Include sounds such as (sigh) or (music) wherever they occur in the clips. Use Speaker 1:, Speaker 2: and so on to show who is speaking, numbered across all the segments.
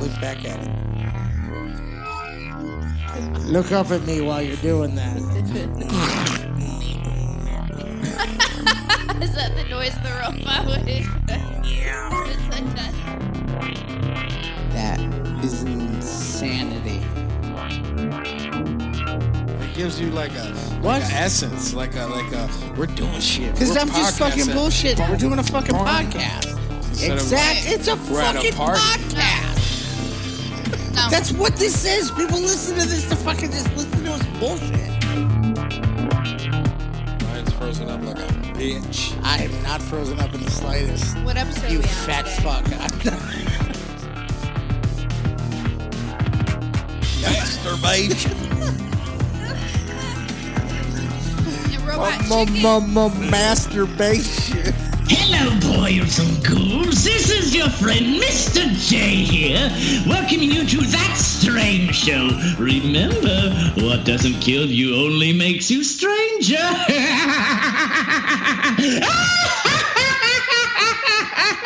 Speaker 1: look back at it. And look up at me while you're doing that.
Speaker 2: (laughs)
Speaker 3: Is that the noise the
Speaker 2: (laughs)
Speaker 3: robot made? Yeah.
Speaker 4: That is insanity.
Speaker 5: It gives you like a
Speaker 4: What?
Speaker 5: like a essence, like a like a we're doing shit.
Speaker 4: Because
Speaker 5: We're
Speaker 4: I'm just fucking
Speaker 5: podcasting.
Speaker 4: bullshit. We're doing a fucking
Speaker 5: Boing.
Speaker 4: podcast.
Speaker 5: Instead of-
Speaker 4: Exactly. It's a
Speaker 5: We're at a
Speaker 4: fucking
Speaker 5: party.
Speaker 4: podcast.
Speaker 3: No.
Speaker 4: That's what this is. People listen to this to fucking just listen to us bullshit.
Speaker 5: Mine's frozen up like a bitch.
Speaker 4: I am not frozen up in the (laughs) slightest.
Speaker 3: what episode are
Speaker 4: You
Speaker 3: we on
Speaker 4: fat
Speaker 3: today?
Speaker 4: fuck. I'm not- (laughs)
Speaker 5: Masturbation.
Speaker 3: The robot
Speaker 1: Oh,
Speaker 3: chicken.
Speaker 1: Masturbation.
Speaker 6: Hello, boys and ghouls. This is your friend Mr. J here, welcoming you to that strange show. Remember, what doesn't kill you only makes you stranger. (laughs)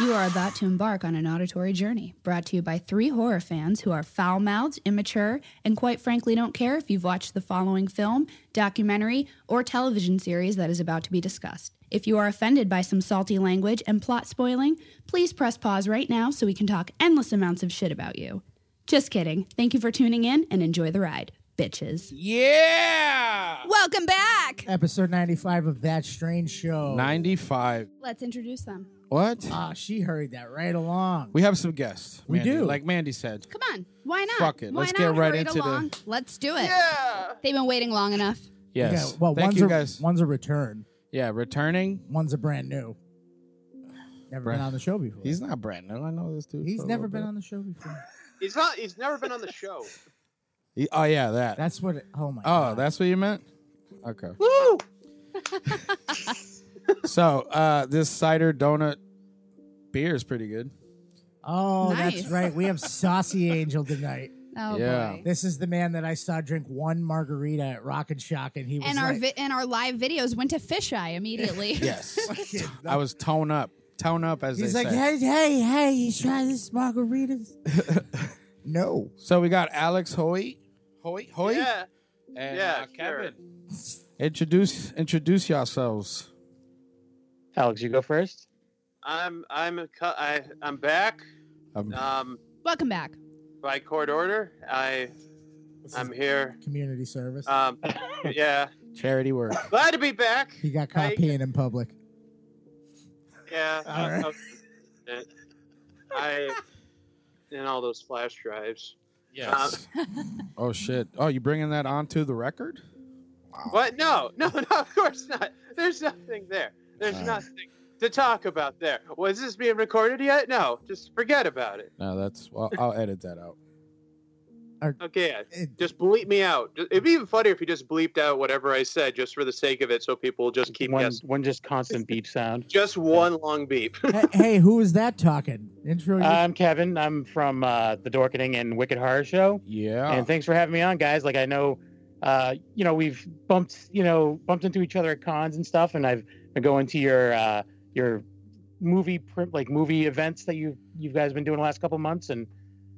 Speaker 2: You are about to embark on an auditory journey brought to you by three horror fans who are foul mouthed, immature, and quite frankly don't care if you've watched the following film, documentary, or television series that is about to be discussed. If you are offended by some salty language and plot spoiling, please press pause right now so we can talk endless amounts of shit about you. Just kidding. Thank you for tuning in and enjoy the ride, bitches.
Speaker 5: Yeah.
Speaker 2: Welcome back.
Speaker 1: Episode 95 of That Strange Show.
Speaker 5: Ninety-five.
Speaker 2: Let's introduce them.
Speaker 5: What?
Speaker 1: Ah, she hurried that right along.
Speaker 5: We have some guests.
Speaker 1: We
Speaker 5: Mandy,
Speaker 1: do.
Speaker 5: Like Mandy said.
Speaker 2: Come on. Why not?
Speaker 5: Fuck it.
Speaker 2: Why
Speaker 5: Let's
Speaker 2: not
Speaker 5: get right
Speaker 2: hurry it
Speaker 5: into the-
Speaker 2: along? Let's do it. They've been waiting long enough.
Speaker 5: Yes.
Speaker 1: Yeah, well,
Speaker 5: Thank
Speaker 1: one's
Speaker 5: you
Speaker 1: a,
Speaker 5: guys.
Speaker 1: One's a return.
Speaker 5: yeah, returning.
Speaker 1: One's a brand new. Never
Speaker 5: Brand-
Speaker 1: been on the show before.
Speaker 5: He's not brand new. I know this dude.
Speaker 1: He's never been on the show before.
Speaker 7: He's not. He's never been on the show.
Speaker 5: The- oh yeah, that.
Speaker 1: That's what. It, oh my.
Speaker 5: oh,
Speaker 1: God.
Speaker 5: that's what you meant. Okay. Woo! (laughs) so uh, this cider donut beer is pretty good.
Speaker 1: Oh,
Speaker 2: Nice.
Speaker 1: that's right.
Speaker 2: (laughs)
Speaker 1: We have Saucy Angel tonight.
Speaker 2: Oh
Speaker 5: Yeah.
Speaker 2: boy.
Speaker 1: This is the man that I saw drink one margarita at Rock and Shock, and he was
Speaker 2: And our
Speaker 1: like,
Speaker 2: vi- and our live videos went to fisheye immediately.
Speaker 1: (laughs)
Speaker 5: Yes. (laughs) I was tone up. Tone up as
Speaker 1: he's
Speaker 5: they
Speaker 1: like,
Speaker 5: say.
Speaker 1: hey, hey, hey, you try this margaritas?
Speaker 5: (laughs)
Speaker 1: no.
Speaker 5: So we got Alex Hoy. Hoy? Hoy?
Speaker 7: Yeah.
Speaker 5: And
Speaker 7: Yeah,
Speaker 5: uh,
Speaker 7: sure.
Speaker 5: Kevin. Introduce introduce yourselves.
Speaker 8: Alex, you go first.
Speaker 7: I'm. I'm. a cu- I. I'm back.
Speaker 5: Um,
Speaker 7: Um.
Speaker 2: Welcome back.
Speaker 7: By court order. I.
Speaker 1: This
Speaker 7: I'm
Speaker 1: is
Speaker 7: here.
Speaker 1: community service.
Speaker 5: Uh,
Speaker 1: (laughs)
Speaker 7: Um. Yeah.
Speaker 5: charity work.
Speaker 7: Glad to be back.
Speaker 1: he got caught
Speaker 7: I-
Speaker 1: peeing in public.
Speaker 7: Yeah.
Speaker 1: (laughs) All right.
Speaker 7: uh, I. And all those flash drives.
Speaker 5: Yes. oh shit. Oh, you bringing that onto the record?
Speaker 7: What? No. No. No. Of course not. There's nothing there. There's
Speaker 5: Uh.
Speaker 7: nothing to talk about there. Was this being recorded yet? No. Just forget about it.
Speaker 5: No, that's well, I'll edit that out.
Speaker 7: Okay.
Speaker 1: It-
Speaker 7: Just bleep me out. It'd be even funnier if you just bleeped out whatever I said just for the sake of it, so people just keep
Speaker 8: one,
Speaker 7: guessing.
Speaker 8: one just constant beep sound.
Speaker 7: Just one long beep.
Speaker 1: hey, hey, who is that talking? Intro. your-
Speaker 7: Uh,
Speaker 8: I'm Kevin. I'm from uh, the Dorkening and Wicked Horror Show,
Speaker 7: Oh.
Speaker 5: Yeah.
Speaker 8: and thanks for having me on, guys. Like I know, uh, you know, we've bumped, you know, bumped into each other at cons and stuff, and I've been going to your uh, your movie pr- like movie events that you you guys been doing the last couple months, and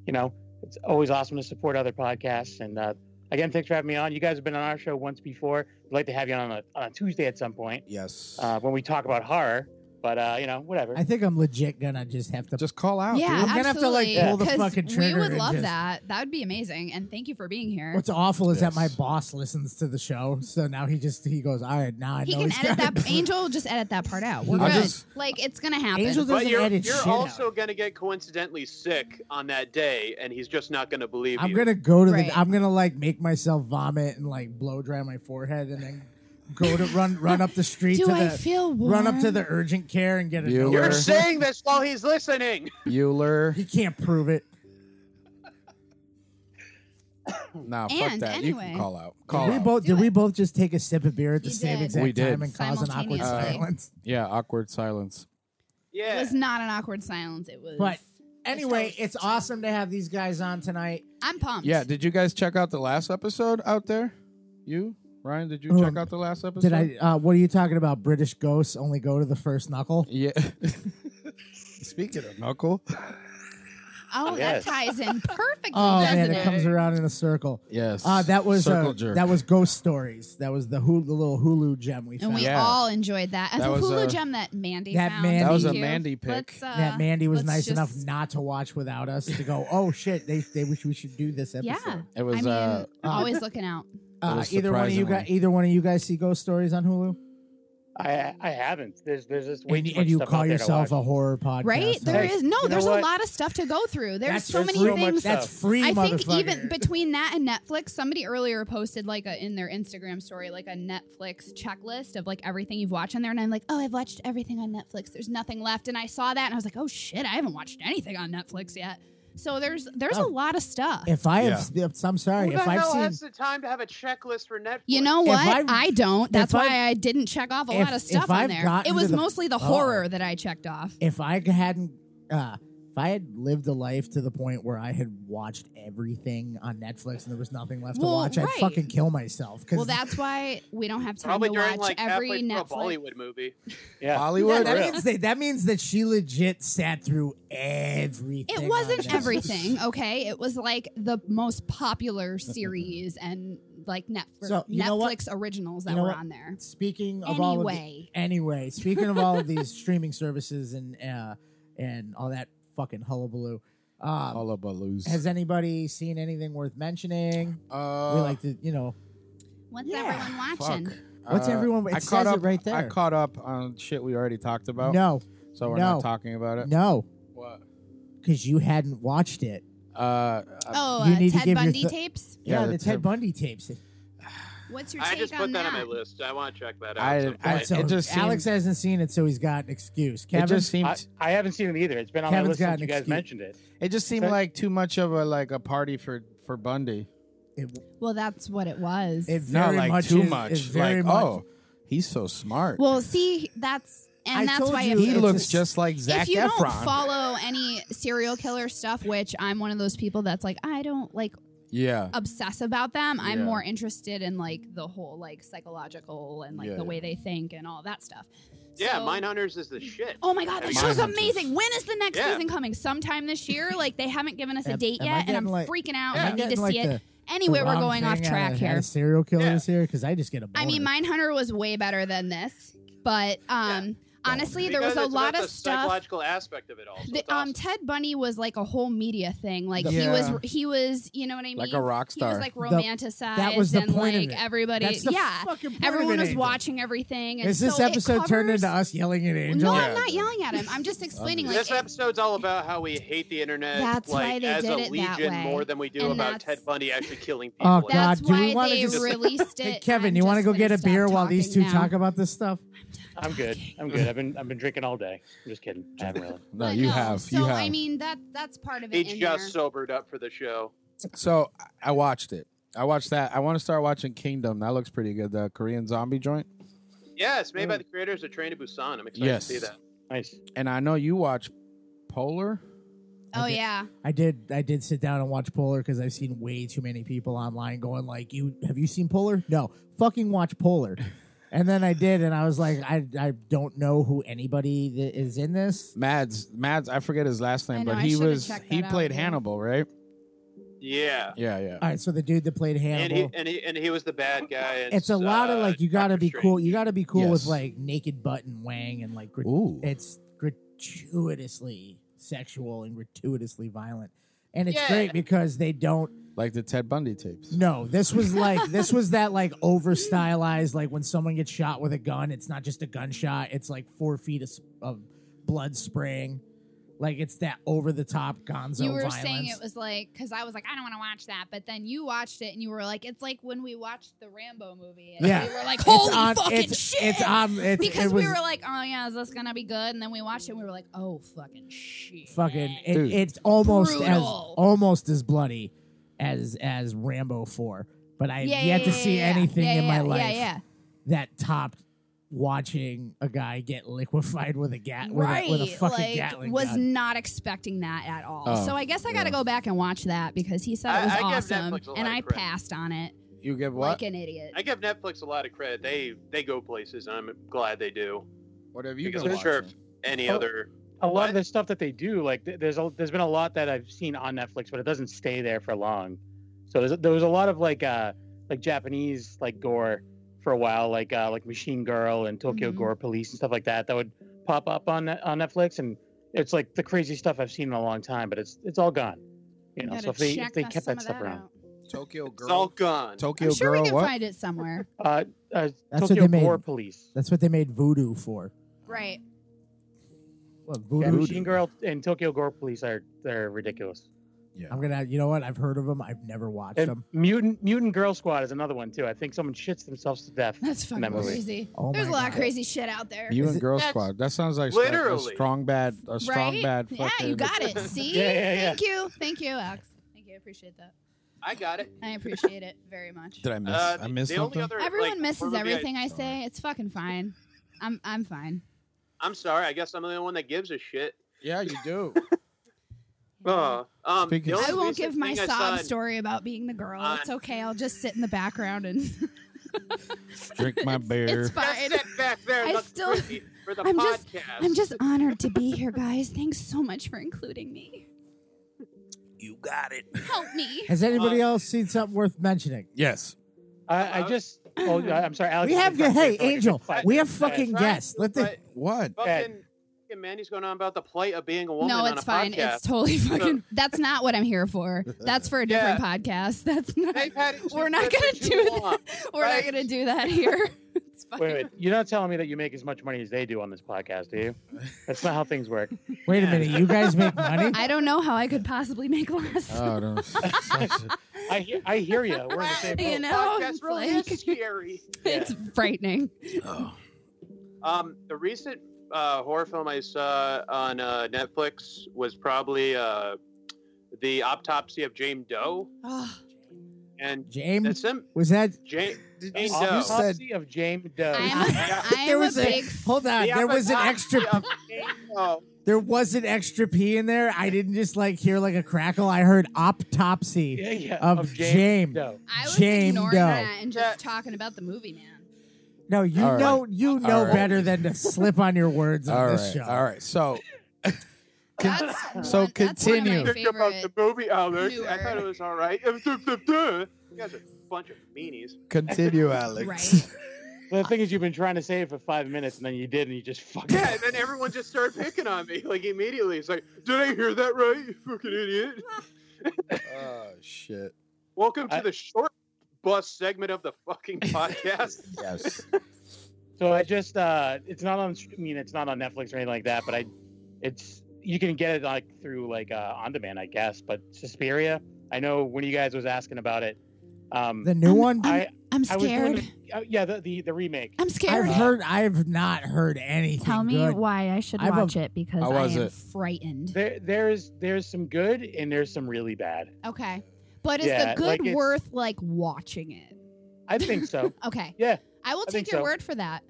Speaker 8: you know, it's always awesome to support other podcasts. And uh, again, thanks for having me on. You guys have been on our show once before. We'd like to have you on a, on a Tuesday at some point.
Speaker 5: yes.
Speaker 8: uh, when we talk about horror. But uh, you know, whatever.
Speaker 1: I think I'm legit gonna just have to.
Speaker 5: Just call out.
Speaker 2: yeah,
Speaker 5: dude.
Speaker 1: I'm gonna have to, like,
Speaker 2: absolutely.
Speaker 1: pull the
Speaker 2: 'cause
Speaker 1: fucking
Speaker 2: we
Speaker 1: trigger
Speaker 2: would
Speaker 1: and
Speaker 2: love
Speaker 1: just-
Speaker 2: that. That would be amazing. And thank you for being here.
Speaker 1: What's awful is that my
Speaker 5: Yes.
Speaker 1: boss listens to the show, so now he just he goes, all right, now I
Speaker 2: he
Speaker 1: know
Speaker 2: can
Speaker 1: he's
Speaker 2: edit
Speaker 1: got (laughs)
Speaker 2: that. Angel, just edit that part out. We're
Speaker 1: I'll
Speaker 2: good.
Speaker 5: just-
Speaker 2: like it's gonna happen.
Speaker 1: Angel doesn't
Speaker 7: but you're,
Speaker 1: edit
Speaker 7: you're
Speaker 1: shit
Speaker 7: also
Speaker 1: out.
Speaker 7: going to get coincidentally sick on that day, and he's just not going to believe
Speaker 1: I'm
Speaker 7: you.
Speaker 1: gonna go to
Speaker 2: Right.
Speaker 1: the. I'm gonna like make myself vomit and like blow dry my forehead and then go to run run up the street
Speaker 2: Do
Speaker 1: to
Speaker 2: I
Speaker 1: the
Speaker 2: feel warm?
Speaker 1: run up to the urgent care and get a.
Speaker 5: You
Speaker 1: note.
Speaker 7: You're
Speaker 5: Where-
Speaker 7: saying this while he's listening. (laughs)
Speaker 5: Bueller.
Speaker 1: He can't prove it.
Speaker 5: Nah, fuck
Speaker 2: And
Speaker 5: that. You
Speaker 2: anyway.
Speaker 5: can call out. Call
Speaker 1: we
Speaker 5: out.
Speaker 1: both
Speaker 2: Do
Speaker 1: did. We
Speaker 2: it.
Speaker 1: both just take a sip of beer at the
Speaker 2: You
Speaker 1: same
Speaker 2: did.
Speaker 1: exact
Speaker 5: We did.
Speaker 1: time and cause an awkward
Speaker 2: Simultaneously.
Speaker 1: silence.
Speaker 5: yeah, awkward silence.
Speaker 2: It
Speaker 7: Yeah.
Speaker 2: was not an awkward silence. It was.
Speaker 1: But anyway, it's awesome to have these guys on tonight.
Speaker 2: I'm pumped.
Speaker 5: Yeah, did you guys check out the last episode out there? You? Ryan, did you
Speaker 1: Oh,
Speaker 5: check out the last episode?
Speaker 1: Did I? Uh, what are you talking about? British ghosts only go to the first knuckle.
Speaker 5: Yeah. (laughs) Speaking of knuckle.
Speaker 2: Oh,
Speaker 8: Yes.
Speaker 2: that ties
Speaker 1: (laughs)
Speaker 2: in perfectly,
Speaker 1: Oh
Speaker 2: doesn't
Speaker 1: man,
Speaker 2: it?
Speaker 1: it comes around in a circle.
Speaker 5: Yes.
Speaker 1: Uh, that was
Speaker 5: Circle
Speaker 1: uh,
Speaker 5: jerk.
Speaker 1: that was ghost stories. That was the Hulu, the little Hulu gem we
Speaker 2: and
Speaker 1: found.
Speaker 2: we
Speaker 5: Yeah.
Speaker 2: all enjoyed that. And
Speaker 5: That
Speaker 2: the
Speaker 5: was
Speaker 2: Hulu
Speaker 5: a-
Speaker 2: gem that Mandy
Speaker 1: That
Speaker 2: found.
Speaker 1: Mandy-
Speaker 5: That was a
Speaker 2: Thank you.
Speaker 5: Mandy pick.
Speaker 2: Let's, uh,
Speaker 1: that Mandy was
Speaker 2: let's
Speaker 1: nice
Speaker 2: just-
Speaker 1: enough not to watch without us to go. Oh shit! They, they we should, we should do this episode.
Speaker 2: Yeah.
Speaker 5: It was
Speaker 2: I mean,
Speaker 5: uh,
Speaker 2: (laughs) always looking out.
Speaker 1: Uh,
Speaker 5: was
Speaker 1: either one of you guys,
Speaker 5: surprisingly-
Speaker 1: either one of you guys see ghost stories on Hulu,
Speaker 8: I I haven't. There's there's just
Speaker 1: Mm.
Speaker 8: way
Speaker 1: and,
Speaker 8: too much
Speaker 1: and you
Speaker 8: stuff
Speaker 1: call
Speaker 8: out there to
Speaker 1: yourself
Speaker 8: watch.
Speaker 1: a horror podcast.
Speaker 2: Right? There
Speaker 8: Hey,
Speaker 2: is no,
Speaker 8: you know
Speaker 2: there's a
Speaker 8: what?
Speaker 2: lot of stuff to go through. There's
Speaker 1: That's
Speaker 2: so
Speaker 1: just
Speaker 2: many
Speaker 1: so
Speaker 8: much
Speaker 2: things.
Speaker 8: stuff.
Speaker 1: That's free.
Speaker 2: I think
Speaker 1: motherfucker.
Speaker 2: even between that and Netflix, somebody earlier posted like a, in their Instagram story like a Netflix checklist of like everything you've watched on there, and I'm like, oh, I've watched everything on Netflix. There's nothing left, and I saw that, and I was like, oh shit, I haven't watched anything on Netflix yet. So there's there's
Speaker 1: Oh.
Speaker 2: a lot of stuff.
Speaker 1: if I have, if, I'm sorry,
Speaker 7: Who the
Speaker 1: if I've
Speaker 7: hell
Speaker 1: seen,
Speaker 7: has the time to have a checklist for Netflix?
Speaker 2: you know
Speaker 1: If
Speaker 2: what?
Speaker 1: I've-
Speaker 2: I don't. That's
Speaker 1: if
Speaker 2: why
Speaker 1: I've-
Speaker 2: I didn't check off a
Speaker 1: if-
Speaker 2: lot of
Speaker 1: if
Speaker 2: stuff on
Speaker 1: I've
Speaker 2: there.
Speaker 1: gotten
Speaker 2: It
Speaker 1: to
Speaker 2: was
Speaker 1: the-
Speaker 2: mostly the
Speaker 1: Oh.
Speaker 2: horror that I checked off.
Speaker 1: if I hadn't, uh, if I had lived a life to the point where I had watched everything on Netflix and there was nothing left
Speaker 2: Well,
Speaker 1: to watch,
Speaker 2: right.
Speaker 1: I'd fucking kill myself. Cause
Speaker 2: Well, that's why we don't have time
Speaker 7: Probably
Speaker 2: to
Speaker 7: during
Speaker 2: watch
Speaker 7: like
Speaker 2: every
Speaker 7: halfway through a
Speaker 2: Netflix.
Speaker 7: Bollywood movie.
Speaker 8: Yeah.
Speaker 1: Yeah,
Speaker 5: Hollywood.
Speaker 1: that
Speaker 8: real.
Speaker 1: means that, that means that she legit sat through everything.
Speaker 2: It
Speaker 1: on
Speaker 2: wasn't
Speaker 1: Netflix. (laughs)
Speaker 2: everything, okay? It was like the most popular series and like Netflix,
Speaker 1: So, you know what?
Speaker 2: Netflix originals that
Speaker 1: You know
Speaker 2: were
Speaker 1: what?
Speaker 2: on there.
Speaker 1: Speaking of all of the-
Speaker 2: Anyway,
Speaker 1: anyway, speaking of all
Speaker 2: (laughs)
Speaker 1: of these streaming services and uh, and all that fucking hullabaloo,
Speaker 5: Oh,
Speaker 1: um,
Speaker 5: Hullabaloos.
Speaker 1: has anybody seen anything worth mentioning?
Speaker 5: Uh,
Speaker 1: we like to, you know,
Speaker 2: what's
Speaker 1: Yeah,
Speaker 2: everyone
Speaker 5: fuck.
Speaker 2: watching?
Speaker 1: What's
Speaker 5: Uh,
Speaker 1: everyone- it
Speaker 5: I
Speaker 1: says
Speaker 5: caught
Speaker 1: it
Speaker 5: up
Speaker 1: right there.
Speaker 5: I caught up on shit we already talked about.
Speaker 1: no,
Speaker 5: so we're
Speaker 1: no,
Speaker 5: not talking about it.
Speaker 1: no,
Speaker 5: What?
Speaker 1: because you hadn't watched it.
Speaker 5: Uh,
Speaker 2: Oh,
Speaker 1: You
Speaker 2: uh,
Speaker 1: need to give
Speaker 2: Ted
Speaker 1: your
Speaker 2: Bundy
Speaker 1: th-
Speaker 2: tapes.
Speaker 1: Yeah,
Speaker 5: Yeah,
Speaker 1: the
Speaker 5: that's
Speaker 1: Ted
Speaker 5: him.
Speaker 1: Bundy tapes.
Speaker 2: What's your
Speaker 7: I
Speaker 2: take
Speaker 7: just
Speaker 2: on
Speaker 7: put that
Speaker 2: that?
Speaker 7: on my list. I want to check that out.
Speaker 5: I-
Speaker 7: at
Speaker 5: I-
Speaker 7: some
Speaker 1: And
Speaker 7: point.
Speaker 1: Uh, so
Speaker 5: it just
Speaker 1: Alex
Speaker 5: seemed-
Speaker 1: hasn't seen it, so he's got an excuse. Kevin,
Speaker 5: it just seemed
Speaker 8: I, I haven't seen it either. It's been on my
Speaker 1: Kevin's
Speaker 8: list
Speaker 1: got
Speaker 8: since
Speaker 1: an
Speaker 8: you guys
Speaker 1: excuse.
Speaker 8: mentioned it.
Speaker 5: it just seemed
Speaker 8: Ted-
Speaker 5: like too much of a like a party for for Bundy.
Speaker 1: it,
Speaker 2: Well, that's what it was.
Speaker 1: it
Speaker 5: Not
Speaker 1: very
Speaker 5: like
Speaker 1: much
Speaker 5: too
Speaker 1: is-
Speaker 5: much.
Speaker 1: is very
Speaker 5: like
Speaker 1: much-
Speaker 5: oh, he's so smart.
Speaker 2: well, see, that's and
Speaker 1: I
Speaker 2: that's
Speaker 1: told
Speaker 2: why
Speaker 1: you
Speaker 2: if
Speaker 1: he
Speaker 5: he
Speaker 1: it's
Speaker 5: looks
Speaker 1: just-
Speaker 5: just like Zach
Speaker 2: if you
Speaker 5: Efron.
Speaker 2: don't follow any serial killer stuff, which I'm one of those people that's like, I don't like
Speaker 5: yeah,
Speaker 2: obsess about them. I'm
Speaker 5: Yeah.
Speaker 2: more interested in like the whole like psychological and like
Speaker 5: Yeah,
Speaker 2: the way
Speaker 5: yeah.
Speaker 2: they think and all that stuff.
Speaker 7: yeah,
Speaker 2: So-
Speaker 7: Mindhunters is the shit.
Speaker 2: Oh my god, that show's
Speaker 5: Mindhunters.
Speaker 2: amazing. When is the next
Speaker 7: Yeah.
Speaker 2: season coming? Sometime
Speaker 5: (laughs)
Speaker 2: this year. Like they haven't given us a
Speaker 1: Am-
Speaker 2: date
Speaker 1: am I
Speaker 2: yet, and I'm
Speaker 1: getting, like-
Speaker 2: freaking out.
Speaker 1: am
Speaker 2: and
Speaker 1: I
Speaker 2: I need to
Speaker 1: getting,
Speaker 2: see
Speaker 1: like,
Speaker 2: it.
Speaker 1: the-
Speaker 2: anyway,
Speaker 1: the
Speaker 2: we're
Speaker 1: wrong
Speaker 2: going off
Speaker 1: thing out
Speaker 2: track
Speaker 1: of- out
Speaker 2: here.
Speaker 1: of serial killers
Speaker 7: Yeah.
Speaker 1: here because I just get a.
Speaker 2: I mean, Mindhunter was way better than this, but um, honestly, there
Speaker 7: Because
Speaker 2: was a
Speaker 7: it's
Speaker 2: lot
Speaker 7: about
Speaker 2: of
Speaker 7: the
Speaker 2: stuff.
Speaker 7: Psychological aspect of it all. So
Speaker 2: The,
Speaker 7: it's
Speaker 2: um,
Speaker 7: awesome.
Speaker 2: Ted Bundy was like a whole media thing. Like
Speaker 5: Yeah.
Speaker 2: he was, he was, you know what I mean?
Speaker 5: Like a rock
Speaker 2: He was
Speaker 5: star.
Speaker 2: like
Speaker 1: The-
Speaker 2: romanticized.
Speaker 1: that was the
Speaker 2: and
Speaker 1: point of
Speaker 2: like
Speaker 1: it.
Speaker 2: everybody,
Speaker 1: That's the
Speaker 2: yeah.
Speaker 1: fucking point of
Speaker 2: Everyone
Speaker 1: it,
Speaker 2: was
Speaker 1: Angel.
Speaker 2: watching everything. And
Speaker 1: Is this
Speaker 2: so it
Speaker 1: episode turned
Speaker 2: covers-
Speaker 1: into Um, us yelling at Angel?
Speaker 2: No,
Speaker 5: Yeah.
Speaker 2: I'm not yelling at him. I'm just explaining. like
Speaker 7: this episode's all about how we hate the internet.
Speaker 2: That's
Speaker 7: like,
Speaker 2: why they
Speaker 7: as
Speaker 2: did
Speaker 7: a
Speaker 2: it that
Speaker 7: legion
Speaker 2: way.
Speaker 7: more than we do
Speaker 2: And
Speaker 7: about
Speaker 2: that's-
Speaker 7: Ted Bundy actually killing people.
Speaker 1: Oh,
Speaker 7: and
Speaker 1: God,
Speaker 2: that's
Speaker 1: do we
Speaker 2: why
Speaker 1: wanna
Speaker 2: they
Speaker 1: just-
Speaker 2: released it.
Speaker 1: (laughs) Hey, Kevin,
Speaker 2: I'm
Speaker 1: you want to
Speaker 2: just
Speaker 1: go
Speaker 2: gonna
Speaker 1: get a
Speaker 2: stop
Speaker 1: beer while
Speaker 2: talking
Speaker 1: these two
Speaker 2: now.
Speaker 1: talk about this stuff?
Speaker 8: I'm good. I'm good. I've been I've been drinking all day. I'm just kidding. I haven't really.
Speaker 5: no,
Speaker 2: But
Speaker 5: you have,
Speaker 2: So
Speaker 5: you have.
Speaker 2: I mean, that that's part of
Speaker 7: He
Speaker 2: it. in
Speaker 7: just
Speaker 2: there.
Speaker 7: sobered up for the show.
Speaker 5: so I- I watched it. I watched that. I want to start watching Kingdom. That looks pretty good. The Korean zombie joint.
Speaker 7: Yeah, it's
Speaker 1: Oh.
Speaker 7: made by the creators of Train to Busan. I'm excited
Speaker 5: Yes.
Speaker 7: to see that.
Speaker 8: Nice.
Speaker 5: And I know you watch Polar.
Speaker 2: oh yeah,
Speaker 1: I did. I did sit down and watch Polar because I've seen way too many people online going like, "You have you seen Polar? No, fucking watch
Speaker 5: (laughs)
Speaker 1: Polar." and then I did, and I was like, "I I don't know who anybody that is in this."
Speaker 5: Mads. Mads. I forget his last name,
Speaker 2: I know,
Speaker 5: but
Speaker 2: I
Speaker 5: he
Speaker 2: should've
Speaker 5: was
Speaker 2: checked
Speaker 5: he
Speaker 2: that out,
Speaker 5: played
Speaker 2: yeah.
Speaker 5: Hannibal, right?
Speaker 7: Yeah.
Speaker 5: Yeah, yeah.
Speaker 1: All right, so the dude that played
Speaker 7: And
Speaker 1: Hannibal.
Speaker 7: he, and he and he was the bad guy. And,
Speaker 1: it's a lot of
Speaker 7: uh,
Speaker 1: like you got to
Speaker 7: Doctor
Speaker 1: be
Speaker 7: Strange.
Speaker 1: cool. You got to be cool with
Speaker 5: Yes.
Speaker 1: like naked butt and wang and like grat-
Speaker 5: Ooh.
Speaker 1: it's gratuitously sexual and gratuitously violent. And it's
Speaker 7: Yeah.
Speaker 1: great because they don't
Speaker 5: Like the Ted Bundy tapes.
Speaker 1: No, this was like this was that like over stylized like when someone gets shot with a gun, it's not just a gunshot; it's like four feet of, s- of blood spraying. Like it's that over the top Gonzo
Speaker 2: you were
Speaker 1: violence.
Speaker 2: saying it was like because I was like I don't want to watch that, but then you watched it and you were like it's like when we watched the Rambo movie. And
Speaker 1: Yeah.
Speaker 2: we were like
Speaker 1: It's
Speaker 2: holy
Speaker 1: on-
Speaker 2: fucking
Speaker 1: it's,
Speaker 2: shit.
Speaker 1: It's on. It's,
Speaker 2: because
Speaker 1: it was
Speaker 2: we were like, oh yeah, is this gonna be good? And then we watched it and we were like, oh fucking shit.
Speaker 1: fucking. It,
Speaker 5: Dude.
Speaker 1: it's almost as
Speaker 2: Brutal.
Speaker 1: almost as bloody as as Rambo Four, but I've
Speaker 2: yeah,
Speaker 1: yet
Speaker 2: yeah,
Speaker 1: to
Speaker 2: yeah,
Speaker 1: see
Speaker 2: yeah, yeah.
Speaker 1: anything
Speaker 2: yeah,
Speaker 1: in my
Speaker 2: yeah,
Speaker 1: life
Speaker 2: Yeah, yeah.
Speaker 1: that topped watching a guy get liquefied with a gat with,
Speaker 2: right.
Speaker 1: a, with a fucking
Speaker 2: like,
Speaker 1: Gatling
Speaker 2: was
Speaker 1: gun.
Speaker 2: not expecting that at all.
Speaker 5: Oh,
Speaker 2: so I guess I got to
Speaker 5: yeah.
Speaker 2: go back and watch that because he said
Speaker 7: I-
Speaker 2: it was
Speaker 7: I give
Speaker 2: awesome,
Speaker 7: Netflix a lot
Speaker 2: and
Speaker 7: of
Speaker 2: I
Speaker 7: credit.
Speaker 2: passed on it.
Speaker 5: You give what?
Speaker 2: Like an idiot.
Speaker 7: I give Netflix a lot of credit. They they go places, and I'm glad they do.
Speaker 5: what have you
Speaker 7: because
Speaker 5: been
Speaker 7: I'm sure
Speaker 5: watching?
Speaker 7: Any
Speaker 8: Oh.
Speaker 7: other?
Speaker 8: a lot
Speaker 7: What?
Speaker 8: of the stuff that they do like th- there's a, there's been a lot that i've seen on netflix but it doesn't stay there for long so there's, there was a lot of like uh like japanese like gore for a while like uh like machine girl and tokyo
Speaker 2: Mhm.
Speaker 8: gore police and stuff like that that would pop up on Ne- on netflix and it's like the crazy stuff i've seen in a long time but it's it's all gone you know
Speaker 2: Gotta
Speaker 8: so if they, if
Speaker 2: check
Speaker 8: they
Speaker 2: us
Speaker 8: kept
Speaker 2: some
Speaker 8: that
Speaker 2: of
Speaker 8: stuff around
Speaker 2: out.
Speaker 5: Tokyo
Speaker 7: It's all
Speaker 5: Girl.
Speaker 7: gone.
Speaker 5: Tokyo
Speaker 2: I'm sure
Speaker 5: Girl.
Speaker 2: we can
Speaker 5: what?
Speaker 2: find it somewhere. (laughs)
Speaker 8: uh, uh
Speaker 1: That's what
Speaker 8: tokyo
Speaker 1: they made.
Speaker 8: gore police
Speaker 1: That's what they made voodoo for.
Speaker 2: Right.
Speaker 1: What
Speaker 8: yeah,
Speaker 1: voodoo?
Speaker 8: machine girl and tokyo gore police are they're ridiculous
Speaker 1: I'm gonna. You know what? I've heard of them. I've never watched
Speaker 8: and
Speaker 1: them.
Speaker 8: mutant mutant girl squad is another one too i think someone shits themselves to death
Speaker 2: That's fucking
Speaker 8: That movie.
Speaker 2: crazy.
Speaker 1: Oh
Speaker 2: There's
Speaker 1: my
Speaker 2: a lot
Speaker 1: God.
Speaker 2: of crazy shit out there.
Speaker 5: You
Speaker 1: Is
Speaker 5: and
Speaker 1: it-
Speaker 5: Girl
Speaker 7: That's-
Speaker 5: Squad. That sounds like like
Speaker 7: Literally.
Speaker 5: a strong bad, a strong
Speaker 2: right?
Speaker 5: bad.
Speaker 2: Yeah,
Speaker 5: fucking-
Speaker 2: you
Speaker 5: (laughs)
Speaker 2: got it. See?
Speaker 8: Yeah, yeah, yeah.
Speaker 2: Thank you. Thank you, Alex. Thank you. I appreciate that.
Speaker 7: I got it.
Speaker 2: I appreciate it very much.
Speaker 5: Did I miss?
Speaker 7: Uh,
Speaker 5: I missed
Speaker 7: the
Speaker 5: something.
Speaker 7: only other,
Speaker 2: Everyone
Speaker 7: like, horror
Speaker 2: misses
Speaker 7: movie I-
Speaker 2: everything I, say. It's fucking fine. I'm I'm fine.
Speaker 7: I'm sorry. I guess I'm the only one that gives a shit.
Speaker 5: yeah, you
Speaker 7: (laughs)
Speaker 5: do.
Speaker 7: Uh, um,
Speaker 5: Speaking-
Speaker 7: the only
Speaker 2: I won't
Speaker 7: recent
Speaker 2: give my
Speaker 7: thing I
Speaker 2: sob
Speaker 7: saw-
Speaker 2: story about being the girl.
Speaker 7: on-
Speaker 2: it's okay. I'll just sit in the background and (laughs)
Speaker 5: Drink my beer.
Speaker 2: it's
Speaker 7: (laughs)
Speaker 2: fine.
Speaker 7: Just sit back there.
Speaker 2: (laughs)
Speaker 7: and
Speaker 2: I
Speaker 7: look
Speaker 2: still-
Speaker 7: creepy for the
Speaker 2: I'm just-
Speaker 7: podcast.
Speaker 2: I'm just honored to be here, guys. Thanks so much for including me.
Speaker 4: You got it.
Speaker 2: Help me.
Speaker 1: Has anybody
Speaker 7: Uh,
Speaker 1: else seen something worth mentioning?
Speaker 5: yes.
Speaker 8: I,
Speaker 7: Hello?
Speaker 8: I just. Oh, I- I'm sorry, Alex.
Speaker 1: We
Speaker 8: is
Speaker 1: have
Speaker 8: interrupting.
Speaker 1: hey
Speaker 8: It's like a
Speaker 1: Angel,
Speaker 8: good fight.
Speaker 1: we have
Speaker 8: Yeah.
Speaker 1: fucking
Speaker 7: Right,
Speaker 1: guests. Let the
Speaker 7: but
Speaker 5: What?
Speaker 7: Fucking, fucking Mandy's going on about the plight of being a woman
Speaker 2: no,
Speaker 7: on
Speaker 2: it's
Speaker 7: a
Speaker 2: fine. (laughs)
Speaker 7: podcast.
Speaker 2: It's totally fucking. That's not what I'm here for. That's for a different podcast. That's not.
Speaker 7: They've had it too
Speaker 2: We're not
Speaker 7: good for
Speaker 2: gonna
Speaker 7: too
Speaker 2: do
Speaker 7: long.
Speaker 2: (laughs) We're
Speaker 7: right?
Speaker 2: not gonna do that here. (laughs) It's fine.
Speaker 8: Wait, wait. You're not telling me that you make as much money as they do on this podcast, do you? That's not how things work.
Speaker 1: wait a minute. You guys
Speaker 8: (laughs)
Speaker 1: make money.
Speaker 2: I don't know how I could possibly make less.
Speaker 5: (laughs) Oh, no. (laughs)
Speaker 8: I hear, I hear you. We're in the (laughs)
Speaker 2: (laughs) (laughs)
Speaker 8: same
Speaker 2: You
Speaker 8: boat.
Speaker 2: know,
Speaker 7: podcast
Speaker 2: it's
Speaker 7: really
Speaker 2: like-
Speaker 7: is scary.
Speaker 2: it's
Speaker 7: (laughs)
Speaker 2: frightening.
Speaker 7: Um, the recent uh, horror film I saw on uh, Netflix was probably uh, the Autopsy of Jane Doe,
Speaker 2: Oh,
Speaker 7: and
Speaker 1: James,
Speaker 2: Mm.
Speaker 7: that's him.
Speaker 1: was that?
Speaker 7: Jane, Jane
Speaker 8: Autopsy
Speaker 7: Doe.
Speaker 5: you said-
Speaker 8: of James Doe.
Speaker 2: I'm,
Speaker 7: Yeah.
Speaker 2: I'm a big.
Speaker 1: hold
Speaker 2: Ah,
Speaker 1: on.
Speaker 7: The
Speaker 1: there was an
Speaker 7: Autopsy
Speaker 1: extra.
Speaker 7: of Jane Doe.
Speaker 1: There was an extra P in there. I didn't just like hear like a crackle. I heard autopsy
Speaker 8: yeah, yeah.
Speaker 1: of,
Speaker 8: James
Speaker 1: James.
Speaker 8: Doe.
Speaker 2: I was
Speaker 1: Jane
Speaker 2: ignoring
Speaker 1: Doe.
Speaker 2: that and just
Speaker 7: Yeah.
Speaker 2: talking about the movie, man.
Speaker 1: No, you
Speaker 5: All right.
Speaker 1: know you know
Speaker 5: right.
Speaker 1: better than to slip on your words on
Speaker 5: all
Speaker 1: this
Speaker 5: right.
Speaker 1: show.
Speaker 5: All right.
Speaker 2: (laughs)
Speaker 5: So
Speaker 2: That's
Speaker 5: so
Speaker 2: one- that's one of my
Speaker 5: continue.
Speaker 7: Think about
Speaker 2: favorite-
Speaker 7: the movie, Alex. I
Speaker 2: newer-
Speaker 7: thought it was all right. You guys are a bunch of meanies.
Speaker 5: (laughs) continue, Alex.
Speaker 8: The thing is, you've been trying to say it for five minutes, and then you did, and you just fucking.
Speaker 7: Yeah, and then everyone just started picking on me (laughs) like immediately. It's like, did I hear that right? You fucking idiot.
Speaker 5: (laughs) oh shit.
Speaker 7: Welcome to
Speaker 8: I-
Speaker 7: the short bus segment of the fucking podcast.
Speaker 5: Yes.
Speaker 8: So I just. uh It's not on. I mean, it's not on Netflix or anything like that. But I. It's you can get it like through like uh on demand, I guess. But Suspiria. I know one of you guys was asking about it. Um,
Speaker 1: The new
Speaker 2: I'm-
Speaker 1: one.
Speaker 8: I,
Speaker 2: I'm
Speaker 8: I was
Speaker 2: scared.
Speaker 8: doing the- uh, yeah, the, the the remake.
Speaker 2: I'm
Speaker 1: I've
Speaker 2: scared.
Speaker 1: heard. I've not heard anything.
Speaker 2: Tell me
Speaker 1: good.
Speaker 2: why I should
Speaker 1: I've a-
Speaker 2: watch it because
Speaker 5: How
Speaker 2: I
Speaker 5: was
Speaker 2: am
Speaker 5: it?
Speaker 2: frightened.
Speaker 8: There there's there's some good and there's some really bad.
Speaker 2: Okay. But is
Speaker 8: Yeah,
Speaker 2: the good
Speaker 8: like it's-
Speaker 2: worth like watching it?
Speaker 8: I think
Speaker 2: (laughs)
Speaker 8: so.
Speaker 2: Okay.
Speaker 8: Yeah,
Speaker 2: I will
Speaker 8: I
Speaker 2: take
Speaker 8: think
Speaker 2: your
Speaker 8: so.
Speaker 2: word for that.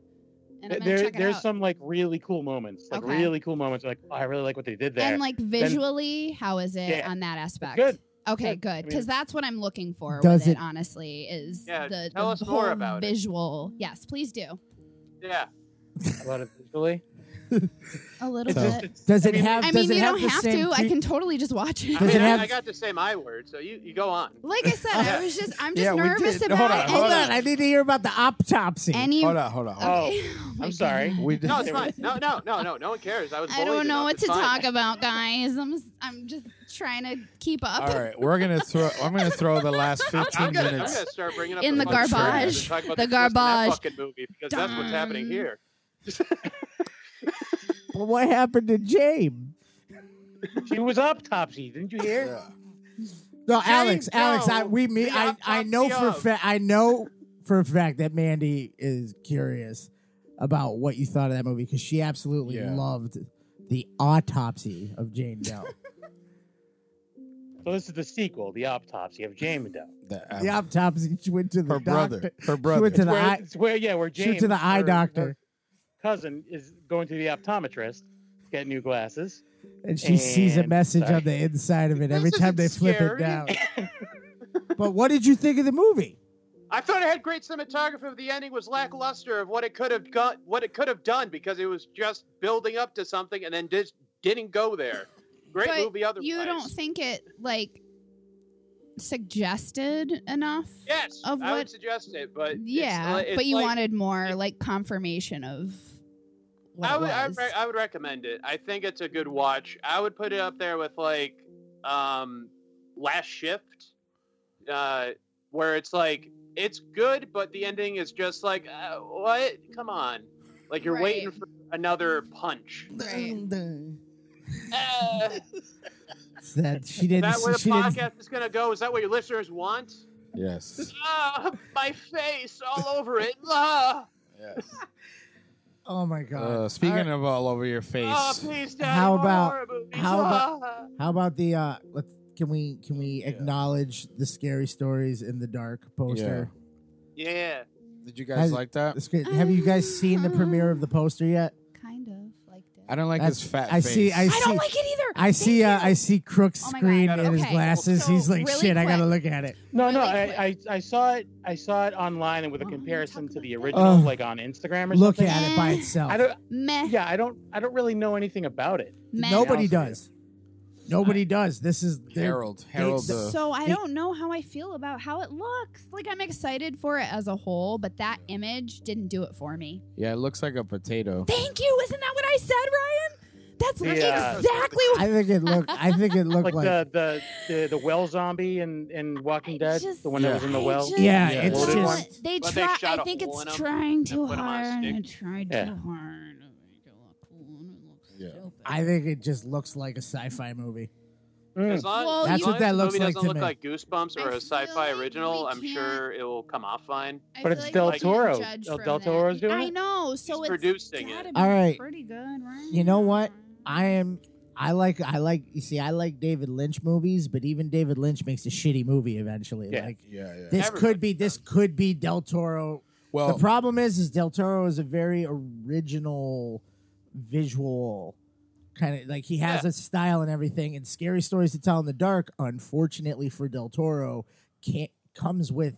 Speaker 2: And I'm gonna
Speaker 8: there
Speaker 2: check it
Speaker 8: there's
Speaker 2: out.
Speaker 8: some like really cool moments, like
Speaker 2: Okay.
Speaker 8: really cool moments. Like oh, I really like what they did there.
Speaker 2: and like visually, how is it
Speaker 8: Yeah.
Speaker 2: on that aspect?
Speaker 8: good.
Speaker 2: Okay,
Speaker 8: Good. I
Speaker 2: good.
Speaker 8: mean-
Speaker 2: Because that's what I'm looking for
Speaker 1: Does
Speaker 2: with it,
Speaker 1: it-
Speaker 2: honestly, is
Speaker 7: Yeah,
Speaker 2: the,
Speaker 7: tell
Speaker 2: the
Speaker 7: us more
Speaker 2: whole
Speaker 7: about it.
Speaker 2: visual. Yes, please do.
Speaker 7: Yeah.
Speaker 8: A lot of visually.
Speaker 2: A little
Speaker 8: It's
Speaker 5: So-
Speaker 8: just, (laughs)
Speaker 2: bit.
Speaker 8: it's-
Speaker 1: Does it
Speaker 8: I mean,
Speaker 1: have?
Speaker 2: I
Speaker 1: does
Speaker 2: mean,
Speaker 1: it
Speaker 2: you don't
Speaker 1: the
Speaker 2: uh, have
Speaker 1: same
Speaker 2: to. I
Speaker 1: tre-
Speaker 7: mean,
Speaker 2: can totally just watch it.
Speaker 7: I, mean,
Speaker 8: (laughs)
Speaker 1: it have-
Speaker 7: I, I got to say my word, so you, you go on.
Speaker 2: Like I said, I was just I'm
Speaker 5: (laughs)
Speaker 2: just
Speaker 5: Yeah, we
Speaker 2: nervous
Speaker 5: did.
Speaker 2: about
Speaker 5: Hold on,
Speaker 2: any,
Speaker 1: Hold on. I need to hear about the autopsy.
Speaker 2: any (laughs)
Speaker 5: Hold on. Hold on. Hold on.
Speaker 8: Oh,
Speaker 2: my
Speaker 8: I'm sorry.
Speaker 2: God.
Speaker 5: We did. (laughs)
Speaker 7: No, it's fine. No, no, no, no. No one cares. I was.
Speaker 2: (laughs) I
Speaker 7: bullied
Speaker 2: don't know
Speaker 7: enough.
Speaker 2: what
Speaker 7: It's
Speaker 2: to
Speaker 7: fine.
Speaker 2: talk about, guys. I'm I'm just trying to keep up.
Speaker 5: All right, we're gonna throw. I'm gonna throw the last 15
Speaker 7: (laughs) I'm gonna, I'm
Speaker 5: minutes.
Speaker 7: gonna start bringing up
Speaker 2: In the
Speaker 7: fucking trailers
Speaker 5: garbage.
Speaker 7: and
Speaker 2: The
Speaker 7: talk about twist in that
Speaker 2: garbage. Um,
Speaker 7: fucking movie because that's what's happening
Speaker 2: Dun.
Speaker 7: here.
Speaker 1: But what happened to James?
Speaker 8: she was autopsy. Didn't you hear?
Speaker 5: (laughs) Yeah.
Speaker 1: No, Alex.
Speaker 7: James
Speaker 1: Alex. I
Speaker 7: Jones,
Speaker 1: we me.
Speaker 7: the
Speaker 1: I I know for a
Speaker 7: autopsy
Speaker 1: fa- I know for a fact that Mandy is curious about what you thought of that movie because she absolutely
Speaker 5: Yeah.
Speaker 1: loved the autopsy of Jane
Speaker 5: (laughs)
Speaker 1: Doe.
Speaker 8: So this is the sequel, the autopsy of James Doe.
Speaker 5: The- um,
Speaker 1: the autopsy. She went to the
Speaker 5: her
Speaker 1: doctor.
Speaker 5: brother. Her
Speaker 1: She
Speaker 5: brother.
Speaker 1: went to the
Speaker 8: where,
Speaker 1: eye.
Speaker 8: it's where yeah, where
Speaker 1: She went
Speaker 8: James
Speaker 1: to the eye
Speaker 8: her-
Speaker 1: doctor.
Speaker 8: her cousin is going to the optometrist to get new glasses.
Speaker 1: and she sees a
Speaker 8: And-
Speaker 1: message
Speaker 8: sorry.
Speaker 1: on the inside of it
Speaker 7: This
Speaker 1: every time
Speaker 7: isn't (laughs)
Speaker 1: they flip
Speaker 7: scary.
Speaker 1: it down. but what did you think of the movie?
Speaker 7: I thought it had great cinematography, but the ending was lackluster of what it could have got, what it could have done, because it was just building up to something and then just didn't go there. Great
Speaker 2: But
Speaker 7: movie, otherwise.
Speaker 2: You don't think it like suggested enough?
Speaker 7: Yes,
Speaker 2: of
Speaker 7: I
Speaker 2: what-
Speaker 7: would suggest it, but it's
Speaker 2: yeah,
Speaker 7: li- it's
Speaker 2: but you
Speaker 7: like-
Speaker 2: wanted more
Speaker 7: it-
Speaker 2: like confirmation of what
Speaker 7: I
Speaker 2: it
Speaker 7: would, I,
Speaker 2: was.
Speaker 7: re- I would recommend it. I think it's a good watch. I would put it up there with like um, Last Shift, uh, where it's like it's good, but the ending is just like uh, what? Come on, like you're
Speaker 2: Right.
Speaker 7: waiting for another punch.
Speaker 2: Right.
Speaker 7: Uh,
Speaker 1: It's That she
Speaker 7: is
Speaker 1: didn't.
Speaker 7: that where the
Speaker 1: she didn't
Speaker 7: podcast is gonna go? Is that what your listeners want?
Speaker 5: Yes.
Speaker 7: Ah, my face all over it. Ah,
Speaker 5: yes.
Speaker 1: oh my god.
Speaker 5: Uh, speaking
Speaker 1: All right,
Speaker 5: of all over your face,
Speaker 8: Oh,
Speaker 7: ah, please, Daddy,
Speaker 1: How
Speaker 7: more
Speaker 1: about-
Speaker 7: horror movies.
Speaker 2: (laughs)
Speaker 1: how about-
Speaker 7: Ah.
Speaker 1: how about the? uh let's, Can we can we acknowledge the scary stories in the dark poster?
Speaker 7: yeah.
Speaker 5: did you guys
Speaker 1: I-
Speaker 5: like that?
Speaker 1: The sc- Have you guys seen the premiere of the poster yet?
Speaker 2: kind of like that.
Speaker 5: I don't like his fat
Speaker 1: I
Speaker 5: face.
Speaker 1: see. I,
Speaker 2: I
Speaker 1: see.
Speaker 2: don't like it either.
Speaker 1: I see.
Speaker 2: Thank
Speaker 1: Uh,
Speaker 2: you.
Speaker 1: I see Crook's
Speaker 2: Oh my God.
Speaker 1: screen
Speaker 2: Gotta-
Speaker 1: in his
Speaker 2: okay,
Speaker 1: glasses.
Speaker 2: so
Speaker 1: He's like,
Speaker 2: really
Speaker 1: shit. I gotta
Speaker 2: quick.
Speaker 1: look at it.
Speaker 8: No, no,
Speaker 2: Really
Speaker 8: I, I I saw it. I saw it online and with a
Speaker 2: Why don't we
Speaker 8: comparison
Speaker 2: talk
Speaker 8: to the
Speaker 2: about
Speaker 8: original,
Speaker 1: that?
Speaker 8: like on Instagram or
Speaker 1: Look
Speaker 8: something.
Speaker 1: at it by
Speaker 2: Eh.
Speaker 1: itself.
Speaker 8: I don't.
Speaker 2: Meh.
Speaker 8: Yeah, I don't. I don't really know anything about it.
Speaker 2: meh.
Speaker 1: Nobody
Speaker 8: I'll say it.
Speaker 1: does. Nobody does. This is they're-
Speaker 5: Harold. Harold. uh,
Speaker 1: they-
Speaker 5: The,
Speaker 2: So I
Speaker 1: They-
Speaker 2: don't know how I feel about how it looks. Like I'm excited for it as a whole, but that image didn't do it for me.
Speaker 5: yeah, it looks like a potato.
Speaker 2: Thank you. Isn't that what I said, Ryan? That's
Speaker 8: Yeah.
Speaker 2: exactly what
Speaker 1: I think it looked. I think
Speaker 8: (laughs)
Speaker 1: it looked
Speaker 8: Like,
Speaker 1: like.
Speaker 8: the, the the the well zombie and and Walking
Speaker 2: I
Speaker 8: Dead,
Speaker 2: just-
Speaker 8: the one that was in the
Speaker 2: I
Speaker 8: well.
Speaker 2: just-
Speaker 1: yeah,
Speaker 5: Yeah,
Speaker 1: it's
Speaker 8: loaded
Speaker 1: just.
Speaker 8: one.
Speaker 2: they
Speaker 7: But they
Speaker 2: try.
Speaker 7: shot
Speaker 2: I
Speaker 7: a
Speaker 2: think
Speaker 7: hole
Speaker 2: it's
Speaker 7: in 'em
Speaker 2: trying too
Speaker 7: put 'em on
Speaker 2: hard.
Speaker 7: a
Speaker 2: and
Speaker 7: stick.
Speaker 2: It tried
Speaker 8: Yeah.
Speaker 2: too hard. to make it look cool and it looks
Speaker 5: Yeah.
Speaker 2: stupid.
Speaker 1: I think it just looks like a sci-fi movie.
Speaker 8: Mm.
Speaker 7: As long,
Speaker 2: Well, That's
Speaker 7: as long
Speaker 2: what
Speaker 7: as
Speaker 1: Hmm. that
Speaker 7: the
Speaker 1: looks
Speaker 7: movie
Speaker 1: like
Speaker 7: doesn't
Speaker 1: to
Speaker 7: look
Speaker 1: me.
Speaker 7: like Goosebumps or
Speaker 2: I
Speaker 7: a
Speaker 2: feel
Speaker 7: sci-fi
Speaker 2: like we
Speaker 7: original, I'm
Speaker 2: can't-
Speaker 7: sure it will come off fine.
Speaker 2: I
Speaker 8: But
Speaker 2: feel
Speaker 8: it's Del
Speaker 2: we can't
Speaker 8: Toro.
Speaker 2: judge
Speaker 8: Del-
Speaker 2: from
Speaker 8: Del
Speaker 2: that.
Speaker 8: Toro's doing
Speaker 2: I
Speaker 8: it?
Speaker 2: know. So
Speaker 7: He's
Speaker 2: it's
Speaker 7: producing
Speaker 2: gotta
Speaker 7: it.
Speaker 2: be
Speaker 1: All right.
Speaker 2: Pretty good, right?
Speaker 1: You know what? I am. I like. I like. You see, I like David Lynch movies, but even David Lynch makes a shitty movie eventually.
Speaker 8: Yeah.
Speaker 1: Like
Speaker 5: Yeah, yeah. Oh.
Speaker 1: this could be. This could be Del Toro.
Speaker 5: Well,
Speaker 1: the problem is, is Del Toro is a very original visual kind of like he has a style and everything. And scary stories to tell in the dark, unfortunately for Del Toro, can't comes with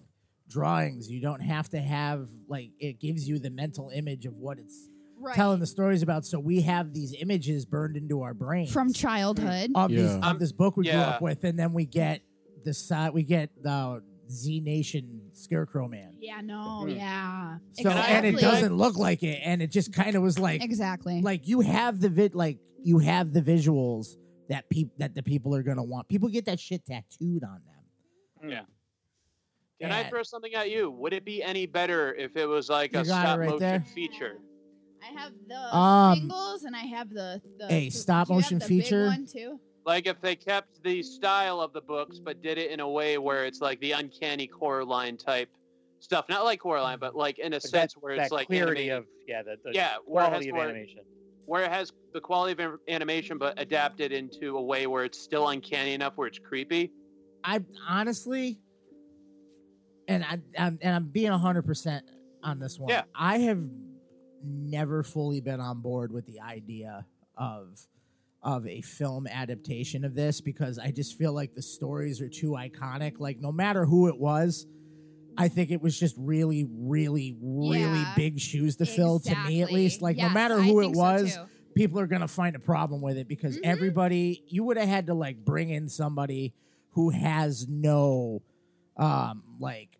Speaker 1: drawings. You don't have to have like it gives you the mental image of what it's
Speaker 2: Right.
Speaker 1: telling the stories about. So we have these images burned into our brains
Speaker 2: from childhood.
Speaker 1: of, these,
Speaker 5: Yeah.
Speaker 1: of this book we grew
Speaker 7: Yeah.
Speaker 1: up with, and then we get the side we get the Z Nation Scarecrow Man.
Speaker 2: Yeah. No. Oh,
Speaker 7: Mm.
Speaker 2: Yeah.
Speaker 1: So
Speaker 2: exactly.
Speaker 1: and it doesn't look like it, and it just kind of was like
Speaker 2: Exactly.
Speaker 1: like you have the vid like you have the visuals that peop that the people are gonna want. People get that shit tattooed on them.
Speaker 7: Can
Speaker 1: Yeah.
Speaker 7: I throw something at you? Would it be any better if it was like
Speaker 1: You
Speaker 7: a
Speaker 1: got it
Speaker 7: stop
Speaker 1: right
Speaker 7: motion
Speaker 1: there.
Speaker 7: feature?
Speaker 2: I have the
Speaker 1: Um,
Speaker 2: singles and I have the, the
Speaker 1: a
Speaker 2: th-
Speaker 1: stop
Speaker 2: do you have
Speaker 1: motion
Speaker 2: the
Speaker 1: feature?
Speaker 2: Big one too.
Speaker 7: Like if they kept the
Speaker 8: Mm-hmm.
Speaker 7: style of the books but did it in a way where it's like the uncanny Coraline type stuff. Not like Coraline, but like in a
Speaker 8: But
Speaker 7: sense where it's
Speaker 8: that
Speaker 7: like
Speaker 8: clarity
Speaker 7: animated-
Speaker 8: of yeah, the, the
Speaker 7: yeah, where it has
Speaker 8: quality of
Speaker 7: more-
Speaker 8: animation.
Speaker 7: where it has the quality of an- animation but adapted into a way where it's still uncanny enough where it's creepy.
Speaker 1: I honestly, and I I'm, and I'm being hundred percent on this one.
Speaker 7: Yeah.
Speaker 1: I have never fully been on board with the idea of of a film adaptation of this because I just feel like the stories are too iconic. Like no matter who it was, I think it was just really, really, really
Speaker 2: Yeah.
Speaker 1: big shoes to fill to me at
Speaker 2: Exactly.
Speaker 1: least. Like no
Speaker 2: Yes,
Speaker 1: matter
Speaker 2: I
Speaker 1: who it
Speaker 2: think so,
Speaker 1: was,
Speaker 2: too.
Speaker 1: people are going to find a problem with it because
Speaker 2: Mhm.
Speaker 1: everybody you would have had to like bring in somebody who has no um like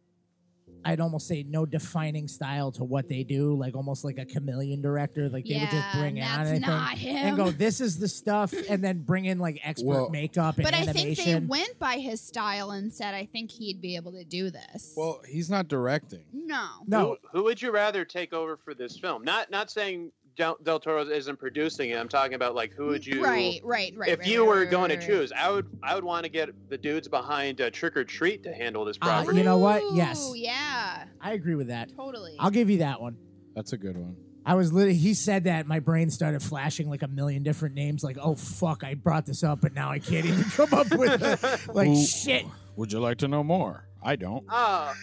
Speaker 1: I'd almost say no defining style to what they do, like almost like a chameleon director. Like they
Speaker 2: yeah,
Speaker 1: would just bring in
Speaker 2: that's
Speaker 1: anything
Speaker 2: not him. (laughs)
Speaker 1: and go, "This is the stuff," and then bring in like expert
Speaker 5: Well-
Speaker 1: makeup and
Speaker 2: but I
Speaker 1: animation.
Speaker 2: think they went by his style and said, "I think he'd be able to do this."
Speaker 5: well, he's not directing.
Speaker 2: no,
Speaker 1: no,
Speaker 7: Who, who would you rather take over for this film? Not not saying Del, Del Toro isn't producing it. I'm talking about like who would you
Speaker 2: right, right, right.
Speaker 7: if
Speaker 2: right,
Speaker 7: you
Speaker 2: right,
Speaker 7: were
Speaker 2: right, right,
Speaker 7: going to
Speaker 2: right.
Speaker 7: choose, I would I would want to get the dudes behind uh, Trick or Treat to handle this
Speaker 1: Ah,
Speaker 7: property.
Speaker 1: You know what? Yes.
Speaker 2: Ooh, yeah,
Speaker 1: I agree with that.
Speaker 2: totally.
Speaker 1: I'll give you that one.
Speaker 5: That's a good one.
Speaker 1: I was literally, he said that, my brain started flashing like a million different names. Like, oh, fuck, I brought this up, but now I can't even (laughs) come up with
Speaker 7: (laughs)
Speaker 1: it. Like,
Speaker 5: Who-
Speaker 1: shit.
Speaker 5: Would you like to know more? I don't.
Speaker 7: Ah.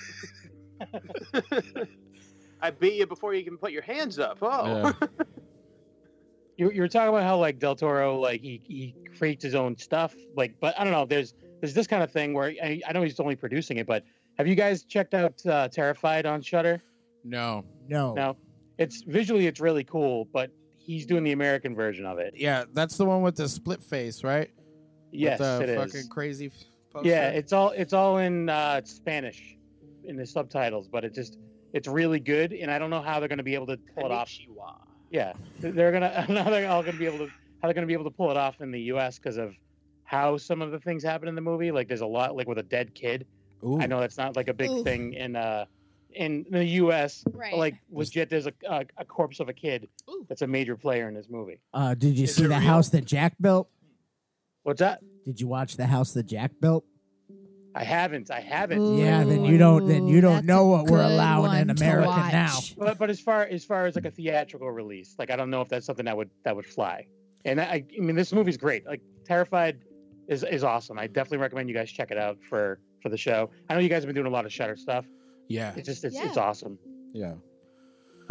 Speaker 7: I beat you before you can put your hands up. Oh,
Speaker 5: Yeah.
Speaker 8: You, you were talking about how like Del Toro like he, he creates his own stuff like but I don't know there's there's this kind of thing where I, I know he's only producing it but Have you guys checked out uh, Terrified on Shutter?
Speaker 5: No.
Speaker 1: (laughs) No.
Speaker 8: No. It's visually it's really cool, but he's doing the American version of it.
Speaker 5: Yeah, that's the one with the split face, right?
Speaker 8: Yes,
Speaker 5: with the
Speaker 8: it
Speaker 5: fucking
Speaker 8: is.
Speaker 5: crazy. f- Poster.
Speaker 8: Yeah, it's all it's all in uh, Spanish in the subtitles, but it just it's really good, and I don't know how they're going to be able to pull it off.
Speaker 7: Konnichiwa.
Speaker 8: Yeah, they're gonna (laughs) I don't know how they're all gonna be able to how they're gonna be able to pull it off in the U.S. because of how some of the things happen in the movie. Like there's a lot like with a dead kid.
Speaker 5: Ooh.
Speaker 8: I know that's not like a big
Speaker 2: Oof.
Speaker 8: thing in uh in the U.S.
Speaker 2: Right.
Speaker 8: But, like legit, there's a, a a corpse of a kid
Speaker 2: Ooh.
Speaker 8: that's a major player in this movie.
Speaker 1: Uh, did you
Speaker 7: Is
Speaker 1: see
Speaker 7: it
Speaker 1: the
Speaker 7: real?
Speaker 1: house that Jack built?
Speaker 8: What's that?
Speaker 1: Did you watch the house that Jack built?
Speaker 8: I haven't. I haven't.
Speaker 1: Yeah, then you don't- then you don't
Speaker 2: Ooh,
Speaker 1: know
Speaker 2: that's a
Speaker 1: what we're
Speaker 2: good
Speaker 1: allowing in
Speaker 2: one to
Speaker 1: America
Speaker 2: watch.
Speaker 1: now.
Speaker 8: But but as far as far as like a theatrical release, like I don't know if that's something that would that would fly. And I, I mean, this movie's great. Like Terrified is is awesome. I definitely recommend you guys check it out for for the show. I know you guys have been doing a lot of Shutter stuff.
Speaker 5: Yeah.
Speaker 8: It's just it's, it's
Speaker 2: Yeah.
Speaker 8: awesome.
Speaker 5: Yeah.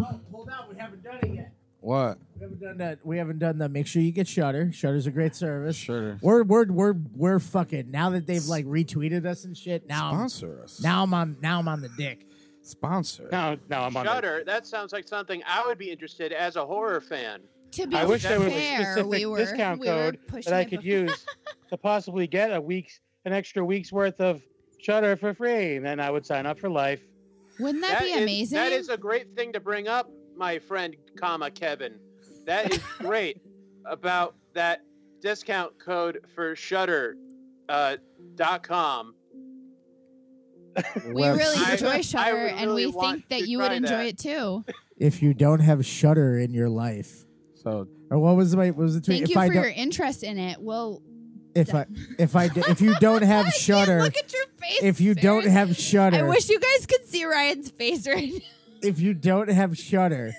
Speaker 1: Oh, hold on, we haven't done it yet.
Speaker 5: What?
Speaker 1: We haven't done that. We haven't done that. Make sure you get Shutter. Shutter's a great service.
Speaker 5: Sure.
Speaker 1: We're we're we're we're fucking now that they've like retweeted us and shit. Now I'm,
Speaker 5: Sponsor us.
Speaker 1: now I'm on now I'm on the (laughs) dick.
Speaker 5: Sponsor.
Speaker 8: No no I'm on.
Speaker 7: Shudder. That sounds like something I would be interested as a horror fan.
Speaker 2: To be
Speaker 8: I wish
Speaker 2: fair,
Speaker 8: there was a
Speaker 2: we
Speaker 8: specific
Speaker 2: were,
Speaker 8: discount
Speaker 2: we were
Speaker 8: code
Speaker 2: pushing
Speaker 8: that I
Speaker 2: it
Speaker 8: could
Speaker 2: bef-
Speaker 8: use to possibly get a week's an extra week's worth of Shutter for free, and then I would sign up for life.
Speaker 2: Wouldn't that, be
Speaker 7: is-
Speaker 2: amazing?
Speaker 7: that is a great thing to bring up, my friend, comma Kevin.
Speaker 2: (laughs)
Speaker 7: That is great about that discount code for Shutter. Uh, dot com.
Speaker 2: we really
Speaker 7: I- I
Speaker 2: enjoy
Speaker 7: would
Speaker 2: Shutter, and
Speaker 7: really
Speaker 2: we
Speaker 7: want
Speaker 2: think that
Speaker 7: to
Speaker 2: you would
Speaker 7: try
Speaker 2: enjoy
Speaker 7: that.
Speaker 2: it too.
Speaker 1: If you don't have Shutter in your life,
Speaker 5: So
Speaker 1: or what was my what was the tweet?
Speaker 2: Thank
Speaker 1: if
Speaker 2: you
Speaker 1: I
Speaker 2: for
Speaker 1: don't-
Speaker 2: your interest in it. Well,
Speaker 1: if I if I d- if you
Speaker 2: (laughs)
Speaker 1: don't have
Speaker 2: I can't
Speaker 1: Shutter,
Speaker 2: Look at your face.
Speaker 1: if you don't
Speaker 2: Sarah.
Speaker 1: have
Speaker 2: I
Speaker 1: Shutter,
Speaker 2: wish you guys could see Ryan's face right now.
Speaker 1: if you don't have Shutter,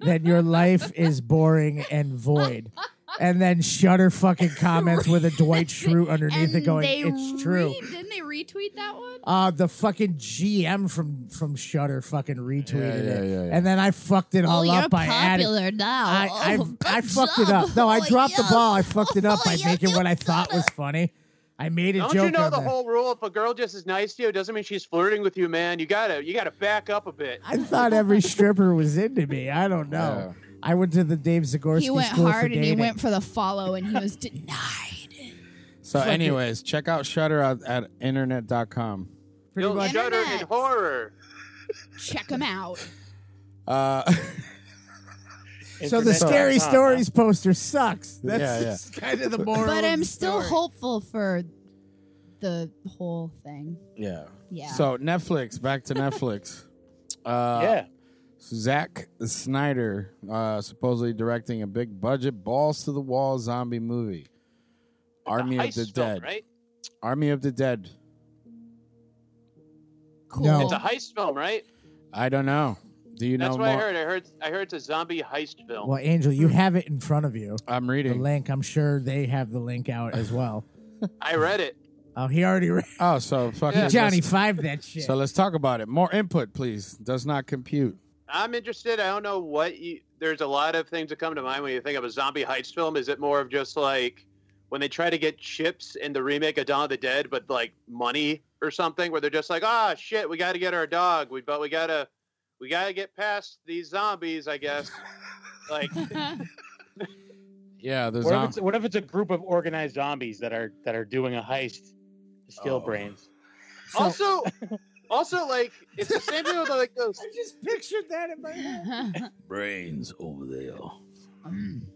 Speaker 1: then your life is boring and void. And then Shutter fucking comments with a Dwight
Speaker 2: (laughs)
Speaker 1: Schrute underneath it,
Speaker 2: And
Speaker 1: going,
Speaker 2: they
Speaker 1: "It's true."
Speaker 2: re- Didn't they retweet that one?
Speaker 1: Uh, the fucking GM from from Shutter fucking retweeted
Speaker 5: yeah,
Speaker 1: it,
Speaker 5: yeah, yeah.
Speaker 1: and then I fucked it all
Speaker 2: oh,
Speaker 1: up
Speaker 2: you're
Speaker 1: by adding.
Speaker 2: popular now.
Speaker 1: I I,
Speaker 2: Oh,
Speaker 1: I
Speaker 2: good
Speaker 1: fucked it
Speaker 2: job.
Speaker 1: up. No, I
Speaker 2: Oh,
Speaker 1: dropped the
Speaker 2: yes.
Speaker 1: ball. I
Speaker 2: (laughs)
Speaker 1: fucked it up by
Speaker 2: yeah,
Speaker 1: making
Speaker 2: you
Speaker 1: what I thought was funny. I made a
Speaker 7: Don't
Speaker 1: joke.
Speaker 7: you know
Speaker 1: on
Speaker 7: the
Speaker 1: that.
Speaker 7: whole rule? If a girl just is nice to you, it doesn't mean she's flirting with you, man. You gotta, you gotta back up a bit.
Speaker 1: I thought every stripper was into me. I
Speaker 7: (laughs)
Speaker 1: don't know. I went to the Dave Zagorski
Speaker 2: Oh, He went
Speaker 1: school for
Speaker 2: hard and
Speaker 1: dating.
Speaker 2: he went for the follow, and he was
Speaker 1: (laughs)
Speaker 2: denied.
Speaker 5: so
Speaker 1: Fuck it.
Speaker 5: anyways, check out Shutter at, at internet.com.
Speaker 1: Pretty
Speaker 7: You'll
Speaker 1: much.
Speaker 7: shudder in
Speaker 2: Internet.
Speaker 7: horror.
Speaker 2: Check him out.
Speaker 7: (laughs)
Speaker 5: Uh (laughs)
Speaker 1: So the
Speaker 8: Internet.com,
Speaker 1: scary
Speaker 8: huh?
Speaker 1: stories poster sucks. That's
Speaker 5: Yeah, yeah.
Speaker 1: just kind of the moral.
Speaker 2: But
Speaker 1: of
Speaker 2: I'm
Speaker 1: the
Speaker 2: still
Speaker 1: story.
Speaker 2: hopeful for the whole thing.
Speaker 5: yeah.
Speaker 2: Yeah.
Speaker 5: So Netflix, back to Netflix. Uh
Speaker 8: Yeah.
Speaker 5: Zack Snyder uh, supposedly directing a big budget balls to the wall zombie movie. Army
Speaker 7: A
Speaker 5: of the
Speaker 7: heist film,
Speaker 5: Dead.
Speaker 7: right?
Speaker 5: Army of the Dead.
Speaker 2: cool.
Speaker 1: No.
Speaker 7: It's a heist film, right?
Speaker 5: I don't know. Do you
Speaker 7: That's
Speaker 5: know
Speaker 7: what I
Speaker 5: more?
Speaker 7: heard. I heard, I heard it's a zombie heist
Speaker 1: (laughs)
Speaker 7: film.
Speaker 1: Well, Angel, you have it in front of you.
Speaker 5: I'm
Speaker 1: The
Speaker 5: reading.
Speaker 1: link. I'm sure they have the link out as well.
Speaker 7: I read it.
Speaker 1: Oh, he
Speaker 5: (laughs)
Speaker 1: already read.
Speaker 5: oh, so fucking
Speaker 7: Yeah.
Speaker 1: Johnny
Speaker 5: let's-
Speaker 1: Five that shit.
Speaker 5: So let's talk about it. More input, please. Does not compute.
Speaker 7: I'm interested. I don't know what you. There's a lot of things that come to mind when you think of a zombie heist film. Is it more of just like when they try to get chips in the remake of Dawn of the Dead, but like money or something, where they're just like, ah, shit, we got to get our dog. We but we gotta, we gotta get past these zombies, I guess. like,
Speaker 2: (laughs)
Speaker 5: Yeah, there's
Speaker 8: What if, it's, what if it's a group of organized zombies that are that are doing a heist to steal
Speaker 5: Oh.
Speaker 8: brains?
Speaker 7: also, also like it's the same thing with like those
Speaker 1: I just pictured that in my head.
Speaker 2: That's
Speaker 6: Brains over there.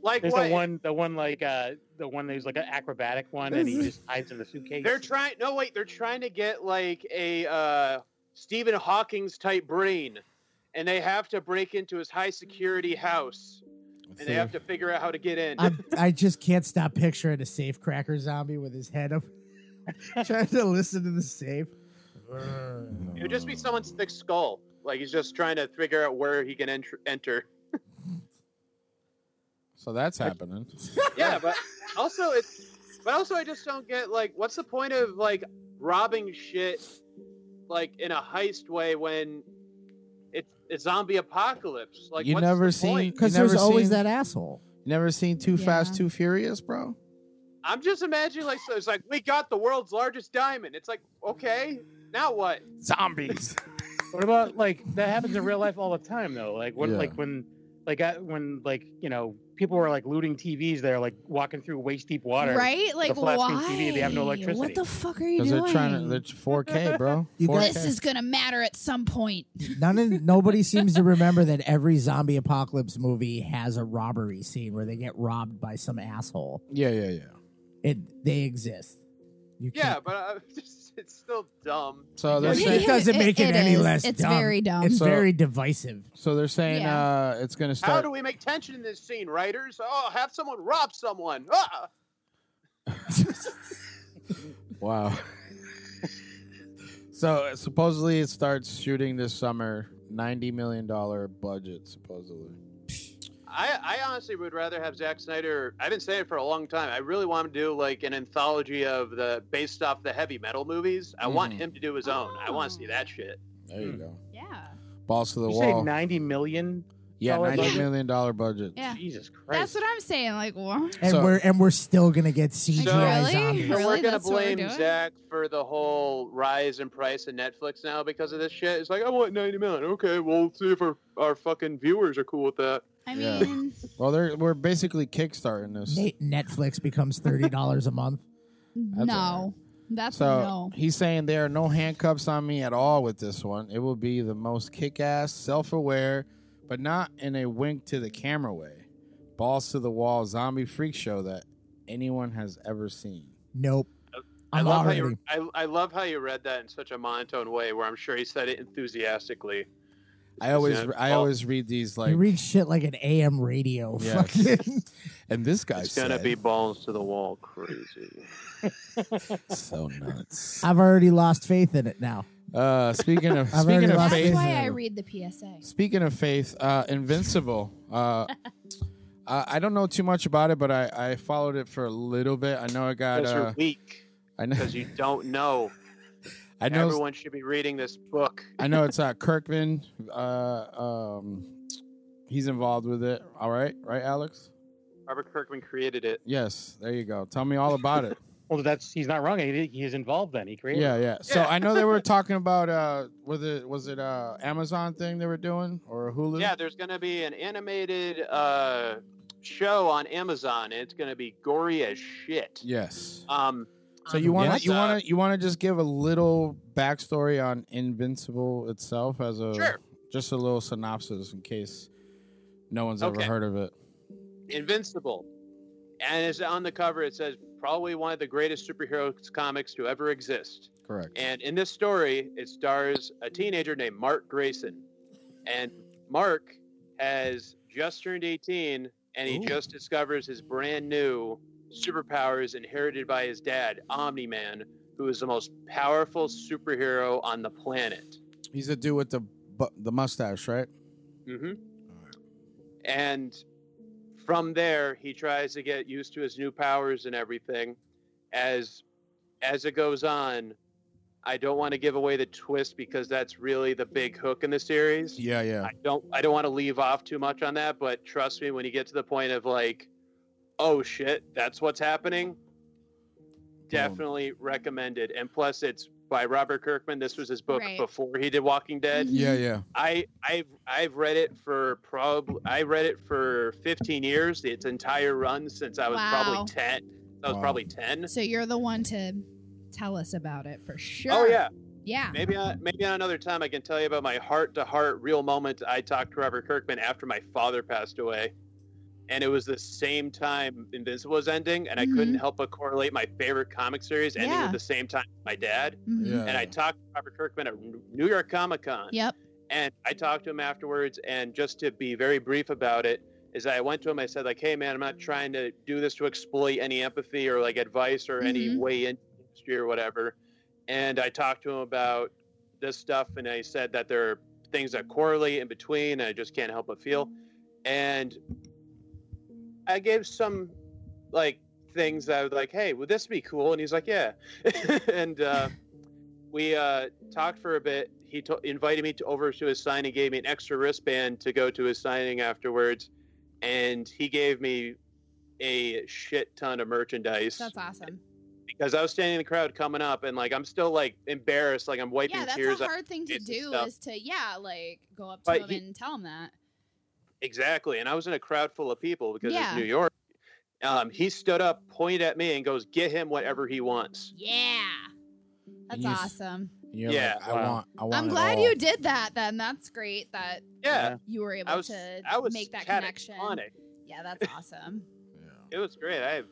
Speaker 7: like
Speaker 8: There's
Speaker 7: what
Speaker 8: the one, the one like uh, the one who's like an acrobatic one, and he just hides in the suitcase.
Speaker 7: They're trying. No, wait. They're trying to get like a uh, Stephen Hawking's type brain, and they have to break into his high security house, and they have to figure out how to get in.
Speaker 1: I, I just can't stop picturing a safe cracker zombie with his head up, (laughs) trying to listen to the safe.
Speaker 7: It would just be someone's thick skull. Like he's just trying to figure out where he can entr- enter.
Speaker 5: So that's happening.
Speaker 7: (laughs) Yeah, but also it's. But also, I just don't get like, what's the point of like robbing shit, like in a heist way when it's a zombie apocalypse? Like,
Speaker 5: You
Speaker 7: what's
Speaker 5: never
Speaker 7: the
Speaker 5: seen-
Speaker 7: point?
Speaker 1: Because
Speaker 5: You never
Speaker 1: there's always
Speaker 5: seen-
Speaker 1: that asshole.
Speaker 5: Never seen Too
Speaker 2: Yeah.
Speaker 5: Fast, Too Furious, bro?
Speaker 7: I'm just imagining like so it's like we got the world's largest diamond. It's like okay, Now what?
Speaker 5: Zombies.
Speaker 8: What about like that happens in real life all the time though? Like what
Speaker 5: Yeah.
Speaker 8: like when like I, when like you know people were like looting TVs, they're like walking through waist deep water.
Speaker 2: right? Like
Speaker 8: flat
Speaker 2: why?
Speaker 8: screen TV, they have no electricity.
Speaker 2: What the fuck are you
Speaker 5: Because
Speaker 2: doing?
Speaker 5: they're trying to. They're 4K,
Speaker 2: (laughs)
Speaker 5: bro.
Speaker 1: You
Speaker 5: 4K.
Speaker 2: this is gonna matter at some point.
Speaker 1: None (laughs) of, nobody seems to remember that every zombie apocalypse movie has a robbery scene where they get robbed by some asshole.
Speaker 5: yeah, yeah, yeah.
Speaker 1: It they exist. You
Speaker 7: Yeah,
Speaker 1: can't-
Speaker 7: but uh, (laughs) it's still dumb.
Speaker 5: So they're
Speaker 7: Because-
Speaker 5: saying-
Speaker 2: (laughs)
Speaker 1: It doesn't make it any
Speaker 2: is.
Speaker 1: less
Speaker 2: It's
Speaker 1: dumb.
Speaker 2: very dumb.
Speaker 1: it's
Speaker 5: So-
Speaker 1: very divisive.
Speaker 5: (laughs) So they're saying
Speaker 2: Yeah.
Speaker 5: uh, it's going to
Speaker 7: How
Speaker 5: start.
Speaker 7: do we make tension in this scene, writers? Oh, have someone rob someone. Ah!
Speaker 5: wow. (laughs) so supposedly it starts shooting this summer. Ninety million dollar budget, supposedly.
Speaker 7: I, I honestly would rather have Zack Snyder. I've been saying it for a long time. I really want him to do like an anthology of the based off the heavy metal movies. I want
Speaker 5: Mhm.
Speaker 7: him to do his own. I want to
Speaker 2: Oh.
Speaker 7: see that shit.
Speaker 5: There you go.
Speaker 2: Yeah.
Speaker 5: Balls to the
Speaker 8: Hmm. You say
Speaker 5: wall.
Speaker 8: ninety million?
Speaker 5: yeah,
Speaker 8: dollar
Speaker 5: ninety
Speaker 8: budget?
Speaker 5: million dollar budget.
Speaker 2: Yeah.
Speaker 8: Jesus Christ.
Speaker 2: That's what I'm saying. Like, what?
Speaker 1: And
Speaker 5: So-
Speaker 1: we're and we're still gonna get CGI
Speaker 7: Really?
Speaker 1: zombies.
Speaker 7: So
Speaker 2: Really?
Speaker 7: we're gonna
Speaker 2: That's what we're
Speaker 7: blame
Speaker 2: doing?
Speaker 7: Zach for the whole rise in price of Netflix now because of this shit. It's like I want ninety million. Okay, we'll see if our, our fucking viewers are cool with that.
Speaker 2: I
Speaker 5: Yeah.
Speaker 2: mean,
Speaker 5: Well, they're we're basically kickstarting this.
Speaker 1: Nate Netflix becomes thirty dollars a month.
Speaker 5: all
Speaker 2: no. That's
Speaker 5: so
Speaker 2: a no.
Speaker 5: he's saying there are no handcuffs on me at all with this one. It will be the most kick-ass, self-aware, but not in a wink to the camera way, balls to the wall zombie freak show that anyone has ever seen.
Speaker 1: Nope.
Speaker 7: I
Speaker 1: I'm
Speaker 7: love
Speaker 1: already.
Speaker 7: how you I, I love how you read that in such a monotone way where I'm sure he said it enthusiastically.
Speaker 5: I always
Speaker 7: Yeah.
Speaker 5: I
Speaker 7: Oh.
Speaker 5: always read these like
Speaker 1: you read shit like an AM radio.
Speaker 5: Yes.
Speaker 1: (laughs) Fucking.
Speaker 5: and this guy's
Speaker 7: It's gonna be balls to the wall crazy.
Speaker 5: so
Speaker 1: (laughs)
Speaker 5: nuts.
Speaker 1: I've already lost faith in it now.
Speaker 5: Uh, speaking of
Speaker 1: (laughs) I've
Speaker 5: speaking
Speaker 1: already
Speaker 5: of
Speaker 1: lost
Speaker 2: That's
Speaker 5: faith,
Speaker 2: why I read the PSA.
Speaker 5: Speaking of faith, uh, Invincible. Uh, I I don't know too much about it, but I, I followed it for a little bit. I know I got.
Speaker 7: Because
Speaker 5: Uh,
Speaker 7: you're weak.
Speaker 5: I know.
Speaker 7: Because you
Speaker 2: (laughs)
Speaker 7: don't know.
Speaker 5: I know.
Speaker 7: Everyone should be reading this book.
Speaker 5: I know it's uh, Kirkman. Uh, um, he's involved with it. All right, right, Alex.
Speaker 7: Robert Kirkman created it.
Speaker 5: Yes, there you go. Tell me all about it.
Speaker 8: well, that's he's not wrong. He, he is involved then. He created.
Speaker 5: yeah, yeah. So
Speaker 7: Yeah.
Speaker 5: I know they were talking about uh, was it was it uh Amazon thing they were doing or Hulu?
Speaker 7: Yeah, there's gonna be an animated uh, show on Amazon. It's gonna be gory as shit.
Speaker 5: Yes.
Speaker 7: Um,
Speaker 5: So you want
Speaker 7: Yes.
Speaker 5: to you want to you want to just give a little backstory on Invincible itself as a
Speaker 7: Sure.
Speaker 5: just a little synopsis in case no one's
Speaker 7: Okay.
Speaker 5: ever heard of it.
Speaker 7: Invincible, and it's on the cover. It says probably one of the greatest superhero comics to ever exist.
Speaker 5: Correct.
Speaker 7: And in this story, it stars a teenager named Mark Grayson. And Mark has just turned 18 and he
Speaker 5: Ooh.
Speaker 7: just discovers his brand new superpowers inherited by his dad, Omni Man, who is the most powerful superhero on the planet.
Speaker 5: He's a dude with the bu- the mustache, right?
Speaker 7: Mm-hmm. And from there, he tries to get used to his new powers and everything. As as it goes on, I don't want to give away the twist because that's really the big hook in the series.
Speaker 5: Yeah, yeah.
Speaker 7: I don't I don't want to leave off too much on that, but trust me, when you get to the point of like, oh shit, that's what's happening. Definitely recommended. And plus, it's by Robert Kirkman. This was his book
Speaker 2: Right.
Speaker 7: before he did Walking Dead.
Speaker 5: Yeah, yeah.
Speaker 7: I I've I've read it for probably I read it for 15 years. Its entire run since I was
Speaker 2: Wow.
Speaker 7: probably 10. I was
Speaker 5: Wow.
Speaker 7: probably 10.
Speaker 2: So you're the one to tell us about it for sure.
Speaker 7: Oh yeah,
Speaker 2: Yeah.
Speaker 7: maybe on, maybe on another time I can tell you about my heart to heart real moment I talked to Robert Kirkman after my father passed away, and it was the same time Invincible was ending, and I couldn't help but correlate my favorite comic series ending
Speaker 2: Mm-hmm. Yeah.
Speaker 7: at the same time as my dad.
Speaker 2: Mhm.
Speaker 5: Yeah.
Speaker 7: And I talked to Robert Kirkman at New York Comic Con.
Speaker 2: Yep.
Speaker 7: And I talked to him afterwards, and just to be very brief about it, is I went to him. I said, like, "Hey, man, I'm not trying to do this to exploit any empathy or like advice or any
Speaker 2: Mhm.
Speaker 7: way into the industry or whatever." And I talked to him about this stuff, and I said that there are things that correlate in between. I just can't help but feel, and I gave some like things that I was like, "Hey, would this be cool?" And he's like, "Yeah," (laughs) and. uh we uh, talked for a bit. He to- invited me to over to his signing, gave me an extra wristband to go to his signing afterwards, and he gave me a shit ton of merchandise
Speaker 2: That's awesome.
Speaker 7: because I was standing in the crowd coming up, and like I'm still like embarrassed, like I'm wiping
Speaker 2: yeah, that's
Speaker 7: tears.
Speaker 2: a
Speaker 7: out.
Speaker 2: hard thing to
Speaker 7: face and
Speaker 2: do
Speaker 7: stuff.
Speaker 2: is to yeah, like go up to
Speaker 7: But
Speaker 2: them
Speaker 7: he-
Speaker 2: and tell them that.
Speaker 7: Exactly, and I was in a crowd full of people because
Speaker 2: Yeah.
Speaker 7: it's New York. Um, he stood up, pointed at me, and goes, "Get him whatever he wants."
Speaker 2: Yeah, that's
Speaker 5: you s-
Speaker 2: awesome.
Speaker 5: You're
Speaker 7: Yeah.
Speaker 5: like, I
Speaker 8: Wow.
Speaker 5: want. I want.
Speaker 2: I'm
Speaker 5: it
Speaker 2: glad
Speaker 5: all.
Speaker 2: you did that. Then that's great that
Speaker 7: Yeah,
Speaker 2: you were able
Speaker 7: I was.
Speaker 2: to
Speaker 7: I was
Speaker 2: make that connection.
Speaker 7: catatonic.
Speaker 2: Yeah, that's awesome.
Speaker 5: Yeah.
Speaker 7: It was great. I.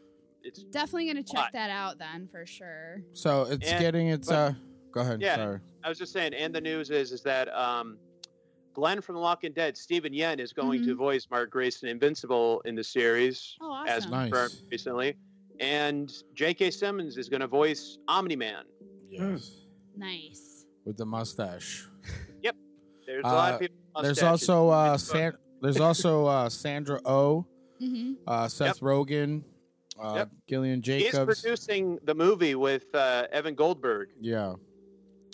Speaker 7: It's
Speaker 2: Definitely gonna check
Speaker 7: Lot.
Speaker 2: that out then for sure.
Speaker 5: So it's
Speaker 7: And-
Speaker 5: getting its.
Speaker 7: but-
Speaker 5: Uh, go ahead.
Speaker 7: Yeah.
Speaker 5: Sorry.
Speaker 7: I was just saying, and the news is is that um, Glenn from The Walking Dead, Stephen Yen, is going to
Speaker 2: Mhm.
Speaker 7: voice Mark Grayson Invincible in the series,
Speaker 2: Oh, awesome.
Speaker 7: as
Speaker 5: Nice.
Speaker 7: confirmed recently, and J.K. Simmons is going to voice Omni Man.
Speaker 5: Yes.
Speaker 2: Nice.
Speaker 5: With the mustache.
Speaker 7: There's a lot
Speaker 5: Uh,
Speaker 7: of people. with
Speaker 5: There's
Speaker 7: mustaches.
Speaker 5: also uh,
Speaker 7: It's fun.
Speaker 5: San- There's also uh, Sandra O,
Speaker 2: Mm-hmm.
Speaker 5: uh, Seth Rogen, uh,
Speaker 7: Yep.
Speaker 5: Gillian
Speaker 7: He's
Speaker 5: Jacobs.
Speaker 7: producing the movie with uh, Evan Goldberg.
Speaker 5: Yeah.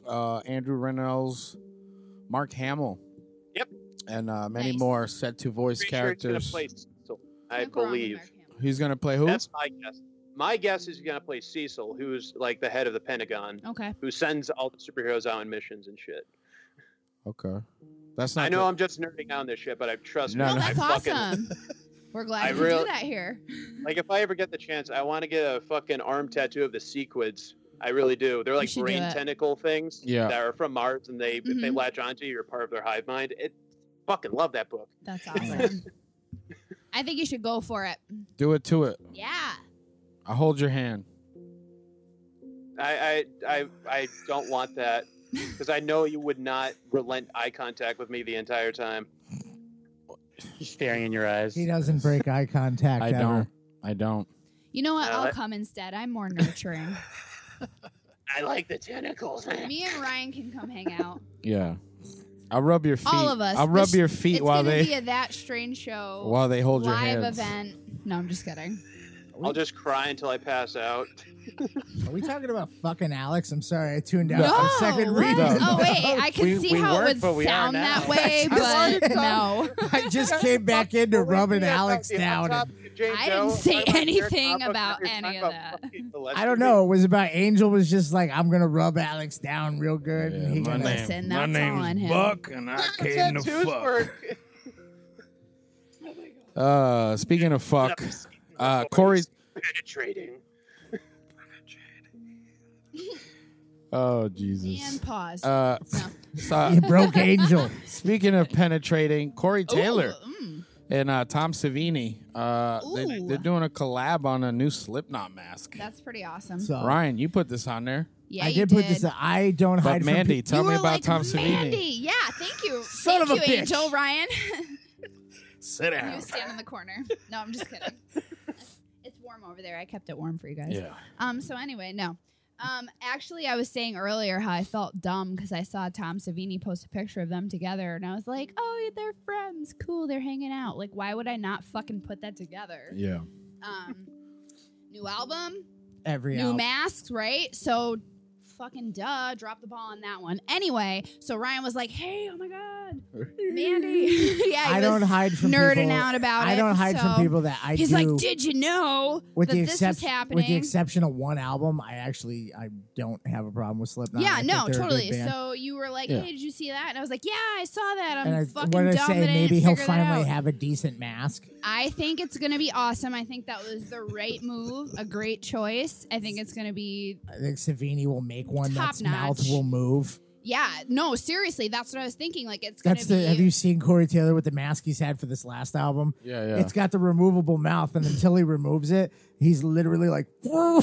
Speaker 5: Uh, Andrew Reynolds, Mark Hamill.
Speaker 7: Yep.
Speaker 5: And uh, many
Speaker 2: Nice.
Speaker 5: more set to voice
Speaker 7: Pretty sure he's
Speaker 5: characters.
Speaker 7: gonna play Cecil, I believe.
Speaker 5: He's going to play who?
Speaker 7: That's my guess. My guess is he's going to play Cecil, who's like the head of the Pentagon,
Speaker 2: Okay.
Speaker 7: who sends all the superheroes out on missions and shit.
Speaker 5: okay. That's not.
Speaker 7: I know
Speaker 5: the-
Speaker 7: I'm just nerding out on this shit, but I trust
Speaker 5: No,
Speaker 7: me.
Speaker 2: No,
Speaker 5: no.
Speaker 7: I
Speaker 2: that's
Speaker 7: fucking, (laughs)
Speaker 2: awesome. We're glad
Speaker 7: I
Speaker 2: you
Speaker 7: real-
Speaker 2: do that here.
Speaker 7: Like, if I ever get the chance, I want to get a fucking arm tattoo of the Sequids. I really do. They're like
Speaker 2: should do
Speaker 7: brain
Speaker 2: it.
Speaker 7: tentacle things
Speaker 5: Yeah.
Speaker 7: that are from Mars, and they if they
Speaker 2: Mhm.
Speaker 7: latch onto you, you're part of their hive mind. It fucking love that book. (laughs)
Speaker 2: That's awesome. I think you should go for it.
Speaker 5: Do it to it.
Speaker 2: Yeah.
Speaker 5: I hold your hand.
Speaker 7: I I I, I don't
Speaker 2: (laughs)
Speaker 7: want that because I know you would not relent eye contact with me the entire time.
Speaker 8: Just staring in your eyes.
Speaker 1: He
Speaker 5: (laughs)
Speaker 1: doesn't break eye contact.
Speaker 5: I
Speaker 1: ever.
Speaker 5: don't. I don't.
Speaker 2: You know what?
Speaker 7: Yeah,
Speaker 2: I'll
Speaker 7: that-
Speaker 2: come instead. I'm more nurturing. (laughs)
Speaker 7: I like the tentacles. man.
Speaker 2: Me and Ryan can come hang out.
Speaker 5: Yeah. I'll rub your feet.
Speaker 2: All of us.
Speaker 5: I'll rub
Speaker 2: This-
Speaker 5: your feet
Speaker 2: it's
Speaker 5: while
Speaker 2: gonna
Speaker 5: they
Speaker 2: be a that strange show
Speaker 5: while they hold your
Speaker 2: live
Speaker 5: hands.
Speaker 2: event. No, I'm just kidding.
Speaker 7: I'll just cry until I pass out.
Speaker 1: Are we talking about fucking Alex? I'm sorry, I tuned out
Speaker 2: No,
Speaker 1: for a second
Speaker 2: what?
Speaker 5: (laughs)
Speaker 1: read. (laughs)
Speaker 2: Oh wait, I can
Speaker 8: We-
Speaker 2: see
Speaker 8: we
Speaker 2: how
Speaker 8: weren't,
Speaker 2: it
Speaker 8: but
Speaker 2: would
Speaker 8: we are
Speaker 2: sound
Speaker 8: now.
Speaker 2: that way,
Speaker 1: I
Speaker 2: but (laughs) no.
Speaker 1: I just came back into rubbing Alex down. and-
Speaker 2: I didn't say anything about any of that.
Speaker 1: I don't know. It was about Angel was just like, I'm gonna rub Alex down real good.
Speaker 5: Yeah,
Speaker 1: and he
Speaker 5: my
Speaker 1: gonna-
Speaker 5: name-
Speaker 2: Listen, that's all on
Speaker 5: and
Speaker 2: him.
Speaker 7: Tattoos
Speaker 4: (laughs)
Speaker 7: work.
Speaker 5: Uh, speaking of fuck, uh, Corey.
Speaker 7: penetrating.
Speaker 5: Oh Jesus.
Speaker 2: And pause.
Speaker 5: Uh, so-
Speaker 1: (laughs) He
Speaker 5: (laughs)
Speaker 1: broke Angel.
Speaker 2: (laughs)
Speaker 5: speaking of penetrating, Corey
Speaker 2: Ooh,
Speaker 5: Taylor
Speaker 2: mm.
Speaker 5: and uh, Tom Savini, uh, they,
Speaker 2: Ooh.
Speaker 5: they're doing a collab on a new Slipknot mask.
Speaker 2: that's pretty awesome.
Speaker 1: So
Speaker 5: Ryan, you put this on there,
Speaker 2: yeah,
Speaker 1: I
Speaker 2: you
Speaker 1: did, put this. I don't hide
Speaker 5: but
Speaker 1: from
Speaker 5: Mandy,
Speaker 1: people.
Speaker 5: tell
Speaker 2: you
Speaker 5: me
Speaker 2: were
Speaker 5: about
Speaker 2: like,
Speaker 5: Tom
Speaker 2: Mandy.
Speaker 5: Savini.
Speaker 2: Yeah, thank you.
Speaker 1: Son
Speaker 2: thank
Speaker 1: of a
Speaker 2: you,
Speaker 1: bitch.
Speaker 2: Angel Ryan. (laughs)
Speaker 5: Sit
Speaker 2: you stand in the corner. No, I'm just
Speaker 5: (laughs)
Speaker 2: kidding. it's warm over there. I kept it warm for you guys.
Speaker 5: Yeah.
Speaker 2: Um. So anyway, no. Um. Actually, I was saying earlier how I felt dumb because I saw Tom Savini post a picture of them together, and I was like, "Oh, they're friends. Cool. They're hanging out. Like, why would I not fucking put that together?"
Speaker 5: Yeah.
Speaker 2: Um. New album,
Speaker 1: every
Speaker 2: new
Speaker 1: album.
Speaker 2: masks, right? So. Fucking duh, drop the ball on that one. Anyway, so Ryan was like, "Hey, oh my god,
Speaker 1: (laughs)
Speaker 2: Mandy, (laughs) yeah." he
Speaker 1: I
Speaker 2: was
Speaker 1: don't hide from
Speaker 2: nerding
Speaker 1: people.
Speaker 2: out about
Speaker 1: I
Speaker 2: it,
Speaker 1: don't hide
Speaker 2: so-
Speaker 1: from people that I
Speaker 2: He's
Speaker 1: do.
Speaker 2: like, "Did you know
Speaker 1: with
Speaker 2: that
Speaker 1: the
Speaker 2: this was
Speaker 1: exception,
Speaker 2: happening?"
Speaker 1: with the exception of one album, I actually I don't have a problem with Slipknot. I
Speaker 2: yeah,
Speaker 1: think
Speaker 2: no,
Speaker 1: they're a good
Speaker 2: totally.
Speaker 1: band.
Speaker 2: So you were like,
Speaker 5: Yeah.
Speaker 2: "Hey, did you see that?" And I was like, "Yeah, I saw that. I'm
Speaker 1: and I,
Speaker 2: fucking
Speaker 1: what I
Speaker 2: dumb."
Speaker 1: say,
Speaker 2: that I didn't
Speaker 1: maybe he'll
Speaker 2: figure that
Speaker 1: finally
Speaker 2: out."
Speaker 1: have a decent mask.
Speaker 2: I think it's gonna be awesome. I think that was the right move, a great choice. I think it's gonna be
Speaker 1: I think Savini will make one that's
Speaker 2: Top-notch.
Speaker 1: mouth will move.
Speaker 2: yeah. No, seriously, that's what I was thinking. Like, it's gonna
Speaker 1: That's
Speaker 2: be.
Speaker 1: the. Have you seen Corey Taylor with the mask he's had for this last album?
Speaker 5: Yeah, yeah.
Speaker 1: It's got the removable mouth, and until he removes it, he's literally like, and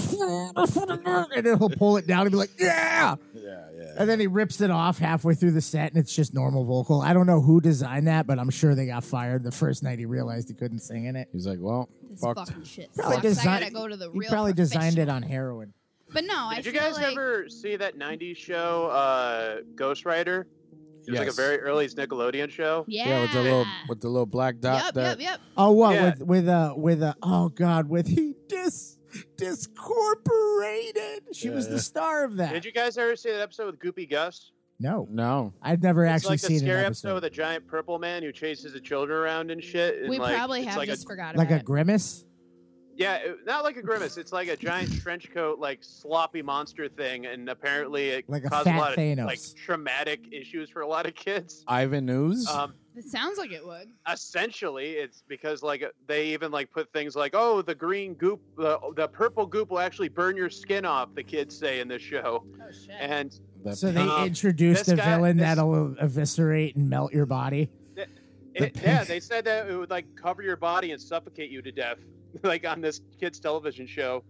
Speaker 1: then he'll pull it down and be like, yeah.
Speaker 5: yeah, yeah.
Speaker 1: And then he rips it off halfway through the set, and it's just normal vocal. I don't know who designed that, but I'm sure they got fired the first night he realized he couldn't sing in it.
Speaker 5: He's like, well,
Speaker 2: this
Speaker 5: fucked.
Speaker 2: fucking shit
Speaker 1: Probably
Speaker 2: sucks. I gotta
Speaker 1: designed-
Speaker 2: go to the
Speaker 1: He
Speaker 2: real.
Speaker 1: probably designed it
Speaker 2: professional.
Speaker 1: on heroin.
Speaker 2: But no, I
Speaker 7: Did you
Speaker 2: feel
Speaker 7: guys
Speaker 2: like,
Speaker 7: ever see that '90s show, uh, Ghost Rider? It was like a
Speaker 5: Yes.
Speaker 7: very early Nickelodeon show.
Speaker 2: Yeah.
Speaker 5: Yeah. with the little with the little black dot
Speaker 2: Yep,
Speaker 5: there.
Speaker 2: yep, yep.
Speaker 1: Oh, what
Speaker 7: Yeah.
Speaker 1: with with uh with uh oh god with he dis discorporated. She
Speaker 5: Yeah,
Speaker 1: was
Speaker 5: yeah.
Speaker 1: the star of that.
Speaker 7: Did you guys ever see that episode with Goopy Gus?
Speaker 1: no,
Speaker 5: No.
Speaker 1: I've never
Speaker 7: It's
Speaker 1: actually
Speaker 7: like a
Speaker 1: seen
Speaker 7: scary
Speaker 1: an
Speaker 7: episode
Speaker 1: episode.
Speaker 7: with a giant purple man who chases the children around and shit. And
Speaker 2: We
Speaker 7: like,
Speaker 2: probably
Speaker 7: it's
Speaker 2: have
Speaker 7: like
Speaker 2: just
Speaker 7: a,
Speaker 2: forgot
Speaker 1: like
Speaker 2: about
Speaker 1: a grimace.
Speaker 2: it.
Speaker 7: Yeah, it- not like a grimace. It's like a giant trench coat, like sloppy monster thing, and apparently it
Speaker 1: Like a
Speaker 7: caused a
Speaker 1: fat
Speaker 7: lot of
Speaker 1: Thanos.
Speaker 7: like traumatic issues for a lot of kids.
Speaker 5: Ivan News.
Speaker 7: Um,
Speaker 2: It sounds like it would.
Speaker 7: essentially, it's because like they even like put things like, "Oh, the green goop, the the purple goop will actually burn your skin off." The kids say in this show,
Speaker 2: Oh shit.
Speaker 7: and
Speaker 5: The
Speaker 1: So they
Speaker 5: pink-
Speaker 7: Um,
Speaker 1: introduced
Speaker 7: this
Speaker 1: a
Speaker 7: guy-
Speaker 1: villain
Speaker 7: this-
Speaker 1: that'll eviscerate and melt your body. The
Speaker 7: It, Eh, yeah,
Speaker 1: pink-
Speaker 7: they said that it would like cover your body and suffocate you to death, (laughs) like on this kids' television show.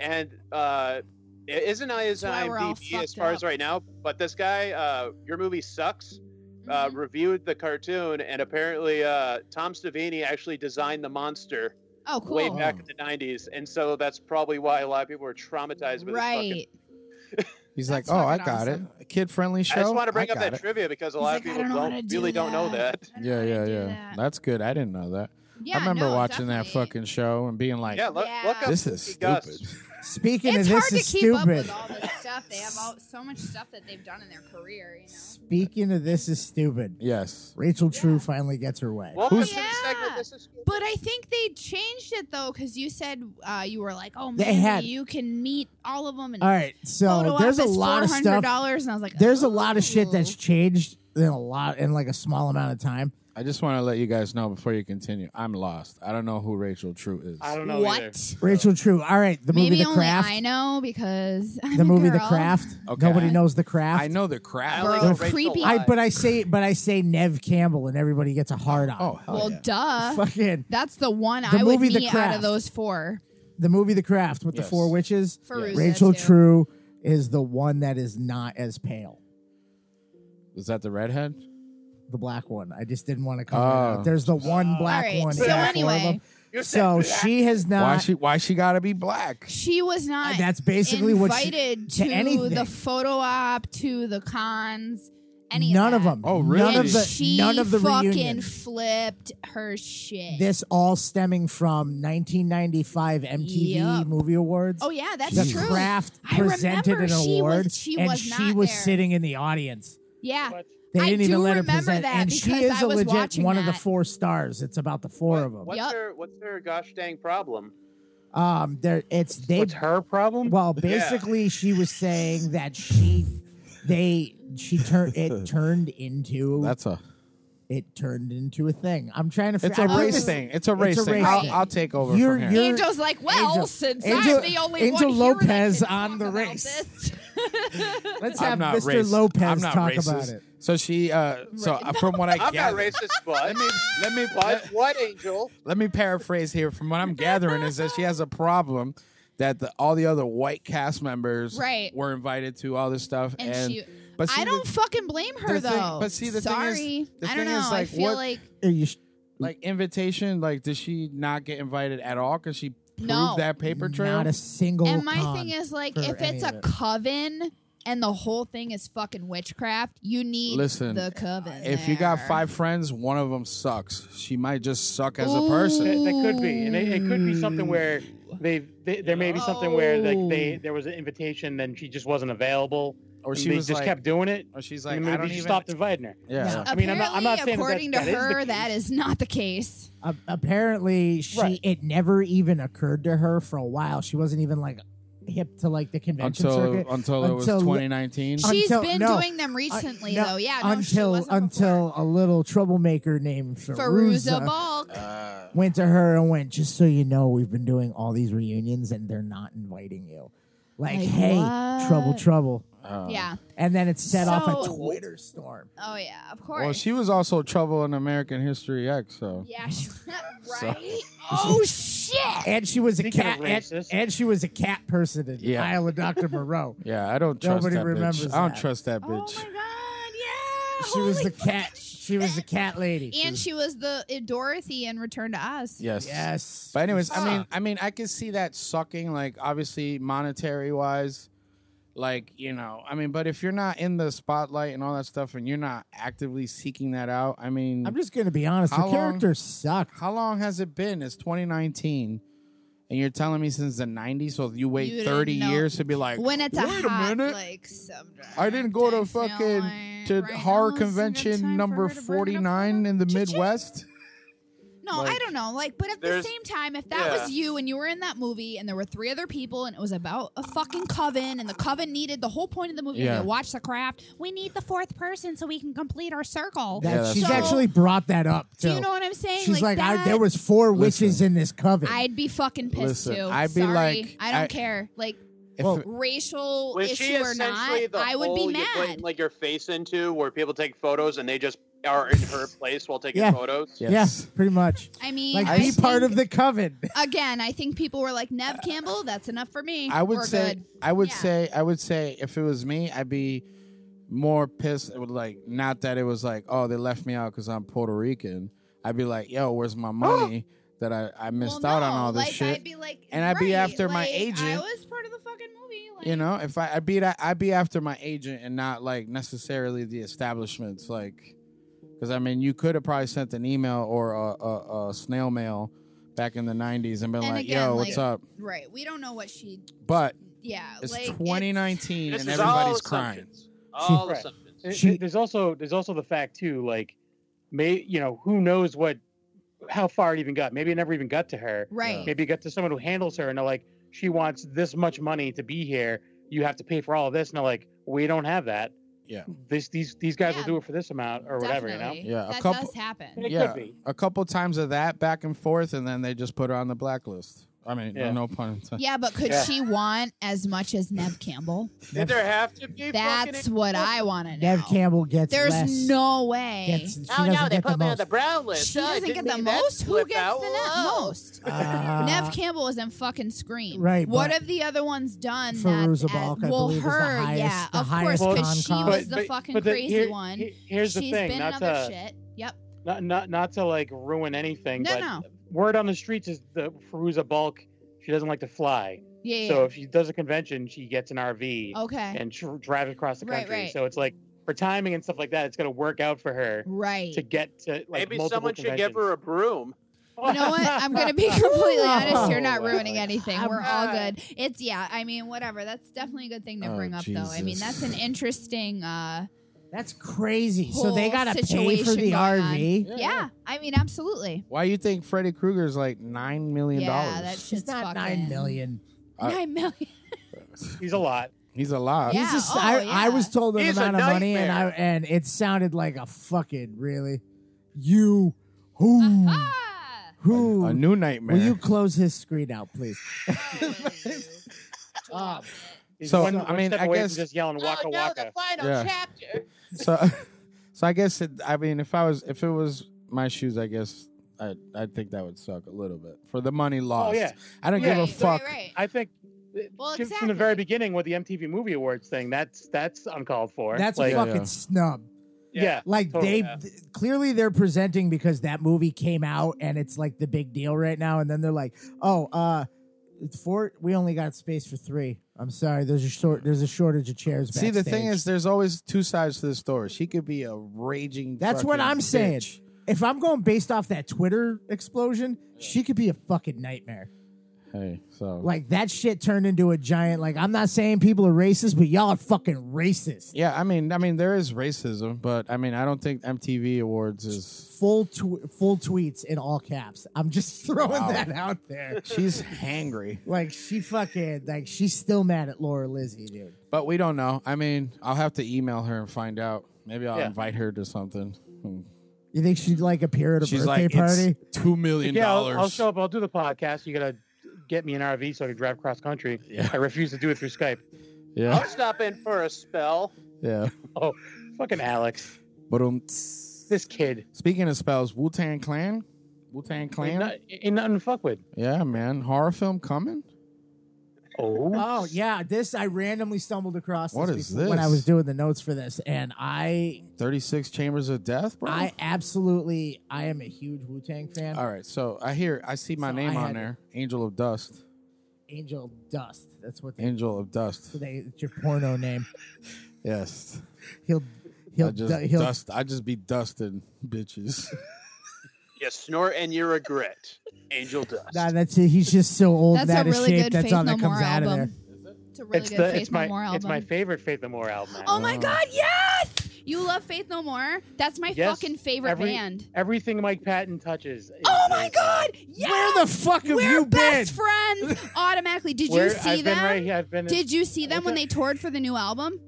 Speaker 7: And uh, it isn't
Speaker 2: That's
Speaker 7: his
Speaker 2: why we're all
Speaker 7: IMDb as
Speaker 2: fucked
Speaker 7: far as
Speaker 2: up.
Speaker 7: right now, but this guy, uh, your movie sucks. Uh,
Speaker 2: Mhm.
Speaker 7: reviewed the cartoon, and apparently uh, Tom Savini actually designed the monster
Speaker 2: oh, cool.
Speaker 7: way back in the '90s, and so that's probably why a lot of people are traumatized with this fucking
Speaker 2: right.
Speaker 5: he's like,
Speaker 2: That's
Speaker 5: oh, I
Speaker 2: fucking
Speaker 5: got
Speaker 2: awesome.
Speaker 5: it. Kid friendly show.
Speaker 7: I just want to bring up that
Speaker 5: got it."
Speaker 7: trivia because a
Speaker 2: He's
Speaker 7: lot
Speaker 2: like,
Speaker 7: of
Speaker 2: "I
Speaker 7: people
Speaker 2: don't know how
Speaker 7: don't,
Speaker 2: to do
Speaker 7: really don't know
Speaker 2: that."
Speaker 7: that.
Speaker 2: I don't know
Speaker 5: Yeah,
Speaker 2: how to
Speaker 5: yeah,
Speaker 2: do
Speaker 5: yeah.
Speaker 2: that.
Speaker 5: That's good. I didn't know that.
Speaker 2: Yeah,
Speaker 5: I remember
Speaker 2: no,
Speaker 5: watching that
Speaker 2: definitely.
Speaker 5: fucking show and being like,
Speaker 7: Yeah, look, look
Speaker 2: Yeah.
Speaker 7: up
Speaker 5: this is
Speaker 7: Goofy
Speaker 5: stupid.
Speaker 7: Gus.
Speaker 1: Speaking
Speaker 2: It's
Speaker 1: of
Speaker 2: hard to
Speaker 1: this
Speaker 2: keep
Speaker 1: is
Speaker 2: up with
Speaker 1: stupid.
Speaker 2: all
Speaker 1: (laughs)
Speaker 2: this stuff. They have all, so much stuff that they've done in their career, you know.
Speaker 1: Speaking of this is stupid.
Speaker 5: Yes.
Speaker 1: Rachel True finally gets her way.
Speaker 7: Welcome
Speaker 5: Who's-
Speaker 7: to the segment. This is
Speaker 2: But I think they changed it though, because you said uh, you were like, "Oh man,
Speaker 1: They had-
Speaker 2: you can meet all of them." And
Speaker 1: All right, so
Speaker 2: photo
Speaker 1: there's a
Speaker 2: op is
Speaker 1: lot of stuff.
Speaker 2: $400, and I was like,
Speaker 1: There's a lot of shit
Speaker 2: "Ooh."
Speaker 1: that's changed in a lot in like a small amount of time.
Speaker 5: I just want to let you guys know before you continue, I'm lost. I don't know who Rachel True is.
Speaker 8: I
Speaker 7: Oh,
Speaker 8: don't know either.
Speaker 2: what.
Speaker 1: Rachel True. All right, the
Speaker 2: Maybe
Speaker 1: movie The
Speaker 2: only
Speaker 1: Craft.
Speaker 2: I know because I'm
Speaker 1: the
Speaker 2: a
Speaker 1: movie The
Speaker 2: girl.
Speaker 1: Craft.
Speaker 5: Okay.
Speaker 1: Nobody knows The Craft.
Speaker 5: I know the
Speaker 7: I
Speaker 5: crap.
Speaker 7: only
Speaker 2: Girl.
Speaker 7: know Rachel
Speaker 2: Creepy.
Speaker 1: I
Speaker 7: Wise.
Speaker 1: but I say but I say Nev Campbell and everybody gets a hard on.
Speaker 5: Oh, hell
Speaker 2: Well,
Speaker 5: yeah.
Speaker 2: duh.
Speaker 1: Fucking
Speaker 2: That's the one
Speaker 1: The
Speaker 2: I would
Speaker 1: movie The
Speaker 2: meet out
Speaker 1: Craft.
Speaker 2: of those four.
Speaker 1: the movie The Craft with the
Speaker 5: Yes.
Speaker 1: four witches.
Speaker 2: Feruza,
Speaker 1: Rachel
Speaker 2: too.
Speaker 1: True is the one that is not as pale.
Speaker 5: Is that the redhead?
Speaker 1: The black one. I just didn't want to call
Speaker 5: Oh.
Speaker 1: it out. There's the one black
Speaker 2: right,
Speaker 1: one.
Speaker 2: so
Speaker 1: in all four of
Speaker 2: anyway.
Speaker 1: them.
Speaker 7: You said
Speaker 1: so
Speaker 7: black.
Speaker 1: she has not.
Speaker 5: why she why she gotta be black?
Speaker 2: She was not.
Speaker 1: that's basically what she.
Speaker 2: invited
Speaker 1: to
Speaker 2: to
Speaker 1: anything.
Speaker 2: the photo op, to the cons, any
Speaker 1: none
Speaker 2: of,
Speaker 1: of
Speaker 2: that.
Speaker 1: them.
Speaker 5: Oh,
Speaker 1: None
Speaker 5: really?
Speaker 2: And
Speaker 1: of the.
Speaker 2: she
Speaker 1: None of the
Speaker 2: fucking
Speaker 1: reunion.
Speaker 2: flipped her shit.
Speaker 1: This all stemming from 1995 MTV
Speaker 2: Yup.
Speaker 1: Movie Awards.
Speaker 2: oh yeah, that's
Speaker 1: the
Speaker 2: true.
Speaker 1: Craft
Speaker 2: I
Speaker 1: presented an
Speaker 2: remember she was-
Speaker 1: award,
Speaker 2: she
Speaker 1: and
Speaker 2: was
Speaker 1: she
Speaker 2: not
Speaker 1: was
Speaker 2: there.
Speaker 1: sitting in the audience.
Speaker 2: yeah,
Speaker 8: What?
Speaker 1: They
Speaker 2: I
Speaker 1: didn't
Speaker 2: do
Speaker 1: even let her
Speaker 2: remember
Speaker 1: present,
Speaker 2: that
Speaker 1: and she
Speaker 2: because
Speaker 1: is
Speaker 2: I
Speaker 1: a
Speaker 2: was
Speaker 1: legit
Speaker 2: watching
Speaker 1: one of the
Speaker 2: that.
Speaker 1: four stars. It's about the four of them.
Speaker 7: What's
Speaker 2: Yep.
Speaker 7: their What's their gosh dang problem?
Speaker 1: Um, there, it's they.
Speaker 8: What's her problem?
Speaker 1: Well, basically, she was saying that she, they, she turned it turned into
Speaker 5: That's a
Speaker 1: it turned into a thing. I'm trying to. fi-
Speaker 5: it's
Speaker 1: I
Speaker 5: a
Speaker 1: wrote
Speaker 5: race
Speaker 1: this-
Speaker 5: thing. It's a race thing.
Speaker 1: race
Speaker 5: I'll,
Speaker 2: thing.
Speaker 5: I'll take over
Speaker 1: You're-
Speaker 5: from
Speaker 1: you're-
Speaker 5: here.
Speaker 2: Angel's like, well,
Speaker 1: Angel-
Speaker 2: since
Speaker 1: Angel-
Speaker 2: I'm the only one
Speaker 1: Angel
Speaker 2: here
Speaker 1: Lopez
Speaker 2: that can
Speaker 1: on
Speaker 2: talk
Speaker 1: the
Speaker 2: about
Speaker 1: race.
Speaker 2: this.
Speaker 1: Let's
Speaker 5: I'm
Speaker 1: have
Speaker 5: not
Speaker 1: Mr.
Speaker 5: racist. I'm
Speaker 1: Lopez
Speaker 5: not
Speaker 1: talk
Speaker 5: racist.
Speaker 1: about it.
Speaker 5: So she uh so uh, from what I
Speaker 7: I'm not
Speaker 5: gather,
Speaker 7: racist, (laughs) but
Speaker 5: let me let me
Speaker 7: but
Speaker 5: let,
Speaker 7: what angel?
Speaker 5: let me paraphrase here. From what I'm gathering is that she has a problem that the, all the other white cast members
Speaker 2: Right.
Speaker 5: were invited to all this stuff
Speaker 2: And
Speaker 5: and,
Speaker 2: she-
Speaker 5: but see,
Speaker 2: I
Speaker 5: the-
Speaker 2: don't fucking blame her
Speaker 5: the thing-
Speaker 2: though.
Speaker 5: but see, the thing
Speaker 2: sorry,
Speaker 5: is- the
Speaker 2: I don't
Speaker 5: thing
Speaker 2: know.
Speaker 5: is,
Speaker 2: I
Speaker 5: like,
Speaker 2: feel
Speaker 5: what-
Speaker 2: like
Speaker 1: Are you sh-
Speaker 5: like invitation like did she not get invited at all because she proved
Speaker 2: No.
Speaker 5: that paper trail
Speaker 1: not a single.
Speaker 2: And my
Speaker 1: con.
Speaker 2: thing is like,
Speaker 1: for
Speaker 2: if
Speaker 1: any
Speaker 2: it's
Speaker 1: of
Speaker 2: a
Speaker 1: it.
Speaker 2: coven and the whole thing is fucking witchcraft, you need
Speaker 5: Listen,
Speaker 2: the coven.
Speaker 5: if you got
Speaker 2: there.
Speaker 5: five friends one of them sucks she might just suck as a person
Speaker 8: That, that could be, and it, it could be something where they've, they there may be something where like they
Speaker 2: Oh.
Speaker 8: there was an invitation and she just wasn't available,
Speaker 5: or
Speaker 8: and
Speaker 5: she
Speaker 8: they
Speaker 5: was
Speaker 8: just
Speaker 5: like
Speaker 8: kept doing it.
Speaker 5: or she's
Speaker 8: Like,
Speaker 5: like
Speaker 8: and
Speaker 5: i
Speaker 8: maybe
Speaker 5: don't
Speaker 8: she
Speaker 5: even
Speaker 8: stopped inviting her.
Speaker 5: yeah
Speaker 8: I mean,
Speaker 2: Apparently,
Speaker 8: I'm not- I'm not saying that
Speaker 2: according
Speaker 8: that-
Speaker 2: to
Speaker 8: that is the
Speaker 2: her, that is not the case.
Speaker 1: A- apparently she
Speaker 8: Right.
Speaker 1: it never even occurred to her for a while. She wasn't even like hip to like the convention
Speaker 5: until
Speaker 1: circuit
Speaker 5: until it was
Speaker 1: Until-
Speaker 5: 2019
Speaker 1: Un-
Speaker 2: She's
Speaker 1: Until-
Speaker 2: been
Speaker 1: no.
Speaker 2: doing them recently,
Speaker 1: no,
Speaker 2: though. Yeah, no, she
Speaker 1: until
Speaker 2: wasn't
Speaker 1: until a little troublemaker named
Speaker 2: before. Feruza
Speaker 1: Feruza
Speaker 2: Balk.
Speaker 5: Uh,
Speaker 1: went to her and went, just so you know, we've been doing all these reunions and they're not inviting you. Like,
Speaker 2: Like,
Speaker 1: hey,
Speaker 2: what?
Speaker 1: trouble, trouble.
Speaker 5: Uh,
Speaker 2: yeah.
Speaker 1: And then it set off a
Speaker 2: So-
Speaker 1: Twitter storm.
Speaker 2: Oh yeah, of course.
Speaker 5: well she was also trouble in american history x so (laughs)
Speaker 2: yeah, (laughs) she, right. Oh shit.
Speaker 1: And she was a
Speaker 8: Speaking
Speaker 1: cat
Speaker 8: of
Speaker 1: and,
Speaker 8: racist.
Speaker 1: and she was a cat person in
Speaker 5: Yeah.
Speaker 1: the Isle of Dr.
Speaker 2: (laughs)
Speaker 1: Moreau.
Speaker 5: yeah i don't trust
Speaker 1: Nobody
Speaker 5: that
Speaker 1: remembers
Speaker 5: bitch i don't
Speaker 1: that.
Speaker 5: trust that
Speaker 2: Oh
Speaker 5: bitch
Speaker 2: my god. Yeah.
Speaker 1: she was
Speaker 2: Holy
Speaker 1: the cat
Speaker 2: fucking
Speaker 1: she was the
Speaker 2: shit.
Speaker 1: cat lady.
Speaker 2: And she was the uh, Dorothy in Return to Oz.
Speaker 5: yes
Speaker 1: yes. Uh,
Speaker 5: But anyways, I mean,
Speaker 1: Fuck.
Speaker 5: I mean, I can see that sucking. Like obviously, monetary wise, like you know, I mean, but if you're not in the spotlight and all that stuff, and you're not actively seeking that out, I mean,
Speaker 1: I'm just gonna be honest,
Speaker 5: How
Speaker 1: the
Speaker 5: long-
Speaker 1: character sucked.
Speaker 5: how long has it been? It's 2019, and you're telling me since the 90s, so you wait
Speaker 2: You didn't
Speaker 5: 30
Speaker 2: know-
Speaker 5: years to be like,
Speaker 2: when it's a,
Speaker 5: wait
Speaker 2: hot,
Speaker 5: a minute.
Speaker 2: like subject.
Speaker 5: I didn't go to
Speaker 2: I feel
Speaker 5: fucking
Speaker 2: like
Speaker 5: to
Speaker 2: right
Speaker 5: horror
Speaker 2: now is a good time
Speaker 5: convention
Speaker 2: for
Speaker 5: number
Speaker 2: her to bring it up.
Speaker 5: 49 in the
Speaker 2: Cha-ching.
Speaker 5: Midwest.
Speaker 2: No, I
Speaker 5: Like,
Speaker 2: don't know. Like, but at the
Speaker 7: there's-
Speaker 2: same time, if that was you and you were in that movie and there were three other people and it was about a fucking coven and the coven needed the whole point of the movie
Speaker 5: Yeah.
Speaker 2: to watch the craft, we need the fourth person so we can complete our circle.
Speaker 5: Yeah,
Speaker 1: That,
Speaker 5: that's
Speaker 1: she's
Speaker 2: true.
Speaker 1: actually brought that up too.
Speaker 2: Do you know what I'm saying?
Speaker 1: She's like, I,
Speaker 2: that-
Speaker 1: there was four
Speaker 5: Listen.
Speaker 1: witches in this coven.
Speaker 2: I'd be fucking pissed
Speaker 5: Listen,
Speaker 2: too.
Speaker 5: I'd be
Speaker 2: Sorry.
Speaker 5: like-
Speaker 2: I don't
Speaker 5: I-
Speaker 2: care. Like
Speaker 5: If-
Speaker 1: Well,
Speaker 2: racial
Speaker 7: Was she
Speaker 2: issue or
Speaker 7: essentially
Speaker 2: not,
Speaker 7: the
Speaker 2: I would
Speaker 7: hole
Speaker 2: be
Speaker 7: you put,
Speaker 2: mad.
Speaker 7: like your face into where people take photos and they just are in
Speaker 2: (laughs)
Speaker 7: her place while taking
Speaker 1: Yeah.
Speaker 7: photos?
Speaker 5: yes.
Speaker 1: Yeah, pretty much.
Speaker 2: I mean,
Speaker 1: Like,
Speaker 2: I
Speaker 1: be part
Speaker 2: think-
Speaker 1: of the coven.
Speaker 2: Again, I think people were like Nev Campbell. That's enough for me.
Speaker 5: I would
Speaker 2: We're
Speaker 5: say
Speaker 2: good.
Speaker 5: I would
Speaker 2: Yeah.
Speaker 5: say I would say if it was me, I'd be more pissed. It would like not that it was like, oh, they left me out because I'm Puerto Rican. I'd be like, yo, where's my money that I, I missed
Speaker 2: Well,
Speaker 5: out
Speaker 2: no,
Speaker 5: on all this
Speaker 2: like,
Speaker 5: shit?
Speaker 2: I'd be like,
Speaker 5: And I'd be
Speaker 2: right,
Speaker 5: after my
Speaker 2: like, I
Speaker 5: agent.
Speaker 2: was part of the fucking movie. Like,
Speaker 5: you know, if I I'd be that I'd be after my agent and not like necessarily the establishments, like because I mean you could have probably sent an email or a, a, a snail mail back in the '90s and been
Speaker 2: And
Speaker 5: like,
Speaker 2: again,
Speaker 5: yo,
Speaker 2: like-
Speaker 5: what's up?
Speaker 2: right? We don't know what she.
Speaker 5: But
Speaker 2: Yeah,
Speaker 5: it's
Speaker 2: like,
Speaker 5: 2019
Speaker 7: This
Speaker 5: and
Speaker 7: is all
Speaker 5: everybody's crying.
Speaker 7: assumptions.
Speaker 1: (laughs)
Speaker 7: All
Speaker 8: Right.
Speaker 7: assumptions.
Speaker 8: Th-
Speaker 1: She-
Speaker 8: th- there's also there's also the fact too, like, may you know who knows what, how far it even got. Maybe it never even got to her.
Speaker 2: Right.
Speaker 8: Maybe it got to someone who handles her, and they're like, she wants this much money to be here. You have to pay for all of this, and they're like, we don't have that.
Speaker 5: Yeah.
Speaker 8: This these these guys
Speaker 2: Yeah.
Speaker 8: will do it for this amount or whatever. You know.
Speaker 2: Definitely.
Speaker 5: Yeah, a
Speaker 2: that
Speaker 5: couple-
Speaker 2: does happen.
Speaker 8: It
Speaker 5: Yeah.
Speaker 8: could be.
Speaker 5: a couple times of that back and forth, and then they just put her on the blacklist. I mean,
Speaker 8: Yeah.
Speaker 5: no, no pun intended.
Speaker 2: Yeah, but could
Speaker 8: Yeah.
Speaker 2: she want as much as Nev Campbell?
Speaker 7: Did there have to be?
Speaker 2: That's
Speaker 7: fucking
Speaker 2: what I want to know.
Speaker 1: Nev Campbell gets
Speaker 2: There's
Speaker 1: less.
Speaker 2: no way.
Speaker 1: Gets, she
Speaker 7: Oh
Speaker 1: doesn't
Speaker 7: no, they
Speaker 1: get
Speaker 7: put
Speaker 1: the
Speaker 7: me
Speaker 1: most.
Speaker 7: on the brown list.
Speaker 2: she
Speaker 7: Oh, I
Speaker 2: doesn't get
Speaker 7: didn't
Speaker 2: the
Speaker 7: mean that
Speaker 2: most.
Speaker 7: to
Speaker 2: Who
Speaker 7: slip
Speaker 2: gets
Speaker 7: out.
Speaker 2: the net
Speaker 7: Whoa.
Speaker 2: most?
Speaker 1: Uh,
Speaker 2: Nev Campbell is in fucking Scream.
Speaker 1: Right,
Speaker 2: What
Speaker 1: but-
Speaker 2: have the other ones done?
Speaker 1: Feruza
Speaker 2: that's at-
Speaker 1: Balk, I
Speaker 2: well,
Speaker 1: believe, is the
Speaker 2: her, yeah,
Speaker 1: highest- the
Speaker 2: of course,
Speaker 1: highest
Speaker 2: because she
Speaker 1: non-con.
Speaker 2: was the
Speaker 8: But-
Speaker 2: fucking
Speaker 8: but
Speaker 2: crazy
Speaker 8: here-
Speaker 2: one.
Speaker 8: he- Here's the
Speaker 2: She's
Speaker 8: thing,
Speaker 2: been in
Speaker 8: not
Speaker 2: other
Speaker 8: to
Speaker 2: shit. Yep.
Speaker 8: not, not not to like ruin anything,
Speaker 2: No,
Speaker 8: but
Speaker 2: no.
Speaker 8: word on the streets is the Feruza Balk. She doesn't like to fly,
Speaker 2: Yeah. yeah,
Speaker 8: so if she does a convention, she gets an RV
Speaker 2: yeah. okay.
Speaker 8: and tr- drives across the
Speaker 2: Right,
Speaker 8: country.
Speaker 2: right.
Speaker 8: So it's like for timing and stuff like that, it's gonna work out for her
Speaker 2: Right.
Speaker 8: to get to like
Speaker 7: Maybe
Speaker 8: multiple
Speaker 7: someone should give her a broom.
Speaker 2: You know what? I'm gonna be completely honest. You're not
Speaker 8: Oh,
Speaker 2: ruining
Speaker 8: wow.
Speaker 2: anything.
Speaker 1: I'm
Speaker 2: We're all
Speaker 7: not.
Speaker 2: good. It's yeah. I mean, whatever. That's definitely a good thing to
Speaker 5: Oh,
Speaker 2: bring up, though. I mean,
Speaker 5: Jesus.
Speaker 2: that's an interesting. uh
Speaker 1: That's crazy. So they
Speaker 2: whole
Speaker 1: gotta pay for
Speaker 2: situation
Speaker 1: the
Speaker 2: going
Speaker 1: RV.
Speaker 2: Yeah. I mean, absolutely.
Speaker 5: Why you think Freddy Krueger's like nine million
Speaker 2: Yeah, that
Speaker 5: dollars?
Speaker 2: shit's
Speaker 1: She's not
Speaker 2: fucking-
Speaker 1: nine million.
Speaker 8: Uh,
Speaker 5: I-
Speaker 2: Nine million.
Speaker 8: (laughs) He's a lot.
Speaker 5: He's a lot.
Speaker 2: Yeah.
Speaker 1: He's just,
Speaker 2: oh,
Speaker 1: I, I
Speaker 2: yeah.
Speaker 1: was told an
Speaker 7: He's a
Speaker 1: amount of money, and I
Speaker 7: nightmare.
Speaker 1: and it sounded like a fucking really. You who
Speaker 2: Ah!
Speaker 1: who?
Speaker 5: A new nightmare.
Speaker 1: will you close his screen out, please?
Speaker 2: Stop it.
Speaker 8: He's
Speaker 5: So,
Speaker 8: one,
Speaker 5: I
Speaker 8: one
Speaker 5: mean,
Speaker 8: step
Speaker 5: I
Speaker 8: away from
Speaker 5: guess-
Speaker 8: just yelling waka
Speaker 4: oh, no,
Speaker 8: waka.
Speaker 4: the final
Speaker 5: Yeah.
Speaker 4: chapter.
Speaker 5: so, (laughs) so I guess it, I mean if I was if it was my shoes, I guess I I think that would suck a little bit for the money lost.
Speaker 8: Oh, yeah.
Speaker 5: I don't give
Speaker 8: Yeah.
Speaker 5: a
Speaker 2: Right,
Speaker 5: fuck.
Speaker 2: Right, right.
Speaker 8: I think
Speaker 2: Well,
Speaker 8: just from the very
Speaker 2: exactly.
Speaker 8: beginning with the MTV Movie Awards thing, that's that's uncalled for.
Speaker 1: That's
Speaker 8: like,
Speaker 1: a fucking
Speaker 5: Yeah.
Speaker 1: snub.
Speaker 8: yeah.
Speaker 1: Like
Speaker 8: Totally.
Speaker 1: they
Speaker 7: Yeah.
Speaker 1: th- clearly they're presenting because that movie came out and it's like the big deal right now, and then they're like, "Oh, uh, it's four. We only got space for three. I'm sorry. There's a short. There's a shortage of chairs."
Speaker 5: See, the thing
Speaker 1: backstage."
Speaker 5: is, there's always two sides to the story. She could be a raging.
Speaker 1: That's what
Speaker 5: fucking
Speaker 1: I'm saying.
Speaker 5: bitch.
Speaker 1: If I'm going based off that Twitter explosion, she could be a fucking nightmare.
Speaker 5: Hey, so
Speaker 1: Like that shit turned into a giant. Like I'm not saying people are racist, but y'all are fucking racist.
Speaker 5: Yeah, I mean, I mean, there is racism, but I mean, I don't think MTV Awards is.
Speaker 1: Full tw- full tweets in all caps. I'm just (laughs) throwing
Speaker 5: Wow.
Speaker 1: that out there.
Speaker 5: She's
Speaker 8: (laughs)
Speaker 5: hangry,
Speaker 1: Like she fucking like she's still mad at Laura Lizzie, dude.
Speaker 5: but we don't know. I mean, I'll have to email her and find out. Maybe I'll
Speaker 8: Yeah.
Speaker 5: invite her to something.
Speaker 1: You think she'd like appear at a
Speaker 5: She's
Speaker 1: birthday
Speaker 5: like, (laughs)
Speaker 1: party?
Speaker 5: it's two million
Speaker 8: yeah, I'll,
Speaker 5: dollars.
Speaker 8: I'll show up. I'll do the podcast. You gotta get me an RV so I can drive cross country.
Speaker 5: Yeah.
Speaker 8: I refuse to do it through Skype.
Speaker 5: yeah,
Speaker 7: I'll stop in for a spell.
Speaker 5: yeah.
Speaker 8: Oh, fucking Alex,
Speaker 5: But um,
Speaker 8: this kid,
Speaker 5: speaking of spells, Wu Tang Clan, Wu Tang
Speaker 8: ain't,
Speaker 5: Clan.
Speaker 8: not- ain't nothing to fuck with.
Speaker 5: Yeah, man, horror film coming.
Speaker 8: Oh,
Speaker 1: Oh yeah, this I randomly stumbled across.
Speaker 5: What
Speaker 1: this
Speaker 5: is
Speaker 1: week when
Speaker 5: this?
Speaker 1: I was doing the notes for this, and I
Speaker 5: Thirty six Chambers of Death, bro.
Speaker 1: I absolutely I am a huge Wu Tang fan.
Speaker 5: All right, so I hear I see my
Speaker 1: So
Speaker 5: name
Speaker 1: I
Speaker 5: on
Speaker 1: had-
Speaker 5: there, Angel of Dust.
Speaker 1: Angel Dust. That's what they,
Speaker 5: Angel of Dust.
Speaker 1: they it's your porno name.
Speaker 5: Yes.
Speaker 1: He'll he'll
Speaker 5: I just
Speaker 1: du- he'll
Speaker 5: dust. I just be dusting bitches. (laughs)
Speaker 7: You snort and you regret. (laughs) Angel dust.
Speaker 1: Nah, that's it. He's just so old
Speaker 2: That's
Speaker 1: and out
Speaker 2: a
Speaker 1: of
Speaker 2: really
Speaker 1: shape.
Speaker 2: good
Speaker 1: that's
Speaker 2: Faith
Speaker 1: all
Speaker 2: No
Speaker 1: that
Speaker 2: More
Speaker 1: comes out of there.
Speaker 2: album. (laughs) It's a really
Speaker 8: it's
Speaker 2: good
Speaker 8: the
Speaker 2: Faith
Speaker 8: it's my
Speaker 2: No More album.
Speaker 8: it's my favorite Faith No More album.
Speaker 2: Oh my god, yes! You love Faith No More? That's my
Speaker 8: Yes,
Speaker 2: fucking favorite
Speaker 8: every-
Speaker 2: band.
Speaker 8: Everything Mike Patton touches. is-
Speaker 2: Oh my
Speaker 8: is-
Speaker 2: god! Yes!
Speaker 5: Where the fuck have
Speaker 2: We're
Speaker 5: you been?
Speaker 2: best
Speaker 1: (laughs)
Speaker 2: friends automatically. Did
Speaker 8: Where-
Speaker 2: you see
Speaker 8: I've
Speaker 2: them?
Speaker 8: Been right here. I've been.
Speaker 2: Did you see them
Speaker 8: What's
Speaker 2: when
Speaker 8: that?
Speaker 2: they toured for the new album?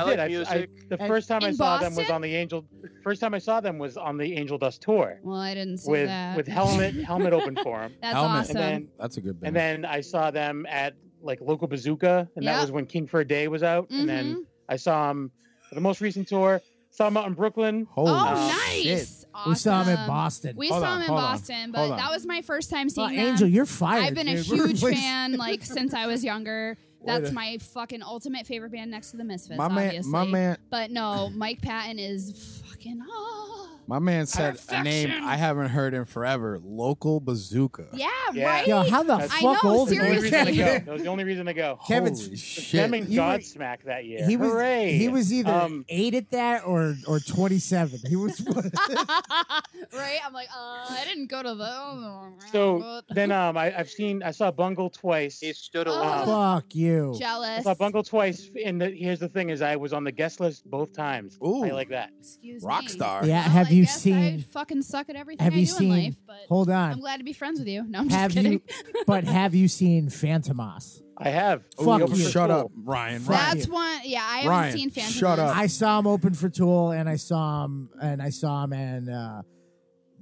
Speaker 7: I
Speaker 8: did.
Speaker 7: like
Speaker 8: I, I,
Speaker 7: music.
Speaker 8: the first time I
Speaker 2: In
Speaker 8: saw them was
Speaker 2: Boston?
Speaker 8: on the Angel. First time I saw them was on the Angel Dust tour
Speaker 2: Well, I didn't see
Speaker 8: with
Speaker 2: that.
Speaker 8: with helmet
Speaker 2: (laughs)
Speaker 8: helmet open for them,
Speaker 2: That's
Speaker 5: Helmet.
Speaker 2: awesome.
Speaker 8: and then
Speaker 5: That's a good band.
Speaker 8: and then I saw them at like local bazooka, and
Speaker 2: Yeah.
Speaker 8: that was when King for a Day was out, and then
Speaker 2: Mhm.
Speaker 8: I saw him for the most recent tour. Saw him out in Brooklyn.
Speaker 5: Holy
Speaker 2: oh,
Speaker 5: shit.
Speaker 2: nice! Awesome.
Speaker 1: We saw him in Boston.
Speaker 2: um, We
Speaker 5: Hold
Speaker 2: saw
Speaker 5: on,
Speaker 2: him in
Speaker 5: hold on,
Speaker 2: Boston, but
Speaker 5: hold on.
Speaker 2: that was my first time
Speaker 1: Oh,
Speaker 2: seeing them.
Speaker 1: Angel, you're fired.
Speaker 2: I've been
Speaker 5: (laughs)
Speaker 2: a
Speaker 1: dude. (laughs) We're
Speaker 2: huge
Speaker 1: replacing-
Speaker 2: fan like since I was younger. That's
Speaker 5: Wait a-
Speaker 2: my fucking ultimate favorite band next to the Misfits,
Speaker 5: My man,
Speaker 2: obviously.
Speaker 5: my
Speaker 1: eh?
Speaker 5: man,
Speaker 2: But no, Mike Patton is fucking oh.
Speaker 5: my man said a name
Speaker 2: Perfection.
Speaker 5: I haven't heard in forever. Local Bazooka.
Speaker 2: Yeah,
Speaker 8: Yeah.
Speaker 5: (laughs)
Speaker 2: right.
Speaker 1: Yo, how the
Speaker 8: I
Speaker 1: fuck
Speaker 2: know,
Speaker 1: old
Speaker 8: That was the only
Speaker 2: seriously.
Speaker 1: is
Speaker 8: reason to go.
Speaker 1: that?
Speaker 8: That was the only reason to go.
Speaker 1: Kevin's-
Speaker 5: Holy
Speaker 8: Them
Speaker 5: shit.
Speaker 8: and
Speaker 1: He was-
Speaker 8: Godsmack that
Speaker 1: (laughs)
Speaker 8: year.
Speaker 1: He was
Speaker 8: Hooray!
Speaker 1: he was either
Speaker 8: Um,
Speaker 1: eight at that or or twenty seven.
Speaker 2: (laughs)
Speaker 1: He was
Speaker 2: (laughs) right? I'm like, uh, I didn't go to the. oh,
Speaker 8: So then um, I, I've seen I saw Bungle twice.
Speaker 7: He stood
Speaker 2: Oh.
Speaker 7: alone.
Speaker 1: fuck you.
Speaker 8: I
Speaker 2: jealous.
Speaker 8: saw Bungle twice, and the, here's the thing: is I was on the guest list both times.
Speaker 5: Ooh.
Speaker 8: I like that.
Speaker 2: Excuse me.
Speaker 5: rock star.
Speaker 1: Yeah,
Speaker 2: Well,
Speaker 1: have
Speaker 2: I
Speaker 1: you
Speaker 2: guess I
Speaker 1: seen?
Speaker 2: fucking suck at everything
Speaker 1: Have
Speaker 2: I
Speaker 1: you
Speaker 2: do
Speaker 1: seen-
Speaker 2: in life, but
Speaker 1: Hold
Speaker 2: I'm (laughs)
Speaker 1: on.
Speaker 2: glad to be friends with you. No, I'm
Speaker 1: Have
Speaker 2: just kidding.
Speaker 1: you? But have you seen Phantomas?
Speaker 8: I have.
Speaker 5: Ooh,
Speaker 1: Fuck
Speaker 8: Over for
Speaker 1: you.
Speaker 5: Shut
Speaker 8: Tool.
Speaker 5: up, Ryan. (laughs) Ryan.
Speaker 2: That's one. Yeah, I haven't
Speaker 5: Ryan,
Speaker 2: seen Phantom.
Speaker 5: shut
Speaker 8: Uh,
Speaker 2: Menace.
Speaker 5: up.
Speaker 1: I saw him open for Tool, and I saw him, and I saw him, and uh,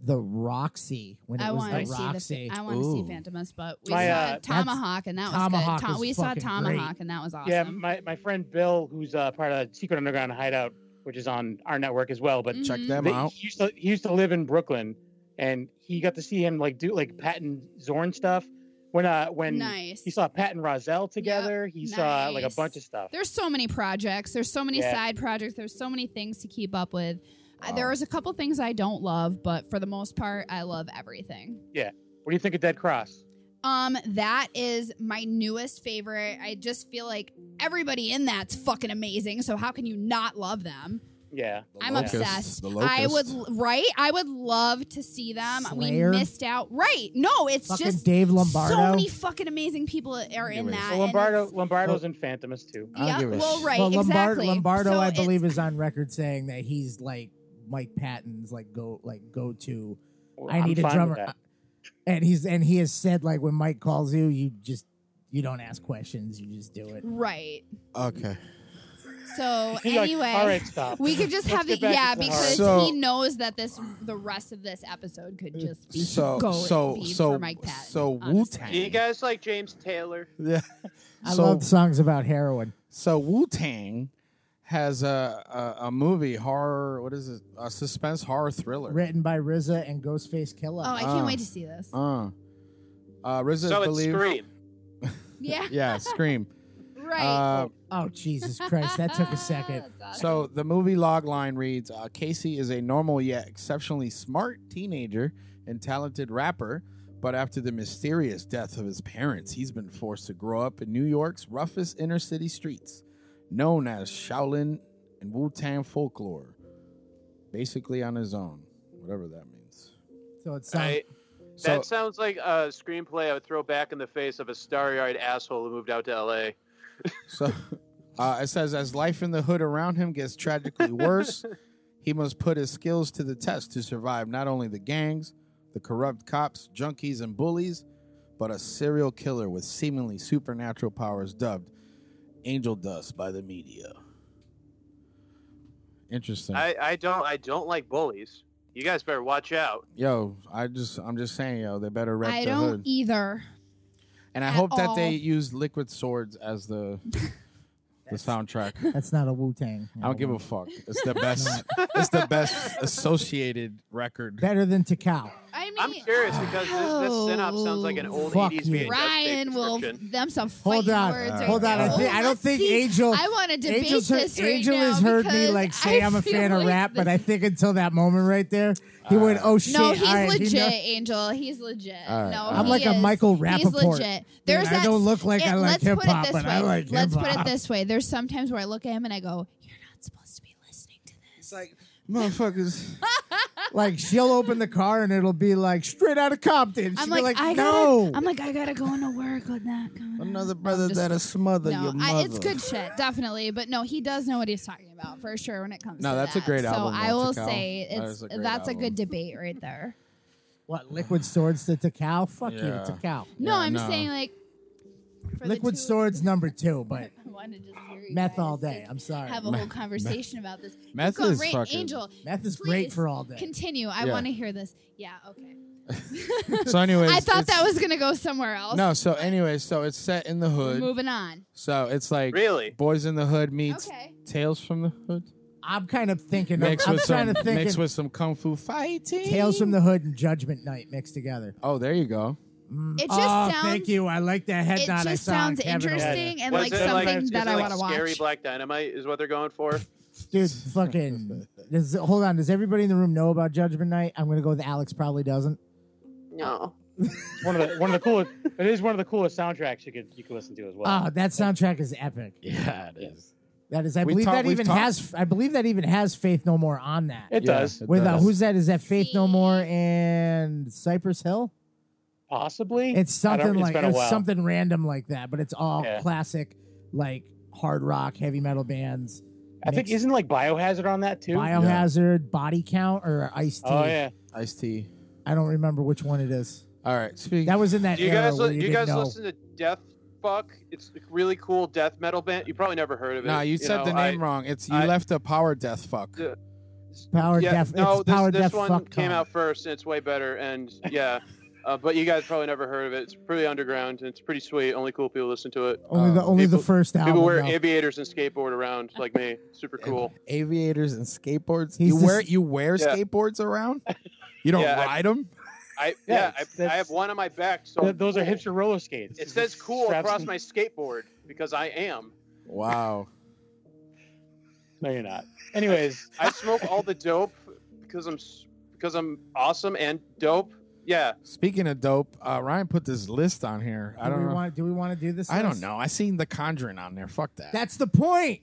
Speaker 1: the Roxy when it
Speaker 2: I
Speaker 1: was
Speaker 2: want
Speaker 1: the
Speaker 2: to see
Speaker 1: Roxy.
Speaker 2: the. I want to see
Speaker 5: Ooh.
Speaker 2: Phantomus, but we
Speaker 8: My,
Speaker 2: saw
Speaker 8: uh,
Speaker 2: Tomahawk, and that was
Speaker 1: Tomahawk
Speaker 2: good. Tom-
Speaker 1: was
Speaker 2: we saw
Speaker 1: fucking
Speaker 2: Tomahawk,
Speaker 1: great.
Speaker 2: and that was awesome.
Speaker 8: Yeah, my, my friend Bill, who's uh, part of Secret Underground Hideout, which is on our network as well, but
Speaker 5: Check
Speaker 2: Mhm.
Speaker 5: them
Speaker 8: they-
Speaker 5: out.
Speaker 8: he used to he used to live in Brooklyn, and he got to see him like do like Patton Zorn stuff. When uh when
Speaker 2: nice.
Speaker 8: he saw Patton Rosell together, he saw like a
Speaker 2: nice.
Speaker 8: bunch of stuff.
Speaker 2: There's so many projects. There's so many
Speaker 8: Yeah.
Speaker 2: side projects. There's so many things to keep up with. Uh,
Speaker 5: Wow.
Speaker 2: There is a couple things I don't love, but for the most part, I love everything.
Speaker 8: What do you think of Dead Cross?
Speaker 2: Um, that is my newest favorite. I just feel like everybody in that's fucking amazing. So how can you not love them?
Speaker 8: Yeah,
Speaker 5: The
Speaker 2: I'm
Speaker 5: Locusts,
Speaker 2: obsessed.
Speaker 5: The
Speaker 2: I
Speaker 5: Locusts.
Speaker 2: would right. I would love to see them.
Speaker 1: Slayer?
Speaker 2: We missed out. Right? No, it's
Speaker 1: Fucking
Speaker 2: just
Speaker 1: Dave Lombardo.
Speaker 2: so many fucking amazing people are in
Speaker 5: Anyways.
Speaker 2: that.
Speaker 8: well,
Speaker 2: and
Speaker 8: Lombardo
Speaker 2: it's-
Speaker 8: Lombardo's in Phantomus too.
Speaker 5: I don't
Speaker 2: Yeah,
Speaker 5: give a
Speaker 2: well,
Speaker 5: sh-
Speaker 2: right,
Speaker 1: well, Lombard-
Speaker 2: exactly.
Speaker 1: Lombardo,
Speaker 2: So
Speaker 1: I
Speaker 2: it's-
Speaker 1: believe, is on record saying that he's like Mike Patton's like go like go to.
Speaker 8: Well,
Speaker 1: I
Speaker 8: I'm
Speaker 1: need a
Speaker 8: fine
Speaker 1: drummer,
Speaker 8: with that.
Speaker 1: and he's and he has said like when Mike calls you, you just you don't ask questions, you just do it.
Speaker 2: Right.
Speaker 5: Okay.
Speaker 8: (laughs)
Speaker 2: So
Speaker 8: You're like,
Speaker 2: anyway,
Speaker 8: all right, stop.
Speaker 2: we could just
Speaker 8: Let's
Speaker 2: have the
Speaker 8: get back
Speaker 2: yeah
Speaker 8: to the
Speaker 2: because
Speaker 5: heart.
Speaker 2: he knows that this the rest of this episode could just be
Speaker 5: Mm, So
Speaker 2: go
Speaker 5: so
Speaker 2: be
Speaker 5: so
Speaker 2: for Mike Patton.
Speaker 5: so Wu
Speaker 2: honestly.
Speaker 7: Do you
Speaker 5: Tang.
Speaker 7: guys like James Taylor?
Speaker 5: Yeah.
Speaker 1: I
Speaker 5: So
Speaker 1: love songs about heroin.
Speaker 5: so Wu Tang has a, a a movie horror. What is it? A suspense horror thriller.
Speaker 1: Written by RZA and Ghostface Killer.
Speaker 2: Oh, I can't
Speaker 5: Ah.
Speaker 2: wait to see this.
Speaker 5: Uh. Uh, RZA
Speaker 7: so it's
Speaker 5: believe.
Speaker 7: Scream.
Speaker 2: yeah,
Speaker 5: Yeah, Scream.
Speaker 2: right. Ah,
Speaker 5: Uh,
Speaker 1: oh, Jesus Christ, that took a second.
Speaker 2: That's awesome.
Speaker 5: So the movie log line reads uh, Casey is a normal yet exceptionally smart teenager and talented rapper, but after the mysterious death of his parents, he's been forced to grow up in New York's roughest inner city streets, known as Shaolin and Wu Tang folklore. Basically on his own, whatever that means.
Speaker 1: So it's uh,
Speaker 7: I,
Speaker 5: So
Speaker 7: that sounds like a screenplay I would throw back in the face of a starry-eyed asshole who moved out to L.A.
Speaker 5: So (laughs) uh, it says, as life in the hood around him gets tragically worse, he must put his skills to the test to survive not only the gangs, the corrupt cops, junkies, and bullies, but a serial killer with seemingly supernatural powers dubbed Angel Dust by the media. Interesting.
Speaker 7: I, I don't I don't like bullies. You guys better watch out.
Speaker 5: yo, I just I'm just saying, yo, they better rep
Speaker 2: I
Speaker 5: the
Speaker 2: don't
Speaker 5: hood.
Speaker 2: either.
Speaker 5: And I
Speaker 2: at
Speaker 5: hope that
Speaker 2: all.
Speaker 5: they use liquid swords as
Speaker 2: (laughs)
Speaker 5: the the soundtrack.
Speaker 1: That's not a Wu Tang.
Speaker 5: I don't give a fuck. It's the
Speaker 2: (laughs)
Speaker 5: best. it's the best associated record.
Speaker 1: (laughs) Better than Takao.
Speaker 2: I mean,
Speaker 7: I'm curious because this, this synopsis sounds like an old
Speaker 1: Oh, Fuck
Speaker 7: 80s
Speaker 1: you.
Speaker 7: VHS
Speaker 2: Ryan
Speaker 7: tape
Speaker 2: will
Speaker 7: description.
Speaker 2: them some
Speaker 1: Hold
Speaker 2: fighting
Speaker 1: on.
Speaker 2: words.
Speaker 5: Uh,
Speaker 2: right
Speaker 1: Hold on. I,
Speaker 2: now.
Speaker 1: thi- I don't
Speaker 2: Oh, Let's
Speaker 1: think
Speaker 2: see.
Speaker 1: Angel.
Speaker 2: I want to debate
Speaker 1: Angel's heard-
Speaker 2: this right
Speaker 1: Angel
Speaker 2: now
Speaker 1: has heard me
Speaker 2: because
Speaker 1: like say
Speaker 2: I
Speaker 1: I'm a
Speaker 2: feel
Speaker 1: fan of
Speaker 2: like
Speaker 1: rap, but
Speaker 2: this-
Speaker 1: I think until that moment right there,
Speaker 5: Uh,
Speaker 1: he went, "Oh shit!"
Speaker 2: No, he's
Speaker 1: all right, he
Speaker 2: legit,
Speaker 1: knows-
Speaker 2: Angel. He's legit.
Speaker 5: All right,
Speaker 2: No,
Speaker 5: all right.
Speaker 1: I'm
Speaker 2: he
Speaker 1: like a
Speaker 2: is.
Speaker 1: Michael
Speaker 2: He's
Speaker 1: Rappaport.
Speaker 2: legit. There's
Speaker 1: Dude,
Speaker 2: that.
Speaker 1: I don't look like
Speaker 2: it-
Speaker 1: I like
Speaker 2: let's put
Speaker 1: hip
Speaker 2: it
Speaker 1: hop,
Speaker 2: this
Speaker 1: but
Speaker 2: way.
Speaker 1: I like hip
Speaker 2: Let's put it
Speaker 1: hop.
Speaker 2: this way. There's sometimes where I look at him and I go, "You're not supposed to be listening to this."
Speaker 5: Motherfuckers,
Speaker 1: like she'll open the car and it'll be like straight out of Compton. She'll
Speaker 2: I'm
Speaker 1: be
Speaker 2: like,
Speaker 1: like,
Speaker 2: I
Speaker 1: no.
Speaker 2: gotta, I'm like, I gotta go into work with that. Coming out.
Speaker 5: Another brother
Speaker 2: just-
Speaker 5: that'll smother
Speaker 2: No,
Speaker 5: your mother.
Speaker 2: I, it's good shit, definitely. But no, he does know what he's talking about for sure when it comes.
Speaker 5: No,
Speaker 2: to
Speaker 5: that's a
Speaker 2: that.
Speaker 5: great
Speaker 2: so
Speaker 5: album,
Speaker 2: I
Speaker 5: though,
Speaker 2: will
Speaker 5: Tikal.
Speaker 2: say
Speaker 5: That
Speaker 2: it's
Speaker 5: is a great
Speaker 2: that's a
Speaker 5: album.
Speaker 2: good debate
Speaker 5: (laughs)
Speaker 2: right there.
Speaker 1: what liquid swords to Takao? Fuck
Speaker 5: Yeah.
Speaker 1: you, Takao.
Speaker 2: No,
Speaker 5: Yeah,
Speaker 2: I'm
Speaker 5: no.
Speaker 2: saying like for
Speaker 1: Liquid
Speaker 2: the two,
Speaker 1: swords number two,
Speaker 2: (laughs)
Speaker 1: but
Speaker 2: I wanted to just hear you
Speaker 1: meth
Speaker 2: guys,
Speaker 1: all
Speaker 2: like,
Speaker 1: day. I'm sorry.
Speaker 2: Have a whole conversation about
Speaker 5: (laughs)
Speaker 2: this. Keep
Speaker 5: Meth
Speaker 2: going.
Speaker 5: is
Speaker 2: Ray-
Speaker 5: fucking-
Speaker 2: Angel,
Speaker 1: Meth is great
Speaker 2: please
Speaker 1: for all day.
Speaker 2: Continue. I
Speaker 5: Yeah.
Speaker 2: want to hear this. Yeah. Okay.
Speaker 5: So, anyways,
Speaker 2: I thought
Speaker 5: it's-
Speaker 2: that was gonna go somewhere else.
Speaker 5: No, so anyway, so it's set in the hood.
Speaker 2: Moving on.
Speaker 5: So it's like
Speaker 7: Really?
Speaker 5: Boys in the Hood meets
Speaker 2: Okay.
Speaker 5: Tales from the Hood.
Speaker 1: I'm kind of thinking. I'm,
Speaker 5: Mixed
Speaker 1: I'm
Speaker 5: with
Speaker 1: trying
Speaker 5: some
Speaker 1: to think.
Speaker 5: mixed with some kung fu fighting.
Speaker 1: Tales from the Hood and Judgment Night mixed together.
Speaker 5: Oh, there you go.
Speaker 2: It just
Speaker 1: oh,
Speaker 2: sounds.
Speaker 1: thank you. I like that head
Speaker 2: It
Speaker 1: nod. I
Speaker 2: just
Speaker 1: saw on
Speaker 2: sounds
Speaker 1: Kevin over there.
Speaker 2: interesting and
Speaker 7: Was
Speaker 2: like
Speaker 7: it
Speaker 2: something
Speaker 7: is
Speaker 2: that
Speaker 7: it
Speaker 2: I
Speaker 7: like
Speaker 2: want to watch.
Speaker 7: Scary Black Dynamite is what they're
Speaker 1: (laughs)
Speaker 7: going for.
Speaker 1: Dude, fucking. Does, hold on. Does everybody in the room know about Judgment Night? I'm going to go with Alex probably doesn't.
Speaker 7: No.
Speaker 8: It's one of the one of the coolest. It is one of the coolest soundtracks you could you could listen to as well.
Speaker 1: Oh, that soundtrack is epic.
Speaker 5: Yeah, it is.
Speaker 1: That is. I
Speaker 5: We
Speaker 1: believe
Speaker 5: talked-
Speaker 1: that
Speaker 5: we've
Speaker 1: even
Speaker 5: talked-
Speaker 1: has. I believe that even has Faith No More on that.
Speaker 8: it does
Speaker 1: With uh, who's that? Is that Faith No More and Cypress Hill?
Speaker 8: possibly.
Speaker 1: It's
Speaker 8: I don't-
Speaker 1: something like
Speaker 8: been a
Speaker 1: it's
Speaker 8: while.
Speaker 1: something random like that, but it's all
Speaker 8: Yeah.
Speaker 1: classic, like hard rock, heavy metal bands.
Speaker 8: I think
Speaker 1: mixed.
Speaker 8: isn't like Biohazard on that too.
Speaker 1: Biohazard, Body Count, or Ice T.
Speaker 8: oh yeah,
Speaker 5: Ice T.
Speaker 1: I don't remember which one it is.
Speaker 5: All right, speak.
Speaker 1: That was in that
Speaker 7: Do you
Speaker 1: era
Speaker 7: guys
Speaker 1: where
Speaker 7: li-
Speaker 1: you,
Speaker 7: do you
Speaker 1: didn't
Speaker 7: guys
Speaker 1: know.
Speaker 7: listen to Death Fuck? It's a really cool death metal band. You probably never heard of it.
Speaker 5: no, you said
Speaker 7: know,
Speaker 5: the
Speaker 7: I-
Speaker 5: name wrong. It's you
Speaker 7: I-
Speaker 5: left a power death fuck.
Speaker 7: The-
Speaker 1: Power
Speaker 7: yeah,
Speaker 1: Def.
Speaker 7: No,
Speaker 1: it's
Speaker 7: this,
Speaker 1: Power
Speaker 7: this
Speaker 1: Def
Speaker 7: one
Speaker 1: Fuck
Speaker 7: came
Speaker 1: Con.
Speaker 7: out first, and it's way better. And yeah, uh, but you guys probably never heard of it. It's pretty underground, and it's pretty sweet. Only cool people listen to it.
Speaker 1: Only the
Speaker 5: uh,
Speaker 1: only the
Speaker 7: um, people-
Speaker 1: first album.
Speaker 7: People wear
Speaker 1: though.
Speaker 7: aviators and skateboard around like me. Super cool.
Speaker 5: Aviators and skateboards.
Speaker 1: He's
Speaker 5: you wear
Speaker 1: just-
Speaker 5: you wear
Speaker 7: Yeah.
Speaker 5: skateboards
Speaker 7: (laughs)
Speaker 5: around. You don't
Speaker 7: Yeah, I-
Speaker 5: ride them.
Speaker 7: I
Speaker 8: Yeah,
Speaker 7: yeah, I,
Speaker 8: that's-
Speaker 7: I have one on my back. So
Speaker 8: Th- those are
Speaker 7: cool.
Speaker 8: hipster roller skates.
Speaker 7: It says cool
Speaker 8: Straps
Speaker 7: across
Speaker 8: in-
Speaker 7: my skateboard because I
Speaker 5: (laughs)
Speaker 7: am.
Speaker 5: Wow.
Speaker 8: No, you're not. Anyways,
Speaker 7: I smoke all the dope because I'm s- because I'm awesome and dope. Yeah,
Speaker 5: Speaking of dope, uh, Ryan put this list on here. I
Speaker 1: do
Speaker 5: don't
Speaker 1: we
Speaker 5: know.
Speaker 1: want? Do we want to do this?
Speaker 5: I don't
Speaker 1: list?
Speaker 5: know. I seen the Conjuring on there. Fuck that.
Speaker 1: That's the point.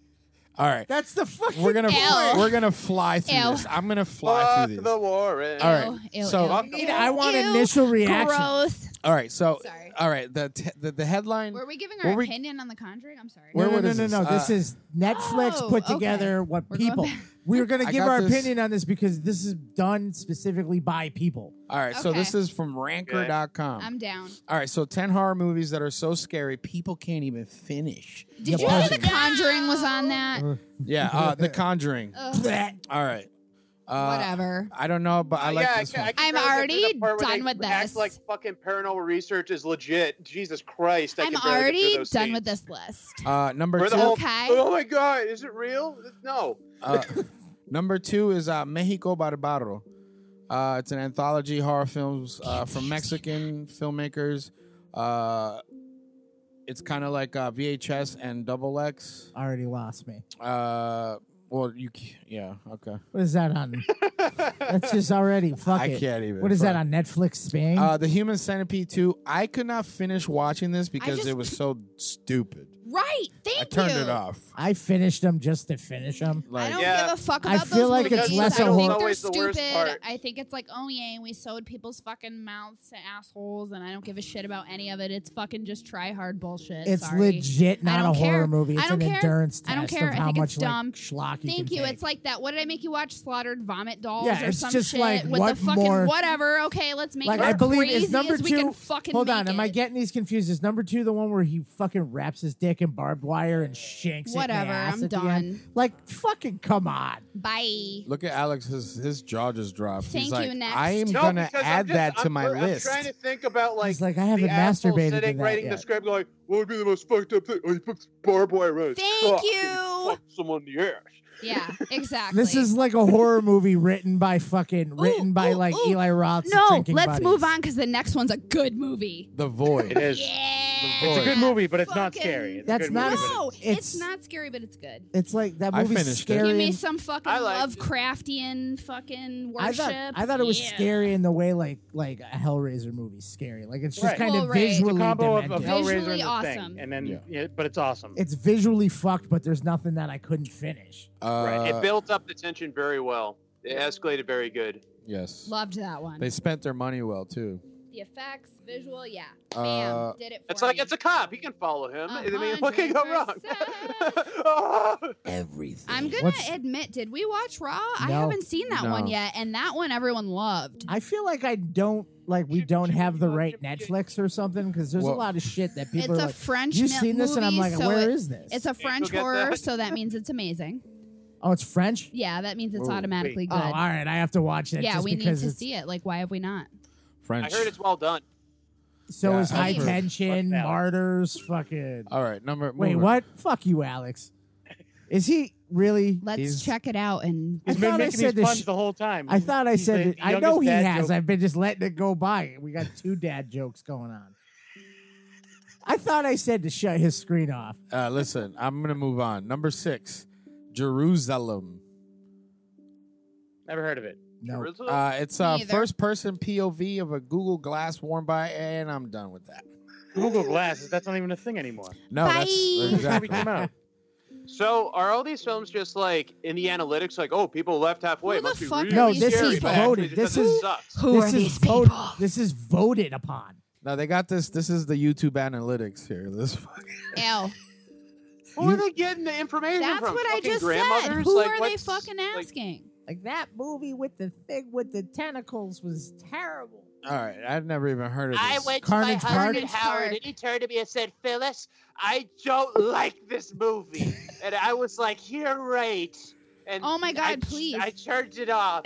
Speaker 5: All right.
Speaker 1: That's the fucking.
Speaker 5: we're gonna (laughs)
Speaker 2: Ew.
Speaker 5: we're gonna fly through
Speaker 2: Ew.
Speaker 5: this. I'm gonna fly
Speaker 7: fuck
Speaker 5: through
Speaker 7: the
Speaker 5: this.
Speaker 7: Warren.
Speaker 5: All right.
Speaker 2: Ew, ew,
Speaker 5: so
Speaker 2: ew.
Speaker 1: I need- I want
Speaker 2: Ew.
Speaker 1: initial reaction.
Speaker 2: Gross.
Speaker 5: all right. So
Speaker 2: Sorry.
Speaker 5: all right. The t- the, the headline.
Speaker 2: Were we giving
Speaker 5: Were
Speaker 2: our
Speaker 5: we-
Speaker 2: opinion on the Conjuring? I'm sorry.
Speaker 5: Where-
Speaker 1: no, no,
Speaker 5: what
Speaker 1: no,
Speaker 5: is
Speaker 1: no,
Speaker 5: this?
Speaker 1: no. This
Speaker 5: Uh,
Speaker 1: is Netflix
Speaker 2: Oh,
Speaker 1: put
Speaker 2: okay.
Speaker 1: together what
Speaker 2: We're going
Speaker 1: people.
Speaker 2: back.
Speaker 1: We're gonna
Speaker 5: I
Speaker 1: give
Speaker 5: got
Speaker 1: our
Speaker 5: this.
Speaker 1: opinion on this because this is done specifically by people.
Speaker 5: all right. So
Speaker 2: Okay.
Speaker 5: this is from ranker.com.
Speaker 2: I'm down.
Speaker 5: All right. So ten horror movies that are so scary people can't even finish.
Speaker 1: Yeah,
Speaker 2: Did you
Speaker 1: but-
Speaker 2: say the Conjuring was on that?
Speaker 5: Yeah. Uh,
Speaker 1: (laughs)
Speaker 5: the Conjuring.
Speaker 2: Ugh,
Speaker 5: (laughs) All right. Uh,
Speaker 2: whatever.
Speaker 5: I don't know, but I like
Speaker 7: Uh, yeah,
Speaker 5: this
Speaker 7: I, ca-
Speaker 5: one.
Speaker 7: I keep
Speaker 2: I'm
Speaker 7: trying to get through
Speaker 2: already
Speaker 7: the part where
Speaker 2: done
Speaker 7: they
Speaker 2: with
Speaker 7: Act
Speaker 2: this.
Speaker 7: like fucking paranormal research is legit. Jesus Christ! I
Speaker 2: I'm
Speaker 7: can barely get through
Speaker 2: already done
Speaker 7: those scenes.
Speaker 2: with this list.
Speaker 5: Uh, number
Speaker 7: We're
Speaker 5: two.
Speaker 7: the whole.
Speaker 2: Okay.
Speaker 7: Oh my God! Is it real? No. (laughs)
Speaker 5: Uh, number two is uh, Mexico Barbaro. Uh, it's an anthology horror films uh, from Mexican filmmakers. Uh, it's kind of like uh, VHS and Double X.
Speaker 1: Already lost me.
Speaker 5: Uh, well, you c- yeah okay.
Speaker 1: What is that on? That's
Speaker 5: (laughs)
Speaker 1: just already fuck
Speaker 5: I
Speaker 1: it.
Speaker 5: can't even.
Speaker 1: What is that
Speaker 5: fuck.
Speaker 1: on Netflix Spain?
Speaker 5: Uh, the Human Centipede two. I could not finish watching this because
Speaker 2: just-
Speaker 5: it was so stupid.
Speaker 2: Right. Thank
Speaker 5: I turned
Speaker 2: you.
Speaker 5: it off.
Speaker 1: I finished them just to finish them.
Speaker 2: I
Speaker 5: Like
Speaker 2: don't
Speaker 7: Yeah.
Speaker 2: give a fuck
Speaker 1: I
Speaker 2: about
Speaker 1: feel
Speaker 2: those
Speaker 1: like it's
Speaker 2: movies.
Speaker 1: less
Speaker 2: I
Speaker 1: a
Speaker 2: don't
Speaker 1: horror-
Speaker 2: think they're
Speaker 7: Always the worst
Speaker 2: stupid.
Speaker 7: part.
Speaker 2: I think it's like, oh yeah, we sewed people's fucking mouths to assholes, and I don't give a shit about any of it. It's fucking just try hard bullshit.
Speaker 1: It's
Speaker 2: Sorry.
Speaker 1: legit
Speaker 2: I
Speaker 1: not a
Speaker 2: don't
Speaker 1: horror
Speaker 2: care.
Speaker 1: movie.
Speaker 2: I
Speaker 1: It's
Speaker 2: don't
Speaker 1: an
Speaker 2: care.
Speaker 1: endurance test
Speaker 2: I don't care.
Speaker 1: of
Speaker 2: I
Speaker 1: how
Speaker 2: think
Speaker 1: much
Speaker 2: it's
Speaker 1: like,
Speaker 2: dumb.
Speaker 1: schlock you
Speaker 2: Thank
Speaker 1: can
Speaker 2: you.
Speaker 1: take.
Speaker 2: It's like that. What did I make you watch? Slaughtered vomit dolls
Speaker 1: Yeah,
Speaker 2: or
Speaker 1: it's
Speaker 2: some
Speaker 1: just
Speaker 2: shit
Speaker 1: like,
Speaker 2: with
Speaker 1: what
Speaker 2: the fucking
Speaker 1: more-
Speaker 2: whatever. Okay, let's make
Speaker 1: Like
Speaker 2: it
Speaker 1: I
Speaker 2: as
Speaker 1: believe
Speaker 2: crazy
Speaker 1: is number
Speaker 2: as
Speaker 1: two.
Speaker 2: we can fucking
Speaker 1: hold
Speaker 2: make
Speaker 1: on, am I
Speaker 2: it.
Speaker 1: getting these confused? Is number two the one where he fucking wraps his dick in barbed wire and shanks it? in
Speaker 2: Whatever,
Speaker 1: the ass
Speaker 2: I'm
Speaker 1: at the end?
Speaker 2: done.
Speaker 1: Like fucking come on.
Speaker 2: Bye.
Speaker 5: look at Alex, his his jaw just dropped.
Speaker 2: Thank
Speaker 5: He's
Speaker 2: you,
Speaker 5: like,
Speaker 2: next.
Speaker 5: I am
Speaker 7: No,
Speaker 5: gonna
Speaker 7: because I'm
Speaker 5: add
Speaker 7: just-
Speaker 5: that to
Speaker 7: I'm-
Speaker 5: my
Speaker 7: I'm
Speaker 5: list.
Speaker 7: (laughs) trying to think about like.
Speaker 1: He's like, I haven't
Speaker 7: the asshole
Speaker 1: masturbated to
Speaker 7: sitting,
Speaker 1: that
Speaker 7: writing the
Speaker 1: yet.
Speaker 7: script, going, "What would be the most fucked up thing? Oh, you put barbed wire around his
Speaker 2: Thank
Speaker 7: cock and
Speaker 2: you.
Speaker 7: fucked someone in the ass."
Speaker 2: Yeah, exactly.
Speaker 1: (laughs) This is like a horror movie written by fucking written by
Speaker 2: ooh,
Speaker 1: like
Speaker 2: ooh.
Speaker 1: Eli Roth.
Speaker 2: no. Let's move on because the next one's a good movie.
Speaker 5: the void.
Speaker 8: it is.
Speaker 2: Yeah,
Speaker 8: It's a good movie, but it's not
Speaker 2: Fucking-
Speaker 8: scary. It's a
Speaker 1: That's
Speaker 8: good
Speaker 1: not-
Speaker 8: Movie,
Speaker 2: No,
Speaker 1: It's-
Speaker 2: it's,
Speaker 1: it's-
Speaker 2: not scary, but it's good.
Speaker 1: It's like that
Speaker 5: I
Speaker 1: movie's
Speaker 5: finished it.
Speaker 1: scary.
Speaker 2: Give me
Speaker 1: and-
Speaker 2: some fucking
Speaker 7: I liked it.
Speaker 2: Lovecraftian fucking
Speaker 1: I
Speaker 2: worship.
Speaker 1: thought I thought it was
Speaker 2: Yeah.
Speaker 1: scary in the way like like a Hellraiser movie's scary. Like it's just
Speaker 8: Right.
Speaker 1: kind
Speaker 2: Well,
Speaker 1: of
Speaker 2: right. It's a
Speaker 8: but
Speaker 1: visually
Speaker 8: it's a combo of, of
Speaker 1: demented.
Speaker 8: Hellraiser
Speaker 2: Visually
Speaker 8: and the
Speaker 2: awesome.
Speaker 8: thing, and then
Speaker 5: Yeah.
Speaker 8: yeah, but it's awesome.
Speaker 1: it's visually fucked, but there's nothing that I couldn't finish.
Speaker 5: Uh,
Speaker 7: Right. It built up the tension very well. It escalated very good.
Speaker 5: Yes.
Speaker 2: Loved that one.
Speaker 5: They spent their money well too.
Speaker 2: the effects, visual, yeah.
Speaker 5: Uh,
Speaker 2: Bam, did it for
Speaker 7: It's like
Speaker 2: me.
Speaker 7: it's a cop. He can follow him. I mean, what can go wrong?
Speaker 2: 100%.
Speaker 4: Everything.
Speaker 2: I'm gonna
Speaker 1: What's-
Speaker 2: admit, did we watch Raw? I
Speaker 1: No.
Speaker 2: haven't seen that one
Speaker 5: No.
Speaker 2: yet, and that one everyone loved.
Speaker 1: I feel like I don't like we
Speaker 7: Should-
Speaker 1: don't
Speaker 7: should
Speaker 1: have
Speaker 7: we
Speaker 1: the
Speaker 7: watch
Speaker 1: right
Speaker 7: it again?
Speaker 1: Netflix or something because there's
Speaker 5: Well-
Speaker 1: a lot of shit that people
Speaker 2: it's
Speaker 1: are
Speaker 2: a
Speaker 1: like.
Speaker 2: French
Speaker 1: You've
Speaker 2: mi-
Speaker 1: seen this, and I'm
Speaker 2: movie,
Speaker 1: like,
Speaker 2: so
Speaker 1: where
Speaker 2: it-
Speaker 1: is this?
Speaker 2: It's a French
Speaker 7: go get
Speaker 2: horror,
Speaker 7: that.
Speaker 2: so that means it's amazing.
Speaker 1: oh, it's French.
Speaker 2: Yeah, that means it's
Speaker 5: Ooh,
Speaker 2: automatically
Speaker 1: Oh,
Speaker 2: good.
Speaker 1: all right, I have to watch that.
Speaker 2: yeah,
Speaker 1: just
Speaker 2: we need
Speaker 1: because
Speaker 2: to
Speaker 1: it's-
Speaker 2: see it. Like, why have we not?
Speaker 7: I
Speaker 5: French.
Speaker 7: heard it's well done.
Speaker 1: So
Speaker 5: Yeah,
Speaker 1: is
Speaker 5: I've
Speaker 1: high
Speaker 2: heard.
Speaker 1: tension,
Speaker 8: Fuck Uh, Alex.
Speaker 1: martyrs, fucking.
Speaker 5: All right, number.
Speaker 1: Wait,
Speaker 5: moving.
Speaker 1: what? Fuck you, Alex. Is he really?
Speaker 2: Let's
Speaker 5: He's-
Speaker 2: check it out. And
Speaker 1: I
Speaker 8: He's been
Speaker 1: thought I
Speaker 8: making
Speaker 1: said
Speaker 8: these
Speaker 1: this
Speaker 8: puns
Speaker 1: sh-
Speaker 8: the whole time.
Speaker 1: I thought I
Speaker 8: He's
Speaker 1: said
Speaker 8: the
Speaker 1: it. I
Speaker 8: youngest
Speaker 1: know he
Speaker 8: dad
Speaker 1: has.
Speaker 8: joke.
Speaker 1: I've been just letting it go by. We got two dad jokes going on. I thought I said to shut his screen off.
Speaker 5: Uh, listen, I'm gonna move on. Number six, Jerusalem.
Speaker 8: Never heard of it.
Speaker 1: No,
Speaker 7: (laughs) Jerusalem?
Speaker 5: Uh, it's uh,
Speaker 2: Me either.
Speaker 5: first person POV of a Google Glass worn by, and I'm done with that.
Speaker 8: Google Glasses. That's not even a thing anymore.
Speaker 5: No,
Speaker 2: Bye.
Speaker 5: that's
Speaker 8: That's
Speaker 5: exactly.
Speaker 8: came out.
Speaker 7: so are all these films just like in the analytics? Like, oh, people left halfway.
Speaker 2: Who the
Speaker 7: Must be
Speaker 2: fuck
Speaker 7: really
Speaker 2: are
Speaker 1: these
Speaker 7: scary,
Speaker 1: people?
Speaker 7: but actually
Speaker 1: Voted.
Speaker 7: just
Speaker 1: This
Speaker 7: doesn't
Speaker 1: is-
Speaker 7: suck.
Speaker 2: who
Speaker 1: this
Speaker 2: are
Speaker 1: is
Speaker 2: these
Speaker 1: vote-
Speaker 2: people?
Speaker 1: This is voted upon.
Speaker 5: no, they got this. This is the YouTube analytics here. This
Speaker 7: (laughs)
Speaker 2: Ew.
Speaker 7: Who are they getting the information
Speaker 2: That's
Speaker 7: from?
Speaker 2: what I
Speaker 7: Fucking
Speaker 2: just said.
Speaker 7: grandmothers?
Speaker 2: Who
Speaker 7: Like,
Speaker 2: are they
Speaker 7: what's-
Speaker 2: fucking
Speaker 7: like,
Speaker 2: asking?
Speaker 1: Like that movie with the thing with the tentacles was terrible.
Speaker 5: all right. I've never even heard of this.
Speaker 1: Carnage Park.
Speaker 2: Carnage Park.
Speaker 7: he turned to me and said, Phyllis, I don't like this
Speaker 1: (laughs)
Speaker 7: movie. and I was like, You're right. And
Speaker 2: Oh my
Speaker 7: I
Speaker 2: God,
Speaker 7: ch-
Speaker 2: please.
Speaker 7: I turned it off.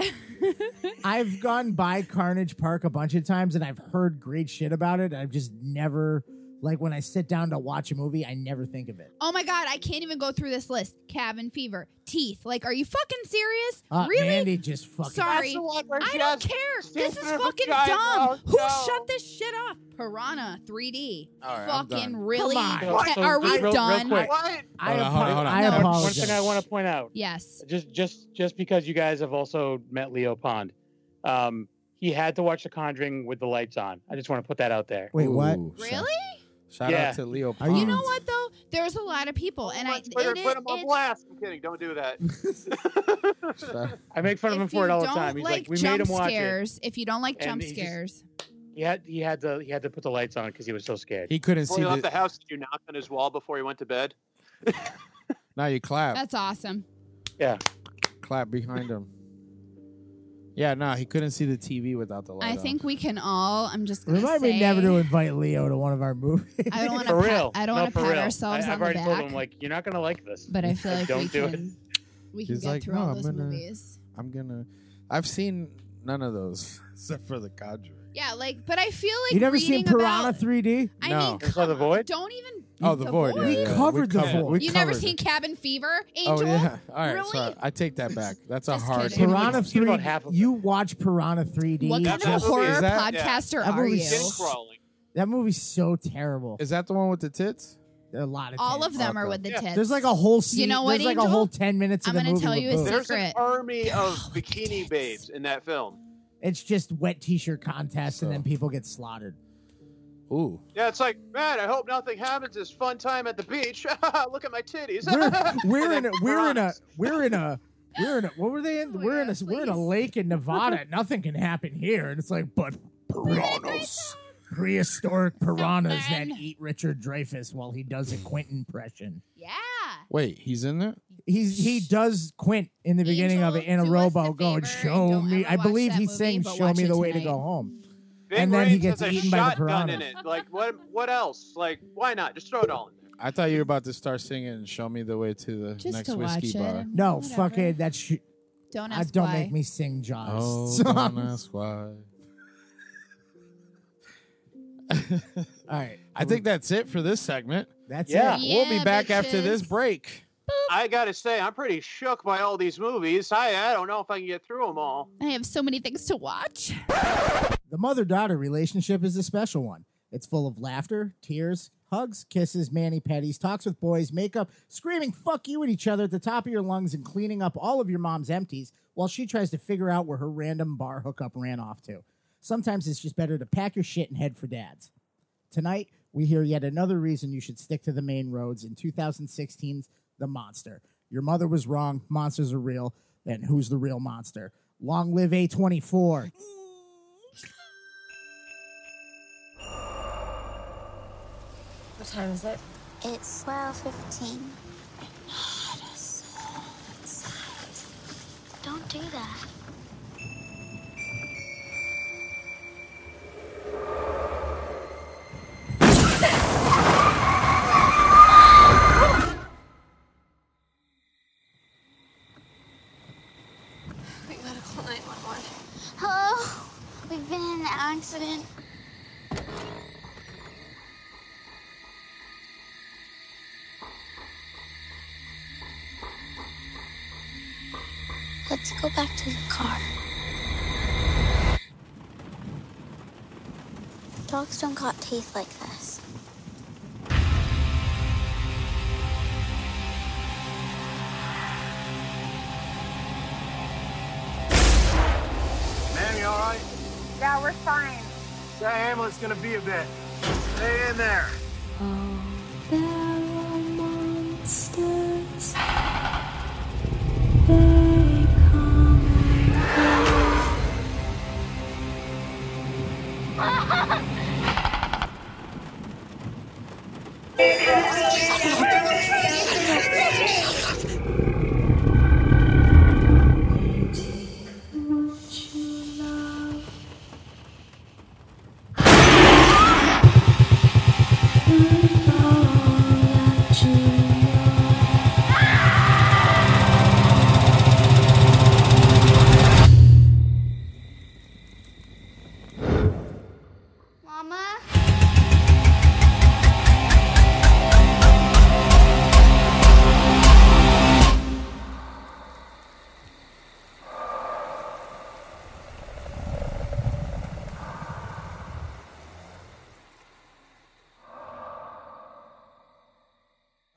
Speaker 1: I've gone by Carnage Park a bunch of times and I've heard great shit about it. I've just never like when I sit down to watch a movie, I never think of it.
Speaker 2: Oh my god, I can't even go through this list. Cabin fever, teeth. Like, are you fucking serious?
Speaker 1: Uh,
Speaker 2: really?
Speaker 1: Mandy just fucking.
Speaker 2: Sorry.
Speaker 7: That's the one where
Speaker 2: I don't
Speaker 7: just
Speaker 2: care.
Speaker 7: sit
Speaker 2: This is
Speaker 7: through a
Speaker 2: fucking
Speaker 7: giant
Speaker 2: dumb.
Speaker 7: round
Speaker 2: Who
Speaker 7: dog.
Speaker 2: shut this shit off? Piranha 3D.
Speaker 5: All right, I'm
Speaker 2: fucking
Speaker 5: done.
Speaker 2: really?
Speaker 1: Come on.
Speaker 2: Ca- are
Speaker 8: just
Speaker 2: we
Speaker 8: real- real
Speaker 2: done?
Speaker 8: quick,
Speaker 7: What?
Speaker 1: I,
Speaker 5: Hold on, hold on,
Speaker 1: apo-
Speaker 5: hold on.
Speaker 1: I
Speaker 5: One-
Speaker 8: one-
Speaker 1: apologize.
Speaker 8: One thing I want to point out.
Speaker 2: Yes.
Speaker 8: just just just because you guys have also met Leo Pond, um, he had to watch The Conjuring with the lights on. I just want to put that out there.
Speaker 1: Wait, what?
Speaker 5: Ooh, shout-
Speaker 2: Really?
Speaker 5: Shout
Speaker 8: Yeah.
Speaker 5: out to Leo.
Speaker 1: Are you-
Speaker 2: You know
Speaker 1: Mm.
Speaker 2: what though? There's a lot of people, and I
Speaker 7: On Twitter,
Speaker 2: it is-
Speaker 7: put him on
Speaker 2: it's-
Speaker 7: blast. I'm kidding. Don't
Speaker 1: (laughs)
Speaker 7: do that. (laughs)
Speaker 5: Shout-
Speaker 8: I make fun of
Speaker 2: if
Speaker 8: him for
Speaker 2: you
Speaker 8: it all the
Speaker 2: don't
Speaker 8: time. He's like,
Speaker 2: like
Speaker 8: we made
Speaker 2: jump
Speaker 8: him watch it.
Speaker 2: scares, if you don't like
Speaker 8: And
Speaker 2: jump
Speaker 8: he just-
Speaker 2: scares,
Speaker 8: He had he had to he had to put the lights on because he was so scared.
Speaker 5: He couldn't
Speaker 7: Before
Speaker 5: see.
Speaker 7: he left the
Speaker 5: The,
Speaker 7: house, did you knock on his wall before he went to bed?
Speaker 5: now you clap.
Speaker 2: that's awesome.
Speaker 8: yeah,
Speaker 5: clap behind him. Yeah, no, he couldn't see the TV without the light.
Speaker 2: I
Speaker 5: on.
Speaker 2: think we can all. I'm just gonna
Speaker 1: Remind
Speaker 2: say,
Speaker 1: me never to invite Leo to one of our movies.
Speaker 2: I don't want
Speaker 8: for real.
Speaker 2: to. I don't
Speaker 8: No,
Speaker 2: want to
Speaker 8: for
Speaker 2: pat
Speaker 8: real.
Speaker 2: ourselves
Speaker 8: I,
Speaker 2: on
Speaker 8: I've already
Speaker 2: the
Speaker 8: told
Speaker 2: back,
Speaker 8: him like you're not gonna like this.
Speaker 2: but I feel like we
Speaker 8: don't do it.
Speaker 2: can. We can
Speaker 5: He's
Speaker 2: get
Speaker 5: like,
Speaker 2: through
Speaker 5: "No,
Speaker 2: all
Speaker 5: I'm
Speaker 2: those
Speaker 5: gonna-
Speaker 2: movies.
Speaker 5: I'm gonna. I've seen none of those (laughs) except for The Conjuring.
Speaker 2: Yeah, like, but I feel like
Speaker 1: you never
Speaker 2: reading
Speaker 1: seen Piranha
Speaker 2: About,
Speaker 1: 3D?
Speaker 2: I
Speaker 5: No.
Speaker 2: mean,
Speaker 8: You saw
Speaker 2: come
Speaker 8: The
Speaker 2: on,
Speaker 8: Void?
Speaker 2: Don't even.
Speaker 5: Oh, The, Void. yeah,
Speaker 1: We
Speaker 5: yeah,
Speaker 1: covered The Void.
Speaker 5: We
Speaker 2: You never
Speaker 5: covered
Speaker 2: seen
Speaker 5: it.
Speaker 2: Cabin Fever,
Speaker 5: Oh
Speaker 2: Angel?
Speaker 5: yeah. (laughs) All right.
Speaker 2: Really?
Speaker 5: So I take that back. That's a
Speaker 2: Just
Speaker 5: hard.
Speaker 2: kidding.
Speaker 1: Piranha
Speaker 8: I've seen
Speaker 1: 3D.
Speaker 8: about half of
Speaker 1: you watch Piranha 3D.
Speaker 2: What kind
Speaker 7: That
Speaker 2: of
Speaker 1: just-
Speaker 7: movie
Speaker 2: horror
Speaker 5: is that-
Speaker 2: podcaster
Speaker 1: That
Speaker 2: are
Speaker 1: movie's
Speaker 2: you?
Speaker 7: Skin crawling.
Speaker 1: that movie's so terrible.
Speaker 5: Is that the one with the tits?
Speaker 1: a lot of
Speaker 2: All of
Speaker 1: tits.
Speaker 2: them are
Speaker 5: Okay.
Speaker 2: with the
Speaker 7: Yeah.
Speaker 2: tits.
Speaker 1: There's like a whole scene.
Speaker 2: You know what,
Speaker 1: There's like
Speaker 2: Angel?
Speaker 1: a whole ten minutes
Speaker 2: I'm
Speaker 1: of the
Speaker 2: gonna
Speaker 1: movie.
Speaker 2: tell
Speaker 1: with
Speaker 2: you a secret.
Speaker 1: boobs.
Speaker 7: There's an army of bikini babes in that film.
Speaker 1: It's just wet t-shirt contests,
Speaker 5: So-
Speaker 1: and then people
Speaker 2: (laughs)
Speaker 1: get slaughtered.
Speaker 5: Ooh.
Speaker 7: Yeah, it's like, man, I hope nothing happens. It's fun time at the beach. (laughs) Look at my titties.
Speaker 1: We're,
Speaker 7: (laughs)
Speaker 1: we're in a we're in a
Speaker 7: Piranhas.
Speaker 1: we're in a we're in a what were they in?
Speaker 2: Oh my
Speaker 1: we're in a
Speaker 2: God,
Speaker 1: we're in a
Speaker 2: please.
Speaker 1: lake in
Speaker 2: (laughs)
Speaker 1: Nevada. Nothing can happen here, and it's like, but piranhas, prehistoric piranhas that
Speaker 2: Something.
Speaker 1: eat Richard Dreyfus while he does a Quint impression.
Speaker 2: yeah.
Speaker 5: Wait, he's in there.
Speaker 1: He's he does Quint in the beginning of it
Speaker 2: Angel,
Speaker 1: in a
Speaker 2: do us a
Speaker 1: robo, going
Speaker 2: favor and
Speaker 1: show
Speaker 2: don't
Speaker 1: me.
Speaker 2: ever
Speaker 1: I
Speaker 2: watch
Speaker 1: believe
Speaker 2: that
Speaker 1: he
Speaker 2: movie,
Speaker 1: sings
Speaker 2: but
Speaker 1: "Show
Speaker 2: watch
Speaker 1: Me
Speaker 2: it
Speaker 1: the Way to
Speaker 2: tonight.
Speaker 1: Go Home."
Speaker 7: Big
Speaker 1: And then he
Speaker 7: Range
Speaker 1: gets
Speaker 7: has a
Speaker 1: eaten by the
Speaker 7: shotgun
Speaker 1: piranha.
Speaker 7: in it. Like, what? What else? Like, why not? Just throw it all in there.
Speaker 5: I thought you were about to start singing "Show Me the Way to the
Speaker 2: Just
Speaker 5: Next
Speaker 2: to watch
Speaker 5: Whiskey
Speaker 2: it.
Speaker 5: Bar." (laughs)
Speaker 2: and
Speaker 1: No,
Speaker 2: whatever.
Speaker 1: fucking that. Sh-
Speaker 2: Don't
Speaker 1: I
Speaker 2: ask
Speaker 1: don't
Speaker 2: why.
Speaker 1: make me sing John's (laughs)
Speaker 5: Oh,
Speaker 1: songs.
Speaker 5: don't ask why.
Speaker 1: All right,
Speaker 5: I think that's it for this segment.
Speaker 1: that's
Speaker 8: Yeah.
Speaker 1: it.
Speaker 5: we'll be
Speaker 2: Yeah,
Speaker 5: back after this
Speaker 2: bitches.
Speaker 5: break.
Speaker 7: I gotta say, I'm pretty shook by all these movies. I I don't know if I can get through them all.
Speaker 2: I have so many things to watch.
Speaker 1: The mother daughter relationship is a special one. It's full of laughter, tears, hugs, kisses, mani petties, talks with boys, makeup, screaming fuck you at each other at the top of your lungs, and cleaning up all of your mom's empties while she tries to figure out where her random bar hookup ran off to. Sometimes it's just better to pack your shit and head for dad's. Tonight, we hear yet another reason you should stick to the main roads in 2016's The Monster. Your mother was wrong. Monsters are real. Then who's the real monster? Long live A24.
Speaker 3: What time is it?
Speaker 9: It's 12.15. Not a soul inside. Don't do that.
Speaker 3: We gotta call 911.
Speaker 9: Hello? We've been in an accident. Let's go back to the car. Dogs don't got teeth like this.
Speaker 10: Ma'am, you all right?
Speaker 3: Yeah, we're fine.
Speaker 10: That ambulance gonna be a bit. Stay in there.
Speaker 9: There are monsters. Mama?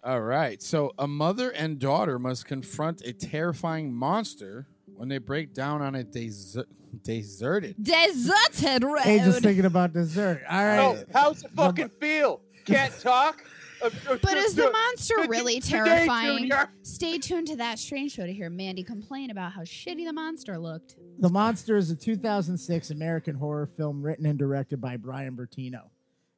Speaker 5: All right. So a mother and daughter must confront a terrifying monster when they break down on a deser- deserted.
Speaker 2: Deserted road.
Speaker 1: Hey, just thinking about dessert. All right.
Speaker 7: Oh, how's it fucking feel? Can't talk. Uh,
Speaker 2: but is the monster really
Speaker 7: Today,
Speaker 2: terrifying?
Speaker 7: Junior.
Speaker 2: Stay tuned to that strange show to hear Mandy complain about how shitty the monster looked.
Speaker 1: The Monster is a 2006 American horror film written and directed by Brian Bertino.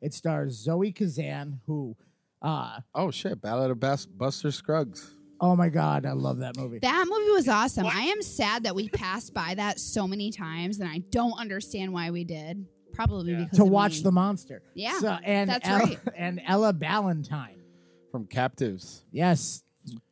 Speaker 1: It stars Zoe Kazan, who, uh,
Speaker 5: Oh shit! Ballad of Bas- Buster Scruggs.
Speaker 1: oh my God, I love that movie.
Speaker 2: That movie was awesome. I am sad that we passed by that so many times, and I don't understand why we did. Probably
Speaker 7: Yeah.
Speaker 2: because
Speaker 1: to
Speaker 2: of
Speaker 1: watch
Speaker 2: me.
Speaker 1: The Monster.
Speaker 2: Yeah,
Speaker 1: So, and
Speaker 2: that's
Speaker 1: Ella,
Speaker 2: right.
Speaker 1: And Ella Ballantyne.
Speaker 5: from Captives.
Speaker 1: Yes.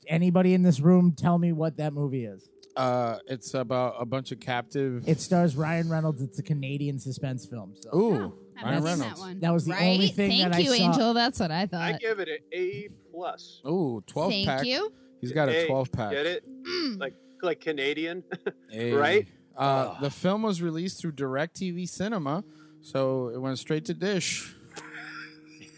Speaker 1: Anybody in this room, tell me what that movie is.
Speaker 5: Uh, it's about a bunch of captive.
Speaker 1: It stars Ryan Reynolds. It's a Canadian suspense film. So
Speaker 5: ooh,
Speaker 2: Oh, I
Speaker 5: Ryan
Speaker 2: haven't seen
Speaker 5: Reynolds.
Speaker 2: That, one.
Speaker 1: That was the
Speaker 2: right?
Speaker 1: only thing
Speaker 2: Thank
Speaker 1: that I
Speaker 2: you,
Speaker 1: saw.
Speaker 2: Angel. That's what I
Speaker 7: I
Speaker 2: thought.
Speaker 7: give it an A plus.
Speaker 5: Ooh, twelve
Speaker 2: Thank
Speaker 5: pack.
Speaker 2: you.
Speaker 5: He's got a
Speaker 7: Hey,
Speaker 5: twelve pack.
Speaker 7: Get it?
Speaker 2: Mm.
Speaker 7: Like like Canadian. (laughs)
Speaker 5: Hey.
Speaker 7: Right?
Speaker 5: Uh, the film was released through DirecTV Cinema, so it went straight to Dish.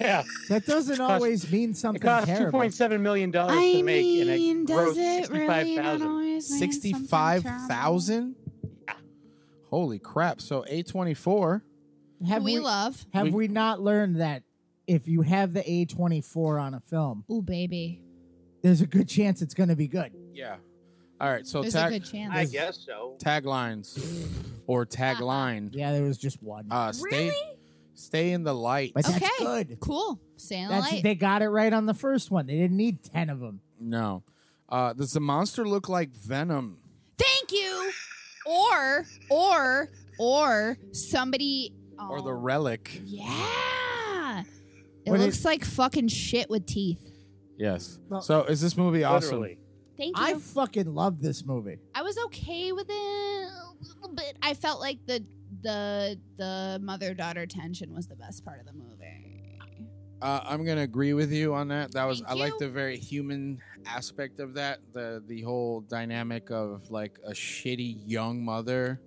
Speaker 8: Yeah,
Speaker 1: That doesn't
Speaker 8: cost-
Speaker 1: always mean
Speaker 8: it
Speaker 1: something
Speaker 8: cost two
Speaker 1: terrible.
Speaker 8: point seven million dollars
Speaker 2: I
Speaker 8: to make,
Speaker 2: mean,
Speaker 8: and it grossed
Speaker 2: does it
Speaker 8: sixty-five
Speaker 2: really not always
Speaker 8: thousand.
Speaker 2: mean something
Speaker 5: Sixty-five
Speaker 2: terrible?
Speaker 5: thousand. Holy crap! So A twenty four.
Speaker 1: Have
Speaker 2: we,
Speaker 1: we,
Speaker 2: love.
Speaker 1: have
Speaker 5: We-
Speaker 1: we not learned that if you have the A24 on a film,
Speaker 2: Ooh, baby.
Speaker 1: there's a good chance it's going to be good.
Speaker 5: Yeah. All right. So
Speaker 2: There's
Speaker 5: tag
Speaker 2: a good chance.
Speaker 7: I guess so.
Speaker 5: taglines or tagline.
Speaker 1: Yeah, there was just one.
Speaker 5: Uh, stay, stay in the light.
Speaker 1: but that's
Speaker 2: okay.
Speaker 1: good.
Speaker 2: Cool. Stay in the
Speaker 1: That's,
Speaker 2: light.
Speaker 1: they got it right on the first one. They didn't need 10 of them.
Speaker 5: No. Uh, does the monster look like Venom?
Speaker 2: Thank you. Or or or somebody
Speaker 5: or the
Speaker 2: Oh,
Speaker 5: relic.
Speaker 2: Yeah. It
Speaker 1: What
Speaker 2: looks like fucking shit with teeth.
Speaker 5: Yes.
Speaker 1: Well-
Speaker 5: so is this movie awesome?
Speaker 8: Literally.
Speaker 2: Thank you.
Speaker 1: I fucking love this movie.
Speaker 2: I was okay with it a little bit. I felt like the the the mother daughter tension was the best part of the movie.
Speaker 5: Uh, I'm gonna agree with you on that. That was
Speaker 2: Thank
Speaker 5: I like
Speaker 2: you.
Speaker 5: the very human aspect of that. The the whole dynamic of like a shitty young mother.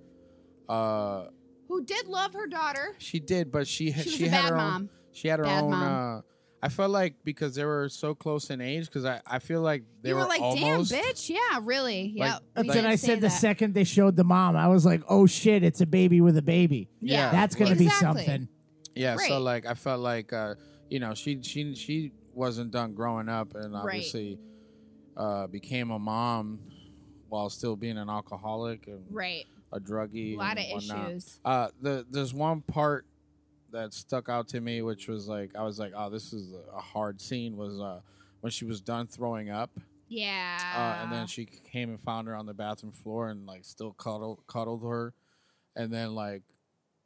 Speaker 5: Uh,
Speaker 2: Who did love her daughter?
Speaker 5: she did, but she
Speaker 2: She was
Speaker 5: she
Speaker 2: a
Speaker 5: had
Speaker 2: bad
Speaker 5: her own.
Speaker 2: mom.
Speaker 5: She had her
Speaker 2: Bad
Speaker 5: own.
Speaker 2: mom.
Speaker 5: Uh, I felt like because they were so close in age, because I, I feel like they
Speaker 2: you were, like,
Speaker 5: almost.
Speaker 2: damn, bitch. Yeah, really.
Speaker 5: Like-
Speaker 2: Yeah.
Speaker 1: That's
Speaker 5: Like-
Speaker 1: what I said the
Speaker 2: that.
Speaker 1: second they showed the mom. I was like, oh shit, it's a baby with a baby.
Speaker 2: Yeah.
Speaker 1: That's going to be
Speaker 2: Exactly.
Speaker 1: something.
Speaker 5: Yeah,
Speaker 2: Right.
Speaker 5: so like I felt like uh, you know she she she wasn't done growing up and
Speaker 2: Right.
Speaker 5: obviously uh, became a mom while still being an alcoholic and
Speaker 2: Right.
Speaker 5: a druggie.
Speaker 2: A lot
Speaker 5: and
Speaker 2: of
Speaker 5: whatnot.
Speaker 2: issues.
Speaker 5: Uh, the there's one part that stuck out to me, which was like I was like, oh, this is a hard scene. Was uh, when she was done throwing up, uh,
Speaker 2: Yeah.
Speaker 5: and then she came and found her on the bathroom floor and like still cuddled cuddled her, and then like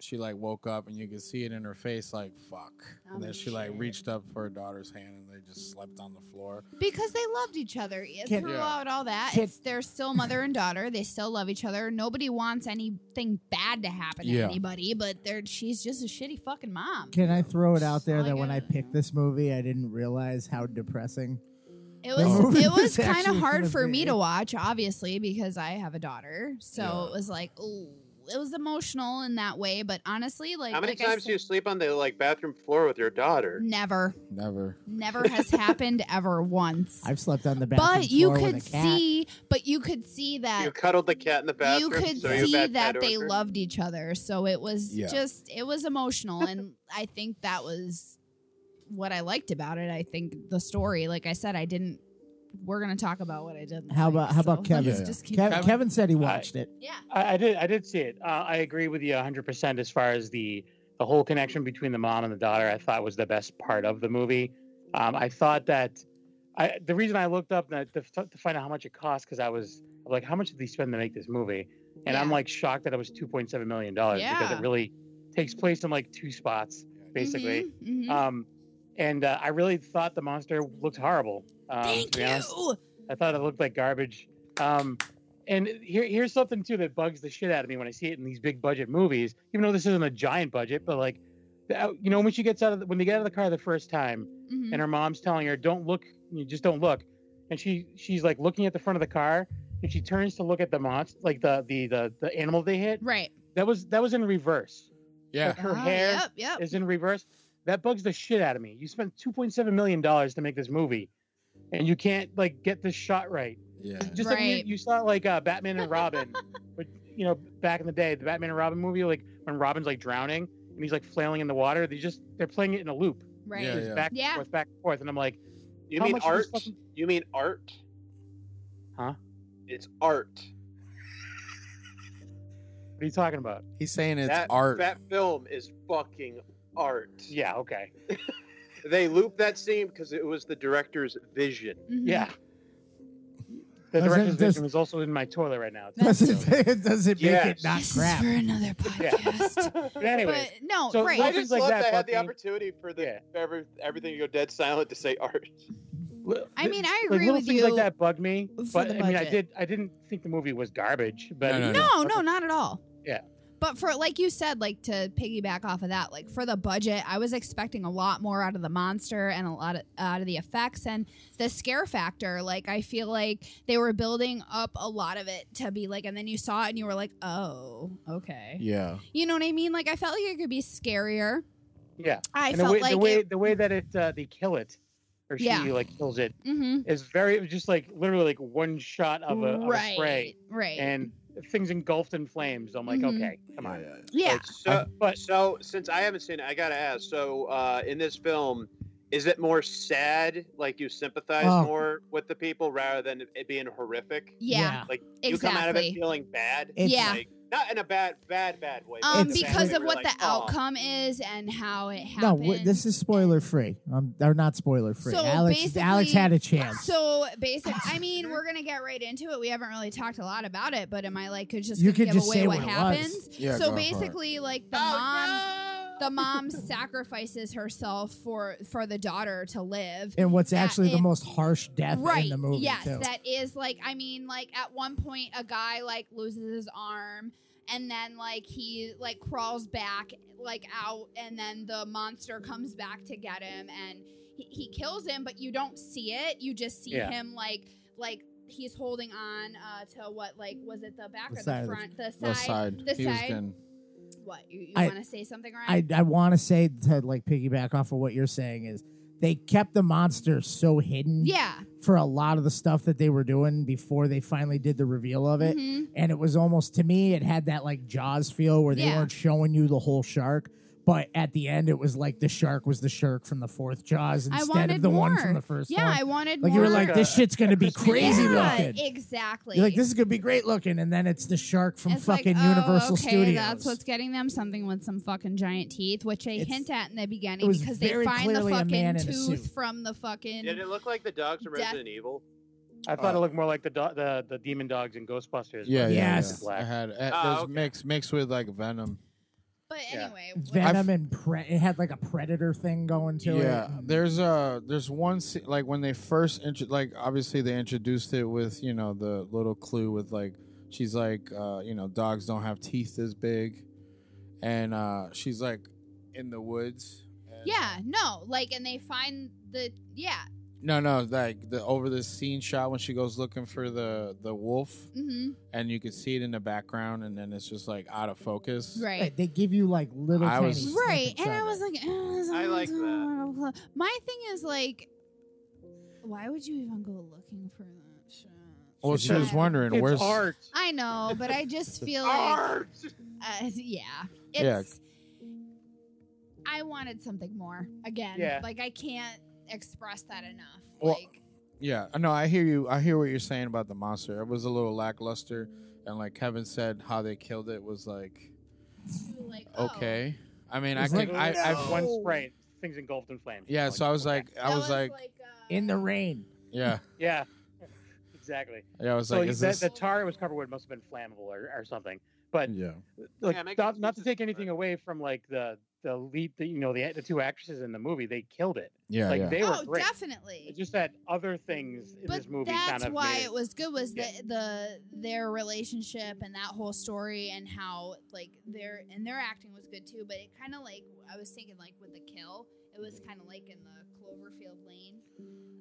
Speaker 5: she like woke up and you could see it in her face like fuck, and then she like reached up for her daughter's hand and they just slept on the floor.
Speaker 2: because they loved each other i-
Speaker 5: Kid-
Speaker 2: throughout all that.
Speaker 5: Kid-
Speaker 2: It's, they're still mother and daughter. They still love each other. Nobody wants anything bad to happen to
Speaker 1: Yeah.
Speaker 2: anybody, but they're she's just a shitty fucking mom.
Speaker 1: Can I throw it out there that when I picked this movie, I didn't realize how depressing.
Speaker 2: It
Speaker 1: the
Speaker 2: was
Speaker 1: movie
Speaker 2: it was kind of
Speaker 1: actually
Speaker 2: hard
Speaker 1: gonna
Speaker 2: for me
Speaker 1: be.
Speaker 2: to watch, obviously, because I have a daughter. So
Speaker 7: Yeah.
Speaker 2: it was like, ooh, it was emotional in that way. But honestly, like,
Speaker 7: How many
Speaker 2: like I
Speaker 7: times
Speaker 2: said,
Speaker 7: do you sleep on the like bathroom floor with your daughter?
Speaker 2: never,
Speaker 5: Never.
Speaker 7: (laughs)
Speaker 2: never has happened ever once.
Speaker 1: I've slept on the bathroom
Speaker 2: But you
Speaker 1: floor
Speaker 2: could
Speaker 1: with a cat.
Speaker 2: see, but you could see that
Speaker 7: You cuddled the cat in the bathroom.
Speaker 2: you could
Speaker 7: so a
Speaker 2: see
Speaker 7: bad
Speaker 2: that
Speaker 7: pet
Speaker 2: they
Speaker 7: owner.
Speaker 2: loved each other so it was
Speaker 7: Yeah.
Speaker 2: just it was emotional and i think that was what i liked about it i think the story like i said i didn't we're gonna talk about what i didn't
Speaker 1: How about how about
Speaker 2: so
Speaker 1: Kevin?
Speaker 2: let's just keep
Speaker 1: Kev-
Speaker 2: going.
Speaker 1: Kevin said he watched it.
Speaker 2: Yeah,
Speaker 8: I, I did. I did see it. Uh, I agree with you 100 percent as far as the the whole connection between the mom and the daughter. I thought was the best part of the movie. Um, I thought that I the reason I looked up that to, f- to find out how much it cost because I was like, how much did they spend to make this movie? And I'm like shocked that it was 2.7 million dollars because
Speaker 2: Yeah.
Speaker 8: it really takes place in like two spots basically.
Speaker 2: Mhm, mhm.
Speaker 8: Um, and uh, I really thought the monster looked horrible. Um,
Speaker 2: Thank
Speaker 8: to be honest.
Speaker 2: you.
Speaker 8: I thought it looked like garbage. Um, and here, here's something too that bugs the shit out of me when I see it in these big budget movies. Even though this isn't a giant budget, but like, the- out- you know, when she gets out of the, when they get out of the car the first time,
Speaker 2: Mhm.
Speaker 8: and her mom's telling her, "Don't look, you just don't look," and she she's like looking at the front of the car, and she turns to look at the monster, like the the the the animal they hit.
Speaker 2: Right.
Speaker 8: That was that was in reverse.
Speaker 5: Yeah.
Speaker 8: Like, her
Speaker 2: Oh,
Speaker 8: hair
Speaker 2: yep, yep.
Speaker 8: is in reverse. That bugs the shit out of me. You spent 2.7 million dollars to make this movie, and you can't like get this shot right.
Speaker 5: Yeah.
Speaker 8: Just like you,
Speaker 2: Right.
Speaker 8: you saw like uh, Batman and Robin, (laughs) but you know back in the day, the Batman and Robin movie, like when Robin's like drowning and he's like flailing in the water. They just they're playing it in a loop.
Speaker 2: Right.
Speaker 8: It's
Speaker 2: Yeah,
Speaker 8: just
Speaker 2: yeah.
Speaker 8: Back and
Speaker 2: Yeah.
Speaker 8: forth, back and forth, and I'm like,
Speaker 7: You
Speaker 8: how
Speaker 7: mean
Speaker 8: much did this
Speaker 7: art? You mean art?
Speaker 8: Huh?
Speaker 7: It's art.
Speaker 8: What are you talking about?
Speaker 5: He's saying it's
Speaker 7: that,
Speaker 5: art.
Speaker 7: That film is fucking art.
Speaker 8: Yeah.
Speaker 2: (laughs)
Speaker 8: Okay.
Speaker 7: They looped that scene because it was the director's vision.
Speaker 2: mm-hmm.
Speaker 8: Yeah. The
Speaker 1: Doesn't-
Speaker 8: director's
Speaker 1: does-
Speaker 8: vision is also in my toilet right now.
Speaker 1: Does it, does it make
Speaker 8: Yes.
Speaker 1: it not
Speaker 8: This is
Speaker 1: crap?
Speaker 2: for
Speaker 8: (laughs)
Speaker 2: another (laughs) podcast.
Speaker 8: but anyway,
Speaker 2: But no,
Speaker 8: so
Speaker 2: right.
Speaker 7: I
Speaker 8: little
Speaker 7: just
Speaker 8: things like
Speaker 7: love
Speaker 8: that
Speaker 7: that I had the
Speaker 8: bug me.
Speaker 7: opportunity for the every, everything to go dead silent to say art.
Speaker 2: I mean, I
Speaker 8: like
Speaker 2: agree
Speaker 8: little
Speaker 2: with
Speaker 8: things
Speaker 2: you.
Speaker 8: like that bug me.
Speaker 2: for
Speaker 8: But
Speaker 2: the
Speaker 8: I mean, I
Speaker 2: budget.
Speaker 8: did. I didn't think the movie was garbage. But
Speaker 5: No,
Speaker 2: No, no, not at all.
Speaker 8: Yeah.
Speaker 2: But for like you said, like to piggyback off of that, like for the budget, I was expecting a lot more out of the monster and a lot of, out of the effects and the scare factor. Like I feel like they were building up a lot of it to be like, and then you saw it and you were like, oh, okay.
Speaker 5: Yeah.
Speaker 2: You know what I mean? Like I felt like it could be scarier.
Speaker 8: Yeah.
Speaker 2: I
Speaker 8: and
Speaker 2: felt
Speaker 8: the way, the
Speaker 2: like
Speaker 8: way
Speaker 2: it-
Speaker 8: the way that it uh, they kill it, or she
Speaker 2: Yeah.
Speaker 8: like kills it,
Speaker 2: Mm-hmm.
Speaker 8: is very it was just like literally like one shot of a, of a
Speaker 2: Right,
Speaker 8: spray,
Speaker 2: right.
Speaker 8: and things engulfed in flames. I'm like,
Speaker 2: Mhm.
Speaker 8: okay, come on.
Speaker 2: Yeah.
Speaker 7: So,
Speaker 8: but
Speaker 7: so since I haven't seen it, I gotta ask. So, uh, in this film, is it more sad? Like you sympathize
Speaker 1: Oh.
Speaker 7: more with the people rather than it being horrific?
Speaker 2: Yeah,
Speaker 7: Like you come out of
Speaker 2: exactly.
Speaker 7: it feeling bad.
Speaker 1: It's-
Speaker 2: Yeah.
Speaker 7: Like, not in a bad, bad, bad way. but
Speaker 2: Um,
Speaker 7: in a bad
Speaker 2: because
Speaker 7: way
Speaker 2: of
Speaker 7: where
Speaker 2: what
Speaker 7: like, "Oh."
Speaker 2: the
Speaker 7: "Aw."
Speaker 2: outcome is and how it happened.
Speaker 1: No, w- this is spoiler free. Um, or not spoiler free.
Speaker 2: So
Speaker 1: Alex,
Speaker 2: basically-
Speaker 1: Alex had a chance.
Speaker 2: So basic. I mean, we're gonna get right into it. We haven't really talked a lot about it, but am I like could just
Speaker 1: You
Speaker 2: gonna
Speaker 1: could
Speaker 2: give
Speaker 1: just
Speaker 2: away
Speaker 1: say
Speaker 2: what
Speaker 1: what it was.
Speaker 2: happens?
Speaker 1: Yeah,
Speaker 2: so
Speaker 1: go for it.
Speaker 2: basically, like the mom, the mom sacrifices herself for for the daughter to live.
Speaker 1: and what's
Speaker 2: That
Speaker 1: actually the
Speaker 2: is-
Speaker 1: most harsh death
Speaker 2: right?
Speaker 1: in the movie
Speaker 2: yes,
Speaker 1: too.
Speaker 2: that is like I mean, like at one point, a guy like loses his arm. And then, like he like crawls back, like out, and then the monster comes back to get him, and he, he kills him, but you don't see it. You just see
Speaker 11: Yeah.
Speaker 2: him like like he's holding on uh, to what like was it the back
Speaker 1: The
Speaker 2: or
Speaker 1: side
Speaker 2: the
Speaker 1: of the-
Speaker 2: front? The
Speaker 5: the
Speaker 2: side.
Speaker 5: side. He was getting-
Speaker 2: What you, you
Speaker 1: I-
Speaker 2: want to say something,
Speaker 1: I
Speaker 2: Ryan?
Speaker 1: I want to say to like piggyback off of what you're saying is they kept the monster so hidden.
Speaker 2: Yeah.
Speaker 1: For a lot of the stuff that they were doing before they finally did the reveal of it,
Speaker 2: Mhm.
Speaker 1: and it was almost to me it had that like Jaws feel where they
Speaker 2: Yeah.
Speaker 1: weren't showing you the whole shark, But at the end, it was like the shark was the shark from the fourth Jaws
Speaker 2: I
Speaker 1: instead
Speaker 2: wanted
Speaker 1: of the
Speaker 2: more.
Speaker 1: one from the first
Speaker 2: yeah,
Speaker 1: one.
Speaker 2: I wanted
Speaker 1: like
Speaker 2: more.
Speaker 1: you were like, this shit's gonna be
Speaker 2: (laughs)
Speaker 1: crazy
Speaker 2: yeah,
Speaker 1: looking.
Speaker 2: Exactly.
Speaker 1: You're like, this is gonna be great looking, and then it's the shark from
Speaker 2: It's like,
Speaker 1: fucking
Speaker 2: oh,
Speaker 1: Universal
Speaker 2: okay,
Speaker 1: Studios.
Speaker 2: That's what's getting them something with some fucking giant teeth, which they
Speaker 1: It's-
Speaker 2: hint at in the
Speaker 1: it
Speaker 2: beginning
Speaker 1: was
Speaker 2: because they
Speaker 1: very
Speaker 2: find the
Speaker 1: clearly a man
Speaker 2: fucking
Speaker 1: in a
Speaker 2: tooth
Speaker 1: suit.
Speaker 2: from the fucking.
Speaker 7: Did it look like the dogs from
Speaker 2: Death-
Speaker 7: Resident Evil?
Speaker 8: I thought
Speaker 5: Uh,
Speaker 8: it looked more like the do- the the demon dogs in Ghostbusters.
Speaker 5: Yeah, yeah,
Speaker 8: but
Speaker 5: yeah.
Speaker 1: Yes.
Speaker 8: black.
Speaker 5: I had uh,
Speaker 7: Ah,
Speaker 5: there's
Speaker 7: okay.
Speaker 5: mixed mixed with like Venom.
Speaker 2: But
Speaker 8: Yeah.
Speaker 2: anyway,
Speaker 1: Venom and pre- it had like a predator thing going
Speaker 5: yeah,
Speaker 1: to it. Mm-hmm. and-
Speaker 5: there's uh there's one se- like when they first intro like obviously they introduced it with you know the little clue with like she's like uh you know dogs don't have teeth this big, and uh she's like in the woods. and, uh,
Speaker 2: yeah, no, like, and they find the yeah,
Speaker 5: No, no, like the over the scene shot when she goes looking for the the wolf,
Speaker 2: hmm
Speaker 5: and you can see it in the background, and then it's just like out of focus.
Speaker 1: Hey,
Speaker 2: right.
Speaker 1: They give you like little
Speaker 5: I
Speaker 1: tiny
Speaker 5: was-
Speaker 1: snippets
Speaker 2: Right, and
Speaker 1: of
Speaker 2: I
Speaker 1: it.
Speaker 2: was like, eh,
Speaker 7: I like
Speaker 2: that. My thing is like, why would you even go looking for that shit?
Speaker 5: Well, she was
Speaker 2: Yeah.
Speaker 5: wondering
Speaker 8: It's
Speaker 5: where's
Speaker 8: art.
Speaker 2: I know, but I just feel like,
Speaker 7: Art!
Speaker 2: uh, (laughs) yeah, it's.
Speaker 5: Yeah.
Speaker 2: I wanted something more again.
Speaker 8: Yeah.
Speaker 2: Like I can't express that enough.
Speaker 5: Well,
Speaker 2: like
Speaker 5: Yeah, no, I hear you. I hear what you're saying about the monster. It was a little lackluster, and like Kevin said, how they killed it was like
Speaker 2: you were like oh,
Speaker 5: okay. I mean, I
Speaker 1: It's
Speaker 5: could,
Speaker 1: like,
Speaker 5: I, I've
Speaker 8: one
Speaker 5: one.
Speaker 8: sprite. Things engulfed in flames.
Speaker 5: Yeah, so I was like,
Speaker 2: that
Speaker 5: I was
Speaker 2: was
Speaker 5: like,
Speaker 2: uh,
Speaker 1: in the rain.
Speaker 5: yeah,
Speaker 8: yeah, (laughs) exactly.
Speaker 5: yeah, I was
Speaker 8: So
Speaker 5: like, is
Speaker 8: that,
Speaker 5: this?
Speaker 8: the tar it was covered with must have been flammable or, or something. But
Speaker 5: Yeah,
Speaker 8: like,
Speaker 7: Yeah, make
Speaker 8: not, not to
Speaker 7: excuses
Speaker 8: take
Speaker 7: for
Speaker 8: anything
Speaker 7: it.
Speaker 8: away from like the the lead, the, you know, the the two actresses in the movie, they killed it.
Speaker 5: yeah,
Speaker 8: like
Speaker 5: yeah.
Speaker 8: they were
Speaker 2: oh,
Speaker 8: great.
Speaker 2: definitely.
Speaker 8: It's just that other things in
Speaker 2: but
Speaker 8: this movie
Speaker 2: that's
Speaker 8: kind of
Speaker 2: why
Speaker 8: made
Speaker 2: it was good was
Speaker 8: Yeah.
Speaker 2: the, the their relationship and that whole story and how like their and their acting was good too but it kind of like i was thinking like with the kill it was kind of like in the cloverfield lane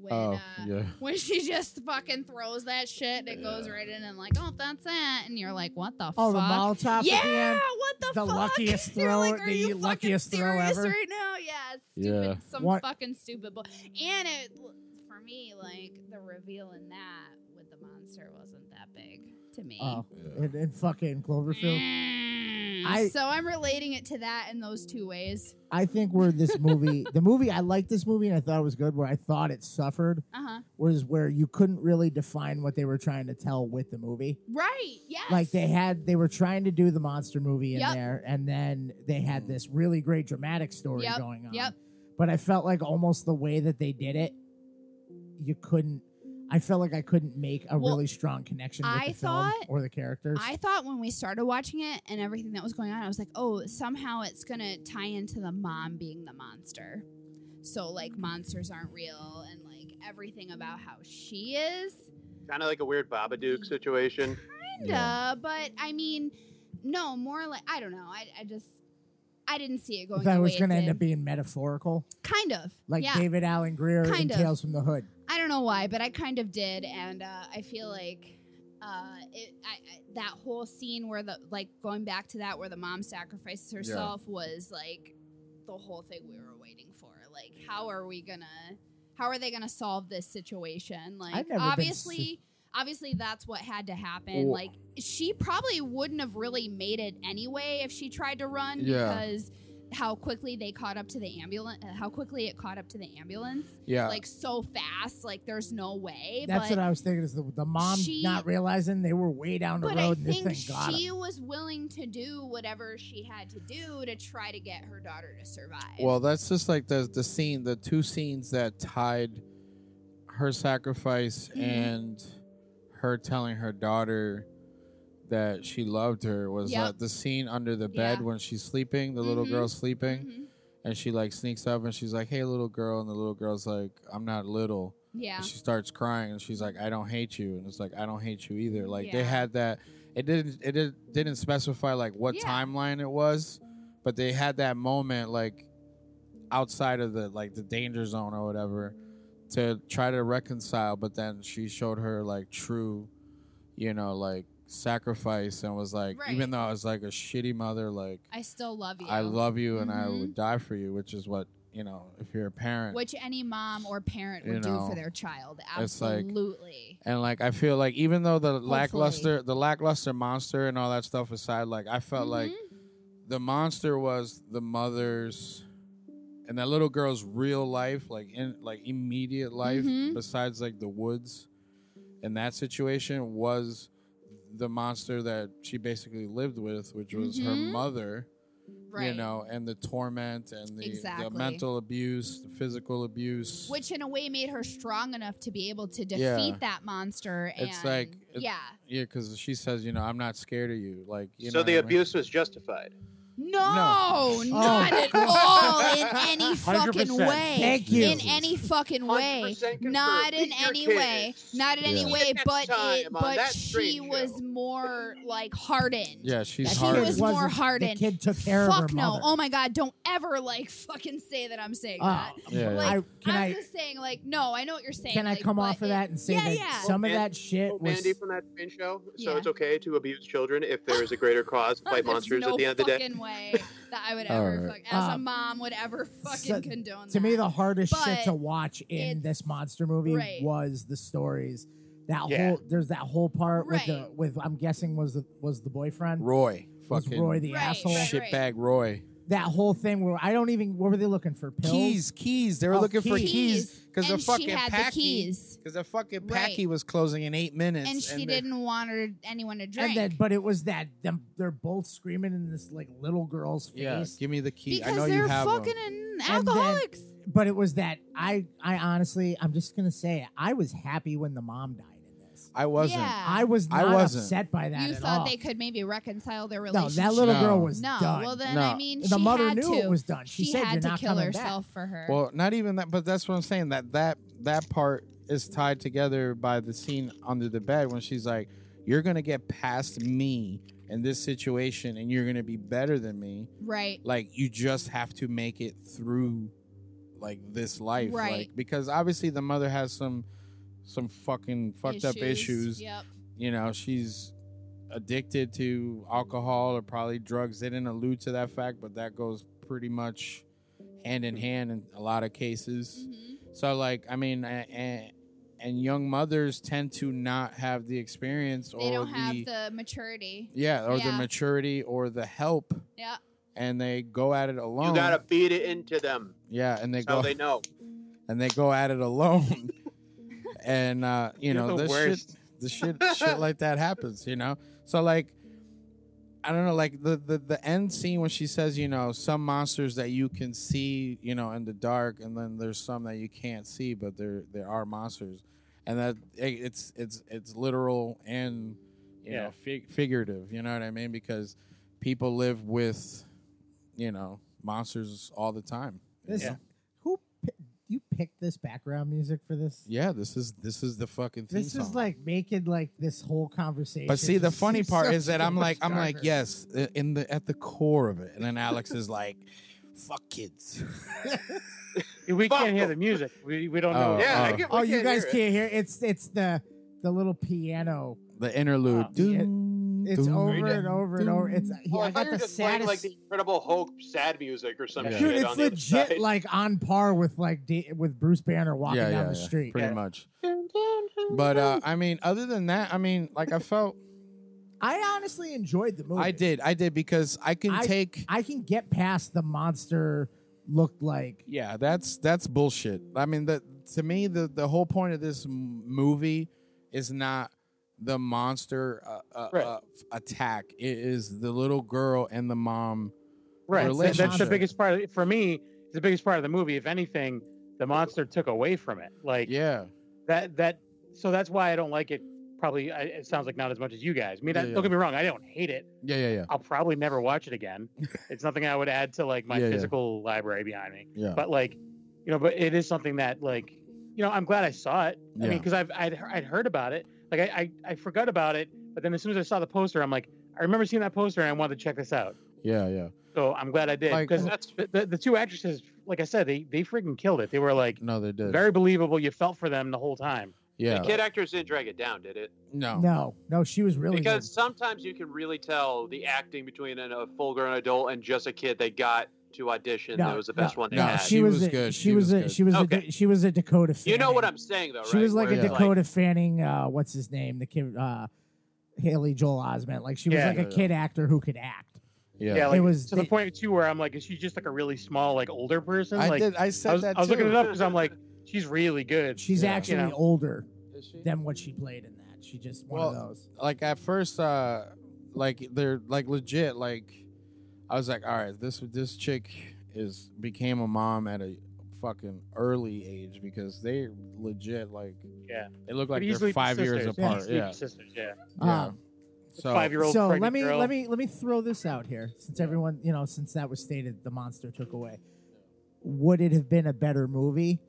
Speaker 2: when
Speaker 5: oh,
Speaker 2: uh,
Speaker 5: yeah.
Speaker 2: when she just fucking throws that shit and it goes right in and like oh that's it and you're like what the
Speaker 1: Oh, the
Speaker 2: fuck
Speaker 1: Molotov at the
Speaker 2: yeah
Speaker 1: end.
Speaker 2: what the,
Speaker 1: The
Speaker 2: fuck (laughs)
Speaker 1: luckiest
Speaker 2: You're like,
Speaker 1: throw-
Speaker 2: are you
Speaker 1: the
Speaker 2: fucking
Speaker 1: luckiest throw
Speaker 2: serious
Speaker 1: ever?
Speaker 2: right now yeah it's stupid
Speaker 5: Yeah.
Speaker 2: some
Speaker 1: What-
Speaker 2: fucking stupid bull and it for me like the reveal in that with the monster wasn't that big to me
Speaker 1: Oh, and, and fucking Cloverfield.
Speaker 2: Mm.
Speaker 1: I-
Speaker 2: so i'm relating it to that in those two ways
Speaker 1: I think where this movie, (laughs) the movie I liked this movie and I thought it was good. Where I thought it suffered
Speaker 2: uh-huh
Speaker 1: was where you couldn't really define what they were trying to tell with the movie.
Speaker 2: right yes
Speaker 1: Like they had, they were trying to do the monster movie in
Speaker 2: Yep.
Speaker 1: there, and then they had this really great dramatic story
Speaker 2: Yep,
Speaker 1: going on.
Speaker 2: yep.
Speaker 1: But I felt like almost the way that they did it, you couldn't. I felt like I couldn't make a
Speaker 2: Well,
Speaker 1: really strong connection with
Speaker 2: I
Speaker 1: the film
Speaker 2: thought-
Speaker 1: or the characters.
Speaker 2: I thought when we started watching it and everything that was going on, I was like, oh, somehow it's going to tie into the mom being the monster. So, like, monsters aren't real and, like, everything about how she is.
Speaker 7: Kind of like a weird Babadook situation.
Speaker 2: Kinda. But, I mean, no, more like, I don't know. I, I just, I didn't see it
Speaker 1: I
Speaker 2: going
Speaker 1: thought
Speaker 2: the
Speaker 1: it
Speaker 2: way
Speaker 1: was going to end
Speaker 2: did.
Speaker 1: up being metaphorical,
Speaker 2: Kind of.
Speaker 1: like
Speaker 2: yeah.
Speaker 1: David Allen Greer in
Speaker 2: Kind of.
Speaker 1: Tales from the Hood.
Speaker 2: I don't know why, but I kind of did, and uh, I feel like uh, it, I, I, that whole scene where the like going back to that where the mom sacrifices herself was like the whole thing we were waiting for. Like, how are we gonna? How are they gonna solve this situation? Like,
Speaker 1: I've never been
Speaker 2: obviously. Obviously, that's what had to happen.
Speaker 5: Well-
Speaker 2: Like, she probably wouldn't have really made it anyway if she tried to run
Speaker 5: Yeah.
Speaker 2: because how quickly they caught up to the ambulance, how quickly it caught up to the ambulance
Speaker 5: yeah.
Speaker 2: like so fast. Like there's no way.
Speaker 1: That's
Speaker 2: but
Speaker 1: what I was thinking. Is the, the mom
Speaker 2: she-
Speaker 1: not realizing they were way down the
Speaker 2: but I
Speaker 1: road and this
Speaker 2: think
Speaker 1: thing got 'em.
Speaker 2: she was willing to do whatever she had to do to try to get her daughter to survive.
Speaker 5: Well, that's just like the the scene, the two scenes that tied her sacrifice
Speaker 2: Mhm.
Speaker 5: and her telling her daughter that she loved her was
Speaker 2: Yep.
Speaker 5: that the scene under the bed
Speaker 2: Yeah.
Speaker 5: when she's sleeping, the little
Speaker 2: Mhm.
Speaker 5: girl's sleeping,
Speaker 2: Mhm.
Speaker 5: and she like sneaks up and she's like, "Hey, little girl," and the little girl's like, "I'm not little."
Speaker 2: yeah,
Speaker 5: And she starts crying and she's like, "I don't hate you," and it's like, "I don't hate you either." Like they
Speaker 2: Yeah.
Speaker 5: had that. It didn't. It did, didn't specify like what
Speaker 2: Yeah.
Speaker 5: timeline it was, but they had that moment like outside of the like the danger zone or whatever to try to reconcile. But then she showed her like true, you know, like sacrifice and was like,
Speaker 2: Right.
Speaker 5: even though I was like a shitty mother, like
Speaker 2: I still love you.
Speaker 5: I love you and I
Speaker 2: Mhm.
Speaker 5: would die for you, which is what you know if you're a parent.
Speaker 2: which any mom or parent would
Speaker 5: You
Speaker 2: do
Speaker 5: know,
Speaker 2: for their child.
Speaker 5: it's like-
Speaker 2: Absolutely.
Speaker 5: And like I feel like even though the lackluster the lackluster monster and all that stuff aside, like I felt like
Speaker 2: Mhm.
Speaker 5: the monster was the mother's and that little girl's real life, like in like immediate life,
Speaker 2: Mhm.
Speaker 5: besides like the woods and that situation was the monster that she basically lived with, which was her
Speaker 2: Mhm.
Speaker 5: mother. You
Speaker 2: Right.
Speaker 5: know, and the torment and the,
Speaker 2: Exactly.
Speaker 5: the mental abuse, the physical abuse.
Speaker 2: Which in a way made her strong enough to be able to defeat
Speaker 5: Yeah.
Speaker 2: that monster. And
Speaker 5: it's like it-
Speaker 2: yeah,
Speaker 5: yeah, because she says, you know, I'm not scared of you. Like, you
Speaker 7: so
Speaker 5: know
Speaker 7: the
Speaker 5: what I mean?
Speaker 7: abuse was justified.
Speaker 2: no,
Speaker 5: Oh,
Speaker 2: not at all in
Speaker 5: (laughs)
Speaker 2: any fucking
Speaker 7: 100%.
Speaker 2: way.
Speaker 7: Thank you.
Speaker 2: In any fucking way, not in any
Speaker 7: kids.
Speaker 2: way, not in any
Speaker 5: Yeah.
Speaker 2: way.
Speaker 7: Next
Speaker 2: But it,
Speaker 7: time on
Speaker 2: but
Speaker 7: That
Speaker 2: she was more like hardened.
Speaker 5: Yeah, she's
Speaker 2: She
Speaker 5: hard.
Speaker 2: was more hardened.
Speaker 1: The kid took care of
Speaker 2: Fuck
Speaker 1: her
Speaker 2: no!
Speaker 1: mother.
Speaker 2: Oh my god! Don't ever like fucking say that I'm saying
Speaker 1: Oh,
Speaker 2: that.
Speaker 1: yeah.
Speaker 2: Like,
Speaker 1: I- can
Speaker 2: I'm
Speaker 1: I-
Speaker 2: just saying, like, no, I know what you're saying.
Speaker 1: Can I
Speaker 2: like,
Speaker 1: come
Speaker 2: but
Speaker 1: off of
Speaker 2: it-
Speaker 1: that and say
Speaker 2: yeah,
Speaker 1: that
Speaker 2: yeah.
Speaker 1: some of
Speaker 7: Man-
Speaker 1: that shit was
Speaker 7: Mandy from that train show. So
Speaker 2: Yeah.
Speaker 7: it's okay to abuse children if there is a greater
Speaker 2: (laughs)
Speaker 7: cause to
Speaker 2: (laughs)
Speaker 7: fight
Speaker 2: There's
Speaker 7: monsters
Speaker 2: no
Speaker 7: at the end of the day.
Speaker 2: fucking way that I would
Speaker 5: All
Speaker 2: ever,
Speaker 5: right.
Speaker 2: fuck, as a
Speaker 1: Um,
Speaker 2: mom, would ever fucking
Speaker 1: so-
Speaker 2: condone
Speaker 1: to
Speaker 2: that.
Speaker 1: me the hardest
Speaker 2: But
Speaker 1: shit to watch in this monster movie
Speaker 2: right.
Speaker 1: was the stories. That
Speaker 5: Yeah.
Speaker 1: whole there's that whole part
Speaker 2: Right.
Speaker 1: with the with I'm guessing was the was the boyfriend
Speaker 5: Roy,
Speaker 1: Was
Speaker 5: fucking
Speaker 1: Roy the Right, asshole? right,
Speaker 5: shitbag
Speaker 1: right.
Speaker 5: Roy.
Speaker 1: that whole thing where I don't even what were they looking for pills
Speaker 5: Keys, keys. They were
Speaker 1: Oh,
Speaker 5: looking for keys
Speaker 1: keys.
Speaker 5: because the
Speaker 2: And she
Speaker 5: fucking
Speaker 2: had the
Speaker 5: packy.
Speaker 2: keys.
Speaker 5: Because the fucking
Speaker 2: Right.
Speaker 5: packy was closing in eight minutes,
Speaker 2: and she
Speaker 5: they-
Speaker 2: didn't want her, anyone to drink.
Speaker 1: and then but it was that them they're both screaming in this like little girl's face.
Speaker 5: Yeah, give me the key. I
Speaker 2: because
Speaker 5: know
Speaker 2: they're
Speaker 5: you have 'em.
Speaker 2: fucking an
Speaker 1: And then-
Speaker 2: alcoholics.
Speaker 1: but it was that I I honestly I'm just gonna say it, I was happy when the mom died.
Speaker 5: I wasn't.
Speaker 2: Yeah.
Speaker 1: I was
Speaker 5: I
Speaker 1: not
Speaker 5: wasn't.
Speaker 1: upset by that.
Speaker 2: you
Speaker 1: at
Speaker 2: thought
Speaker 1: all.
Speaker 2: they could maybe reconcile their
Speaker 1: No,
Speaker 2: relationship.
Speaker 1: that little
Speaker 5: No.
Speaker 1: girl was
Speaker 2: No,
Speaker 1: done.
Speaker 2: well then I
Speaker 5: No.
Speaker 2: mean
Speaker 1: The
Speaker 2: she
Speaker 1: mother
Speaker 2: had to.
Speaker 1: knew it was done. She said,
Speaker 2: had
Speaker 1: "You're
Speaker 2: to
Speaker 1: not
Speaker 2: kill
Speaker 1: coming back."
Speaker 2: herself for her.
Speaker 5: Well, not even that, but that's what I'm saying. That that that part is tied together by the scene under the bed when she's like, "You're gonna get past me in this situation, and you're gonna be better than me.
Speaker 2: right.
Speaker 5: Like you just have to make it through, like this life,
Speaker 2: Right.
Speaker 5: Like because obviously the mother has some some fucking fucked up issues.
Speaker 2: Yep.
Speaker 5: You know, she's addicted to alcohol or probably drugs. They didn't allude to that fact, but that goes pretty much hand in hand in a lot of cases.
Speaker 2: Mm-hmm.
Speaker 5: So, like, I mean, and, and young mothers tend to not have the experience
Speaker 2: They
Speaker 5: or
Speaker 2: don't
Speaker 5: the,
Speaker 2: have the maturity.
Speaker 5: yeah or the
Speaker 2: Yeah.
Speaker 5: maturity or the help,
Speaker 2: Yeah.
Speaker 5: and they go at it alone.
Speaker 7: You gotta feed it into them.
Speaker 5: yeah, and they
Speaker 7: That's how
Speaker 5: go
Speaker 7: they know.
Speaker 5: (laughs) and they go at it
Speaker 7: (laughs)
Speaker 5: alone. and uh, you
Speaker 7: You're
Speaker 5: know,
Speaker 7: the
Speaker 5: the shit,
Speaker 7: worst.
Speaker 5: the shit, shit like that happens. You know, so like, I don't know, like the, the the end scene when she says, you know, some monsters that you can see, you know, in the dark, and then there's some that you can't see, but there there are monsters, and that it, it's it's it's literal and you
Speaker 8: Yeah.
Speaker 5: know fig- figurative. You know what I mean? Because people live with, you know, monsters all the time.
Speaker 1: This,
Speaker 5: yeah.
Speaker 1: Who pi- you picked this background music for this?
Speaker 5: Yeah, this is this is the fucking theme
Speaker 1: This
Speaker 5: song.
Speaker 1: is like making like this whole conversation.
Speaker 5: but see, the
Speaker 1: just (laughs)
Speaker 5: funny
Speaker 1: seem
Speaker 5: part
Speaker 1: so
Speaker 5: is that I'm
Speaker 1: much
Speaker 5: like, I'm like,
Speaker 1: darker.
Speaker 5: yes, i- in the at the core of it, and then Alex is like, "Fuck kids."
Speaker 8: We can't hear the music. We, we don't know.
Speaker 5: Oh, Yeah, I
Speaker 7: (laughs)
Speaker 5: oh. get-
Speaker 1: Oh, you guys can't hear. It's it's the the little piano.
Speaker 5: The interlude. Dun,
Speaker 1: It's
Speaker 5: dun,
Speaker 1: over and over and over. It's
Speaker 7: Oh,
Speaker 1: yeah,
Speaker 7: I
Speaker 1: I
Speaker 7: thought
Speaker 1: got
Speaker 7: you
Speaker 1: the
Speaker 7: were just playing like
Speaker 1: saddest.
Speaker 7: the Incredible Hulk sad music or some
Speaker 5: Yeah.
Speaker 7: shit.
Speaker 1: Dude,
Speaker 7: on
Speaker 1: it's
Speaker 7: the other side.
Speaker 1: legit like on par with like D- with Bruce Banner walking
Speaker 5: yeah,
Speaker 1: down
Speaker 5: yeah,
Speaker 1: the
Speaker 5: yeah,
Speaker 1: street.
Speaker 5: pretty much. But uh, I mean, other than that, I mean, like I felt,
Speaker 1: I honestly enjoyed the movie.
Speaker 5: I did, I did because I can
Speaker 1: I-
Speaker 5: take.
Speaker 1: I can get past the monster looked like
Speaker 5: Yeah, that's that's bullshit. I mean, the to me the the whole point of this m- movie is not the monster uh, uh,
Speaker 8: Right.
Speaker 5: uh, attack. It is the little girl and the mom.
Speaker 8: Right. so That's the
Speaker 5: relationship.
Speaker 8: biggest part of, for me. The biggest part of the movie, if anything, the monster took away from it. Like
Speaker 5: Yeah,
Speaker 8: that. That. So that's why I don't like it. Probably I, it sounds like not as much as you guys. I mean, I-
Speaker 5: Yeah, yeah.
Speaker 8: don't get me wrong. I don't hate it.
Speaker 5: yeah, yeah, yeah.
Speaker 8: I'll probably never watch
Speaker 5: (laughs)
Speaker 8: it again. it's nothing I would add to like my
Speaker 5: Yeah, yeah.
Speaker 8: physical library behind me.
Speaker 5: Yeah.
Speaker 8: But like, you know, but it is something that like, you know, I'm glad I saw it. I
Speaker 5: Yeah.
Speaker 8: mean, because I've I'd, I'd heard about it. Like I, I I forgot about it, but then as soon as I saw the poster, I'm like, I remember seeing that poster and I wanted to check this out.
Speaker 5: Yeah, yeah.
Speaker 8: So I'm glad I did
Speaker 5: Like- uh,
Speaker 8: because the, the, the two actresses, like I said, they they freaking killed it. They were like
Speaker 5: No, they did.
Speaker 8: very believable. You felt for them the whole time.
Speaker 5: yeah.
Speaker 7: The kid actors didn't drag it down, did it?
Speaker 5: No.
Speaker 1: no, no. She was really
Speaker 7: because
Speaker 1: good.
Speaker 7: sometimes you can really tell the acting between an, a full-grown adult and just a kid they got to audition
Speaker 1: No,
Speaker 7: that was the best one they
Speaker 5: no,
Speaker 7: had.
Speaker 1: she,
Speaker 5: She
Speaker 1: was,
Speaker 5: was
Speaker 1: a,
Speaker 5: good.
Speaker 1: She,
Speaker 5: She
Speaker 1: was,
Speaker 5: was
Speaker 1: a
Speaker 5: good.
Speaker 1: she was a
Speaker 7: Okay.
Speaker 1: Da- she was a Dakota. Fanning.
Speaker 7: you know what I'm saying, though, right?
Speaker 1: She was like
Speaker 7: Where
Speaker 1: a
Speaker 7: it's
Speaker 1: Dakota Fanning. Uh, what's his name? The kid, uh, Haley Joel Osment. Like she was
Speaker 8: Yeah.
Speaker 1: like a
Speaker 5: Yeah,
Speaker 1: kid actor who could act.
Speaker 5: Yeah.
Speaker 8: like,
Speaker 1: It was-
Speaker 8: to the point too where I'm like, is she just like a really small, like older person?
Speaker 5: I
Speaker 8: like,
Speaker 5: did- I said
Speaker 8: was,
Speaker 5: that
Speaker 8: I was looking
Speaker 5: too.
Speaker 8: it up because I'm like, she's really good.
Speaker 1: She's
Speaker 8: you
Speaker 1: actually
Speaker 8: know?
Speaker 1: older than what she played in that. She just one of
Speaker 5: Well,
Speaker 1: those.
Speaker 5: like at first uh like they're like legit like i was like all right this this chick is became a mom at a fucking early age because they legit like
Speaker 8: Yeah.
Speaker 5: they look
Speaker 8: Could
Speaker 5: like
Speaker 8: easily
Speaker 5: they're
Speaker 8: be
Speaker 5: five years
Speaker 8: sisters.
Speaker 5: apart
Speaker 8: Easily be
Speaker 5: yeah
Speaker 8: sisters. Yeah.
Speaker 2: Uh-huh.
Speaker 5: yeah
Speaker 1: Um,
Speaker 5: so
Speaker 8: Five-year-old
Speaker 1: So let
Speaker 8: pregnant
Speaker 1: me
Speaker 8: girl.
Speaker 1: let me let me throw this out here, since everyone you know, since that was stated, the monster took away. Would it have been a better movie?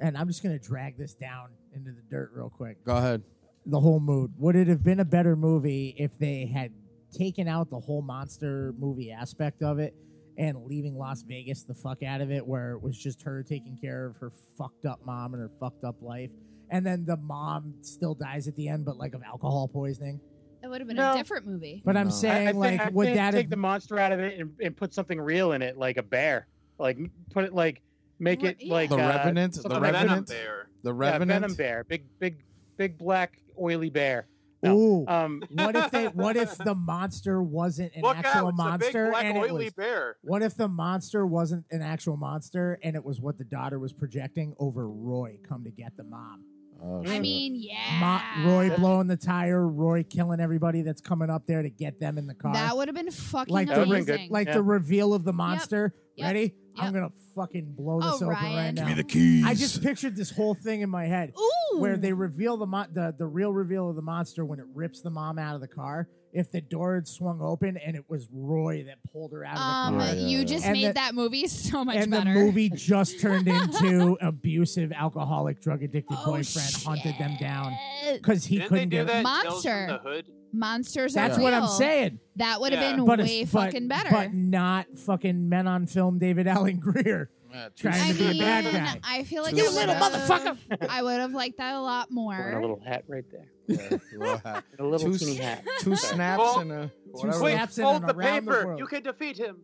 Speaker 1: And I'm just gonna drag this down into the dirt real quick.
Speaker 5: go ahead
Speaker 1: The whole mood. Would it have been a better movie if they had taken out the whole monster movie aspect of it and leaving Las Vegas the fuck out of it, where it was just her taking care of her fucked up mom and her fucked up life, and then the mom still dies at the end, but like of alcohol poisoning.
Speaker 2: That would have been
Speaker 8: No.
Speaker 2: a different movie.
Speaker 1: But I'm
Speaker 5: No.
Speaker 8: I- I
Speaker 1: saying,
Speaker 8: think-
Speaker 1: like,
Speaker 8: I
Speaker 1: would
Speaker 8: think
Speaker 1: that
Speaker 8: take
Speaker 1: have
Speaker 8: the monster out of it and, and put something real in it, like a bear? Like put it like make
Speaker 2: Re-
Speaker 8: it
Speaker 2: yeah.
Speaker 8: like
Speaker 5: The
Speaker 8: uh,
Speaker 5: Revenant, the
Speaker 8: something
Speaker 7: The
Speaker 8: like-
Speaker 7: Venom
Speaker 5: Revenant?
Speaker 7: Bear.
Speaker 5: the
Speaker 8: yeah,
Speaker 5: revenant
Speaker 8: venom bear, big big big black oily bear. No.
Speaker 1: Ooh.
Speaker 7: Uh,
Speaker 8: Um,
Speaker 1: what if they? What if the monster wasn't an
Speaker 7: Look
Speaker 1: actual
Speaker 7: out! It's a big
Speaker 1: monster?
Speaker 7: black
Speaker 1: and it
Speaker 7: oily
Speaker 1: was,
Speaker 7: bear.
Speaker 1: what if the monster wasn't an actual monster and it was what the daughter was projecting over Roy come to get the mom?
Speaker 5: Oh,
Speaker 2: I
Speaker 5: shit.
Speaker 2: mean, yeah.
Speaker 1: Ma- Roy blowing the tire, Roy killing everybody that's coming up there to get them in the car.
Speaker 2: That would have been fucking
Speaker 1: Like the-
Speaker 8: That'd been
Speaker 2: amazing.
Speaker 8: good.
Speaker 1: like
Speaker 8: Yeah.
Speaker 1: the reveal of the monster.
Speaker 2: Yep.
Speaker 1: Ready? I'm
Speaker 2: Yep.
Speaker 1: gonna fucking blow
Speaker 2: Oh,
Speaker 1: this open
Speaker 2: Ryan.
Speaker 1: right
Speaker 2: Give me
Speaker 1: now.
Speaker 4: keys.
Speaker 1: I just pictured this whole thing in my head.
Speaker 2: Ooh.
Speaker 1: where they reveal the, mo- the the real reveal of the monster when it rips the mom out of the car. If the door had swung open and it was Roy that pulled her out of the
Speaker 2: um,
Speaker 1: car,
Speaker 5: Yeah, yeah,
Speaker 2: you
Speaker 5: yeah.
Speaker 2: just
Speaker 1: And
Speaker 2: made
Speaker 1: the-
Speaker 2: that movie (laughs) so much
Speaker 1: and
Speaker 2: better.
Speaker 1: the
Speaker 2: (laughs)
Speaker 1: movie just turned into abusive, alcoholic, drug addicted
Speaker 2: Oh,
Speaker 1: boyfriend hunted them down
Speaker 2: shit.
Speaker 1: because he
Speaker 7: Didn't they
Speaker 1: couldn't
Speaker 7: do
Speaker 1: get.
Speaker 7: that? in Tales
Speaker 2: Monster.
Speaker 7: From the hood.
Speaker 2: Monsters.
Speaker 1: That's
Speaker 2: are
Speaker 1: what I'm
Speaker 2: real.
Speaker 1: saying.
Speaker 2: That would have
Speaker 7: Yeah.
Speaker 2: been
Speaker 1: But
Speaker 2: way
Speaker 1: it's but-
Speaker 2: fucking better.
Speaker 1: But not fucking men on film. David Allen Greer
Speaker 5: Yeah, two
Speaker 1: trying
Speaker 2: I
Speaker 5: (laughs)
Speaker 1: to be a bad
Speaker 2: mean,
Speaker 1: guy.
Speaker 2: I feel like
Speaker 5: You
Speaker 2: I
Speaker 5: little
Speaker 2: would've-
Speaker 1: motherfucker.
Speaker 2: I would have liked that a lot
Speaker 8: wearing a
Speaker 2: more.
Speaker 8: little hat right there.
Speaker 2: (laughs)
Speaker 5: yeah, well, ha-
Speaker 8: A little
Speaker 5: Two s-
Speaker 8: teeny hat.
Speaker 5: two snaps
Speaker 7: Well,
Speaker 5: and a
Speaker 1: Wait,
Speaker 5: whatever.
Speaker 7: Wait,
Speaker 1: snaps in
Speaker 7: fold
Speaker 1: and
Speaker 7: the
Speaker 1: around the
Speaker 7: paper.
Speaker 1: world.
Speaker 7: you can defeat him.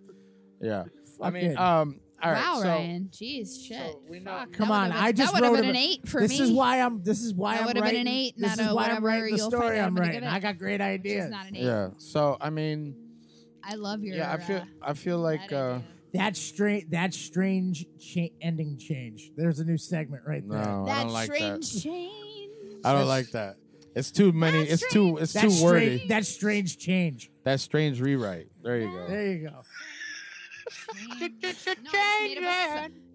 Speaker 5: yeah i mean
Speaker 1: Fucking-
Speaker 5: um all right
Speaker 2: wow,
Speaker 5: so
Speaker 2: Ryan. Jeez, shit.
Speaker 5: so Oh, we know-
Speaker 2: Fuck,
Speaker 1: Come
Speaker 2: that
Speaker 1: on,
Speaker 2: would've been-
Speaker 1: I just
Speaker 2: that would've
Speaker 1: wrote
Speaker 2: been an
Speaker 1: about-
Speaker 2: eight for
Speaker 1: this
Speaker 2: me.
Speaker 1: is why I'm. This is why
Speaker 2: That
Speaker 1: I'm
Speaker 2: would've been
Speaker 1: writing.
Speaker 2: an eight,
Speaker 1: This
Speaker 2: not
Speaker 1: is
Speaker 2: a
Speaker 1: why I'm
Speaker 2: whatever,
Speaker 1: writing the
Speaker 2: you'll find
Speaker 1: story
Speaker 2: out
Speaker 1: I'm
Speaker 2: I'm gonna
Speaker 1: writing.
Speaker 2: give it.
Speaker 1: I got great
Speaker 2: Which is
Speaker 1: ideas.
Speaker 2: not an eight.
Speaker 5: yeah so i mean
Speaker 2: I love your.
Speaker 5: yeah i feel
Speaker 2: uh,
Speaker 5: i feel like
Speaker 2: that
Speaker 5: uh
Speaker 2: idea.
Speaker 1: That strange, that strange cha- ending change. There's a new segment right
Speaker 5: no
Speaker 1: there.
Speaker 5: Oh, i
Speaker 2: that
Speaker 5: don't like that
Speaker 2: strange change.
Speaker 5: I don't like that. It's too many.
Speaker 2: That's
Speaker 5: It's too. It's
Speaker 1: That
Speaker 5: too
Speaker 1: strange,
Speaker 5: wordy.
Speaker 1: That strange change.
Speaker 5: That strange rewrite. There you go.
Speaker 1: There you go.
Speaker 5: (laughs)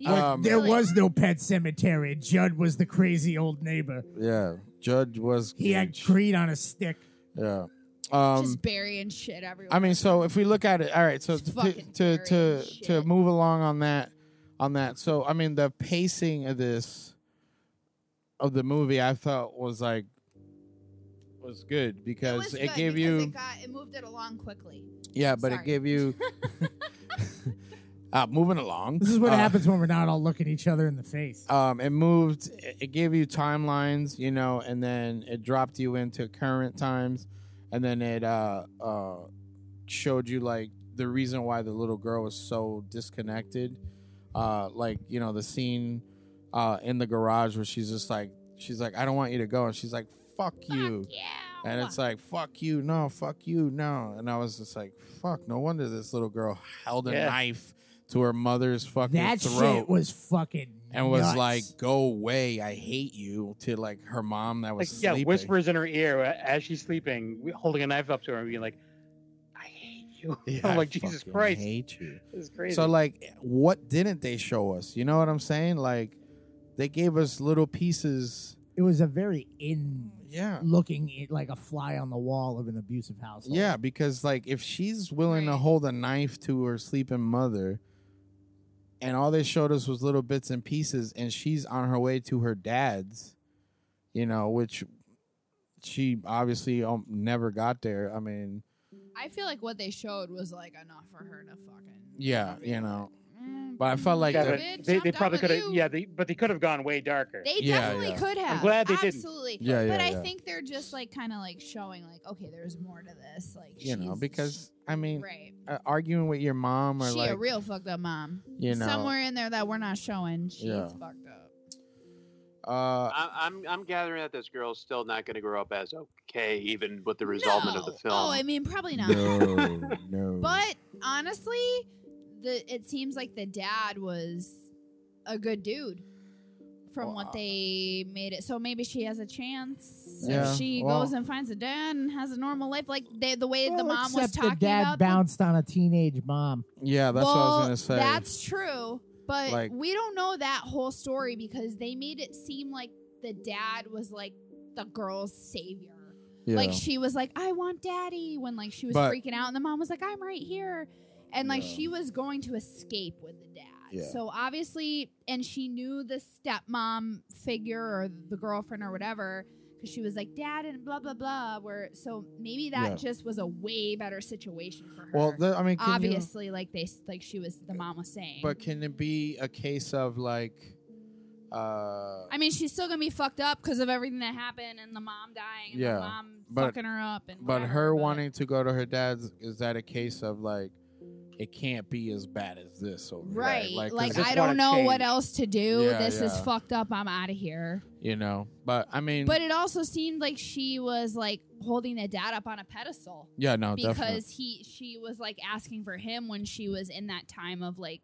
Speaker 5: Um,
Speaker 1: there
Speaker 2: really-
Speaker 1: was no pet cemetery. Judd was the crazy old neighbor.
Speaker 5: Yeah, Judge was.
Speaker 1: He had
Speaker 5: huge.
Speaker 1: Creed on a stick.
Speaker 5: Yeah. Um.
Speaker 2: just burying shit everywhere.
Speaker 5: I mean, so if we look at it, all right. So
Speaker 2: Just
Speaker 5: to
Speaker 2: fucking
Speaker 5: to to,
Speaker 2: burying
Speaker 5: to
Speaker 2: shit.
Speaker 5: move along on that, on that. So I mean, the pacing of this, of the movie, I thought was like, was good
Speaker 2: It
Speaker 5: because
Speaker 2: was
Speaker 5: it,
Speaker 2: good
Speaker 5: gave
Speaker 2: because
Speaker 5: you.
Speaker 2: It, got, it moved it along quickly.
Speaker 5: yeah, but
Speaker 2: Sorry.
Speaker 5: it gave
Speaker 2: (laughs)
Speaker 5: you. (laughs) uh, moving along.
Speaker 1: This is what
Speaker 5: Uh,
Speaker 1: happens when we're not all looking each other in the face.
Speaker 5: um, it moved it- it gave you timelines you know and then it dropped you into current times and then it uh, uh, showed you like the reason why the little girl was so disconnected uh, like you know the scene uh, in the garage where she's just like she's like i don't want you to go and she's like fuck you
Speaker 2: Yeah.
Speaker 5: and it's like fuck you no fuck you no and i was just like fuck no wonder this little girl held a
Speaker 8: Yeah.
Speaker 5: knife to her mother's fucking
Speaker 1: That
Speaker 5: throat
Speaker 1: shit was fucking.
Speaker 5: and was
Speaker 1: nuts.
Speaker 5: like, "Go away, I hate you." To like her mom that was
Speaker 8: Like, yeah,
Speaker 5: sleeping.
Speaker 8: whispers in her ear uh, as she's sleeping, we- holding a knife up to her and being like, "I hate you."
Speaker 5: (laughs)
Speaker 8: (laughs)
Speaker 5: Yeah,
Speaker 8: I'm
Speaker 5: I
Speaker 8: like, Jesus
Speaker 5: fucking
Speaker 8: Christ,
Speaker 5: hate you.
Speaker 8: this is crazy.
Speaker 5: So like, what didn't they show us? You know what I'm saying? Like, they gave us little pieces.
Speaker 1: it was a very in
Speaker 5: Yeah,
Speaker 1: looking it like a fly on the wall of an abusive household.
Speaker 5: yeah, because like if she's willing to
Speaker 2: Right.
Speaker 5: hold a knife to her sleeping mother. And all they showed us was little bits and pieces, and she's on her way to her dad's, you know, which she obviously um, never got there. I mean,
Speaker 2: I feel like what they showed was like enough for her to fucking.
Speaker 5: yeah, you know,
Speaker 2: Mm,
Speaker 5: But I felt like
Speaker 8: Yeah,
Speaker 5: the-
Speaker 8: but
Speaker 2: bitch,
Speaker 8: they,
Speaker 2: I'm
Speaker 8: they
Speaker 2: done
Speaker 8: probably
Speaker 2: with
Speaker 8: could have.
Speaker 2: you.
Speaker 8: Yeah, they, but they could have gone way darker.
Speaker 2: They
Speaker 5: Yeah,
Speaker 2: definitely
Speaker 5: yeah.
Speaker 2: could have.
Speaker 8: glad they didn't.
Speaker 2: Absolutely.
Speaker 5: Yeah, yeah,
Speaker 2: But I
Speaker 5: yeah.
Speaker 2: think they're just like kind of like showing like, okay, there's more to this. Like,
Speaker 5: you know,
Speaker 2: she's-
Speaker 5: because I mean,
Speaker 2: right,
Speaker 5: uh, arguing with your mom or
Speaker 2: she
Speaker 5: like,
Speaker 2: a real fucked up mom.
Speaker 5: you know,
Speaker 2: Somewhere in there that we're not showing, she's
Speaker 5: Yeah.
Speaker 2: fucked up.
Speaker 5: uh,
Speaker 7: I'm, I'm I'm gathering that this girl's still not going to grow up as okay. okay even with the resolvement of the film.
Speaker 2: Oh, I mean, probably not. (laughs)
Speaker 5: no.
Speaker 2: But honestly, the it seems like the dad was a good dude from what they made it. So maybe she has a chance
Speaker 1: Yeah,
Speaker 2: if she
Speaker 1: well-
Speaker 2: goes and finds a dad and has a normal life, like they, the way the mom was
Speaker 1: Except
Speaker 2: talking
Speaker 1: the dad
Speaker 2: about.
Speaker 1: bounced on a teenage mom.
Speaker 5: Yeah, that's
Speaker 2: well,
Speaker 5: what I was gonna say.
Speaker 2: That's true, but
Speaker 5: Like-
Speaker 2: we don't know that whole story because they made it seem like the dad was like the girl's savior.
Speaker 5: Yeah.
Speaker 2: Like she was like, "I want daddy," when like she was
Speaker 5: But-
Speaker 2: freaking out, and the mom was like, "I'm right here," and like she was going to escape with the dad.
Speaker 5: Yeah.
Speaker 2: So obviously, and she knew the stepmom figure or the girlfriend or whatever because she was like, "Dad," and blah blah blah. Where so maybe that
Speaker 5: Yeah.
Speaker 2: just was a way better situation for her.
Speaker 5: Well, the- I mean, can you-
Speaker 2: obviously, like they s- like she was the mom was saying.
Speaker 5: but can it be a case of like, uh,
Speaker 2: I mean, she's still gonna be fucked up because of everything that happened and the mom dying and
Speaker 5: Yeah,
Speaker 2: the mom
Speaker 5: but-
Speaker 2: fucking her up and
Speaker 5: but
Speaker 2: whatever,
Speaker 5: her wanting to go to her dad's is that a case of like, it can't be as bad as this over here?
Speaker 2: Right. Like,
Speaker 5: 'cause
Speaker 2: I, don't know what else to do.
Speaker 5: Yeah,
Speaker 2: this is
Speaker 5: yeah.
Speaker 2: fucked up. I'm out of here.
Speaker 5: you know. But I mean,
Speaker 2: But it also seemed like she was like holding the dad up on a pedestal.
Speaker 5: Yeah, no,
Speaker 2: because
Speaker 5: definitely.
Speaker 2: he she was like asking for him when she was in that time of like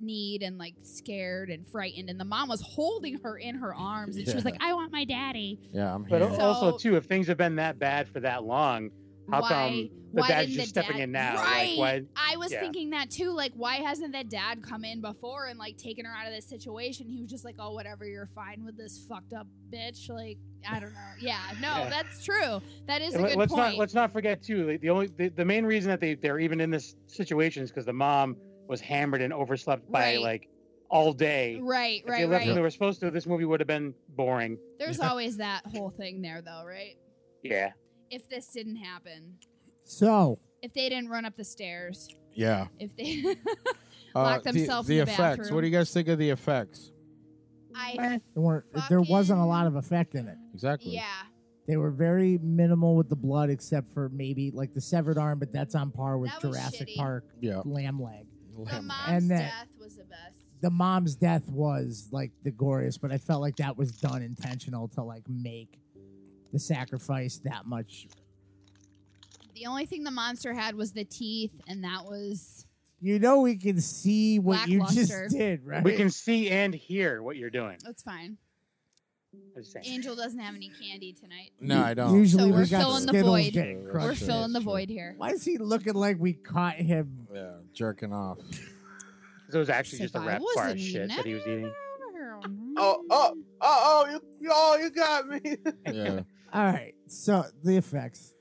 Speaker 2: need and like scared and frightened and the mom was holding her in her arms and she was
Speaker 8: Yeah.
Speaker 2: like I want my daddy.
Speaker 5: Yeah, I'm
Speaker 8: But
Speaker 2: here. So-
Speaker 8: also too, if things have been that bad for that long, how
Speaker 2: Why-
Speaker 8: come the
Speaker 2: why
Speaker 8: dad's
Speaker 2: didn't
Speaker 8: just
Speaker 2: the
Speaker 8: stepping
Speaker 2: dad-
Speaker 8: in now?
Speaker 2: Right.
Speaker 8: Like, why,
Speaker 2: I was
Speaker 8: yeah.
Speaker 2: thinking that too. Like, why hasn't the dad come in before and like taken her out of this situation? He was just like, "Oh, whatever, you're fine with this fucked up bitch." Like, I don't know. Yeah,
Speaker 8: (laughs)
Speaker 2: no,
Speaker 8: Yeah.
Speaker 2: that's true. That is a
Speaker 8: And let-
Speaker 2: good
Speaker 8: let's
Speaker 2: point.
Speaker 8: not let's not forget too. like, The only the, the main reason that they they're even in this situation is because the mom was hammered and overslept by
Speaker 2: Right.
Speaker 8: like all day.
Speaker 2: right,
Speaker 8: If they
Speaker 2: right,
Speaker 8: left when
Speaker 2: right.
Speaker 8: they were supposed to, this movie would have been boring.
Speaker 2: There's always that whole thing there, though, right?
Speaker 8: Yeah.
Speaker 2: If this didn't happen,
Speaker 1: So
Speaker 2: if they didn't run up the stairs,
Speaker 5: yeah.
Speaker 2: if they (laughs) locked
Speaker 5: Uh,
Speaker 2: themselves
Speaker 5: the,
Speaker 2: in the
Speaker 5: effects.
Speaker 2: bathroom,
Speaker 5: What do you guys think of the effects?
Speaker 2: I
Speaker 1: There weren't. There wasn't a lot of effect in it.
Speaker 5: Exactly.
Speaker 2: yeah,
Speaker 1: They were very minimal with the blood, except for maybe like the severed arm, but that's on par with
Speaker 2: That was
Speaker 1: Jurassic
Speaker 2: shitty.
Speaker 1: Park
Speaker 5: Yeah.
Speaker 1: lamb leg.
Speaker 2: the mom's
Speaker 1: And that-
Speaker 2: death was the best.
Speaker 1: The mom's death was like the goriest, but I felt like that was done intentional to like make the sacrifice that much.
Speaker 2: The only thing the monster had was the teeth, and that was
Speaker 1: You know, we can see what you just
Speaker 2: Lackluster.
Speaker 1: did, right?
Speaker 8: We can see and hear what you're doing.
Speaker 2: that's fine.
Speaker 8: I'm just saying.
Speaker 2: Angel doesn't have any candy tonight.
Speaker 5: No, I don't.
Speaker 1: Usually
Speaker 2: So
Speaker 1: we
Speaker 2: we're
Speaker 1: got
Speaker 2: filling the
Speaker 1: Skittles
Speaker 2: void.
Speaker 1: getting
Speaker 5: We're
Speaker 1: crushed.
Speaker 2: We're
Speaker 5: Sure,
Speaker 2: filling the
Speaker 5: sure.
Speaker 2: void here.
Speaker 1: Why is he looking like we caught him?
Speaker 5: Yeah, jerking off.
Speaker 8: So it was actually
Speaker 2: If
Speaker 8: just a
Speaker 2: I
Speaker 8: rat bar
Speaker 2: wasn't
Speaker 8: of shit
Speaker 2: eating
Speaker 8: that he was eating.
Speaker 10: Oh, oh, oh, oh, you, oh, you got
Speaker 1: (laughs)
Speaker 10: me.
Speaker 5: Yeah.
Speaker 1: All right, so the effects.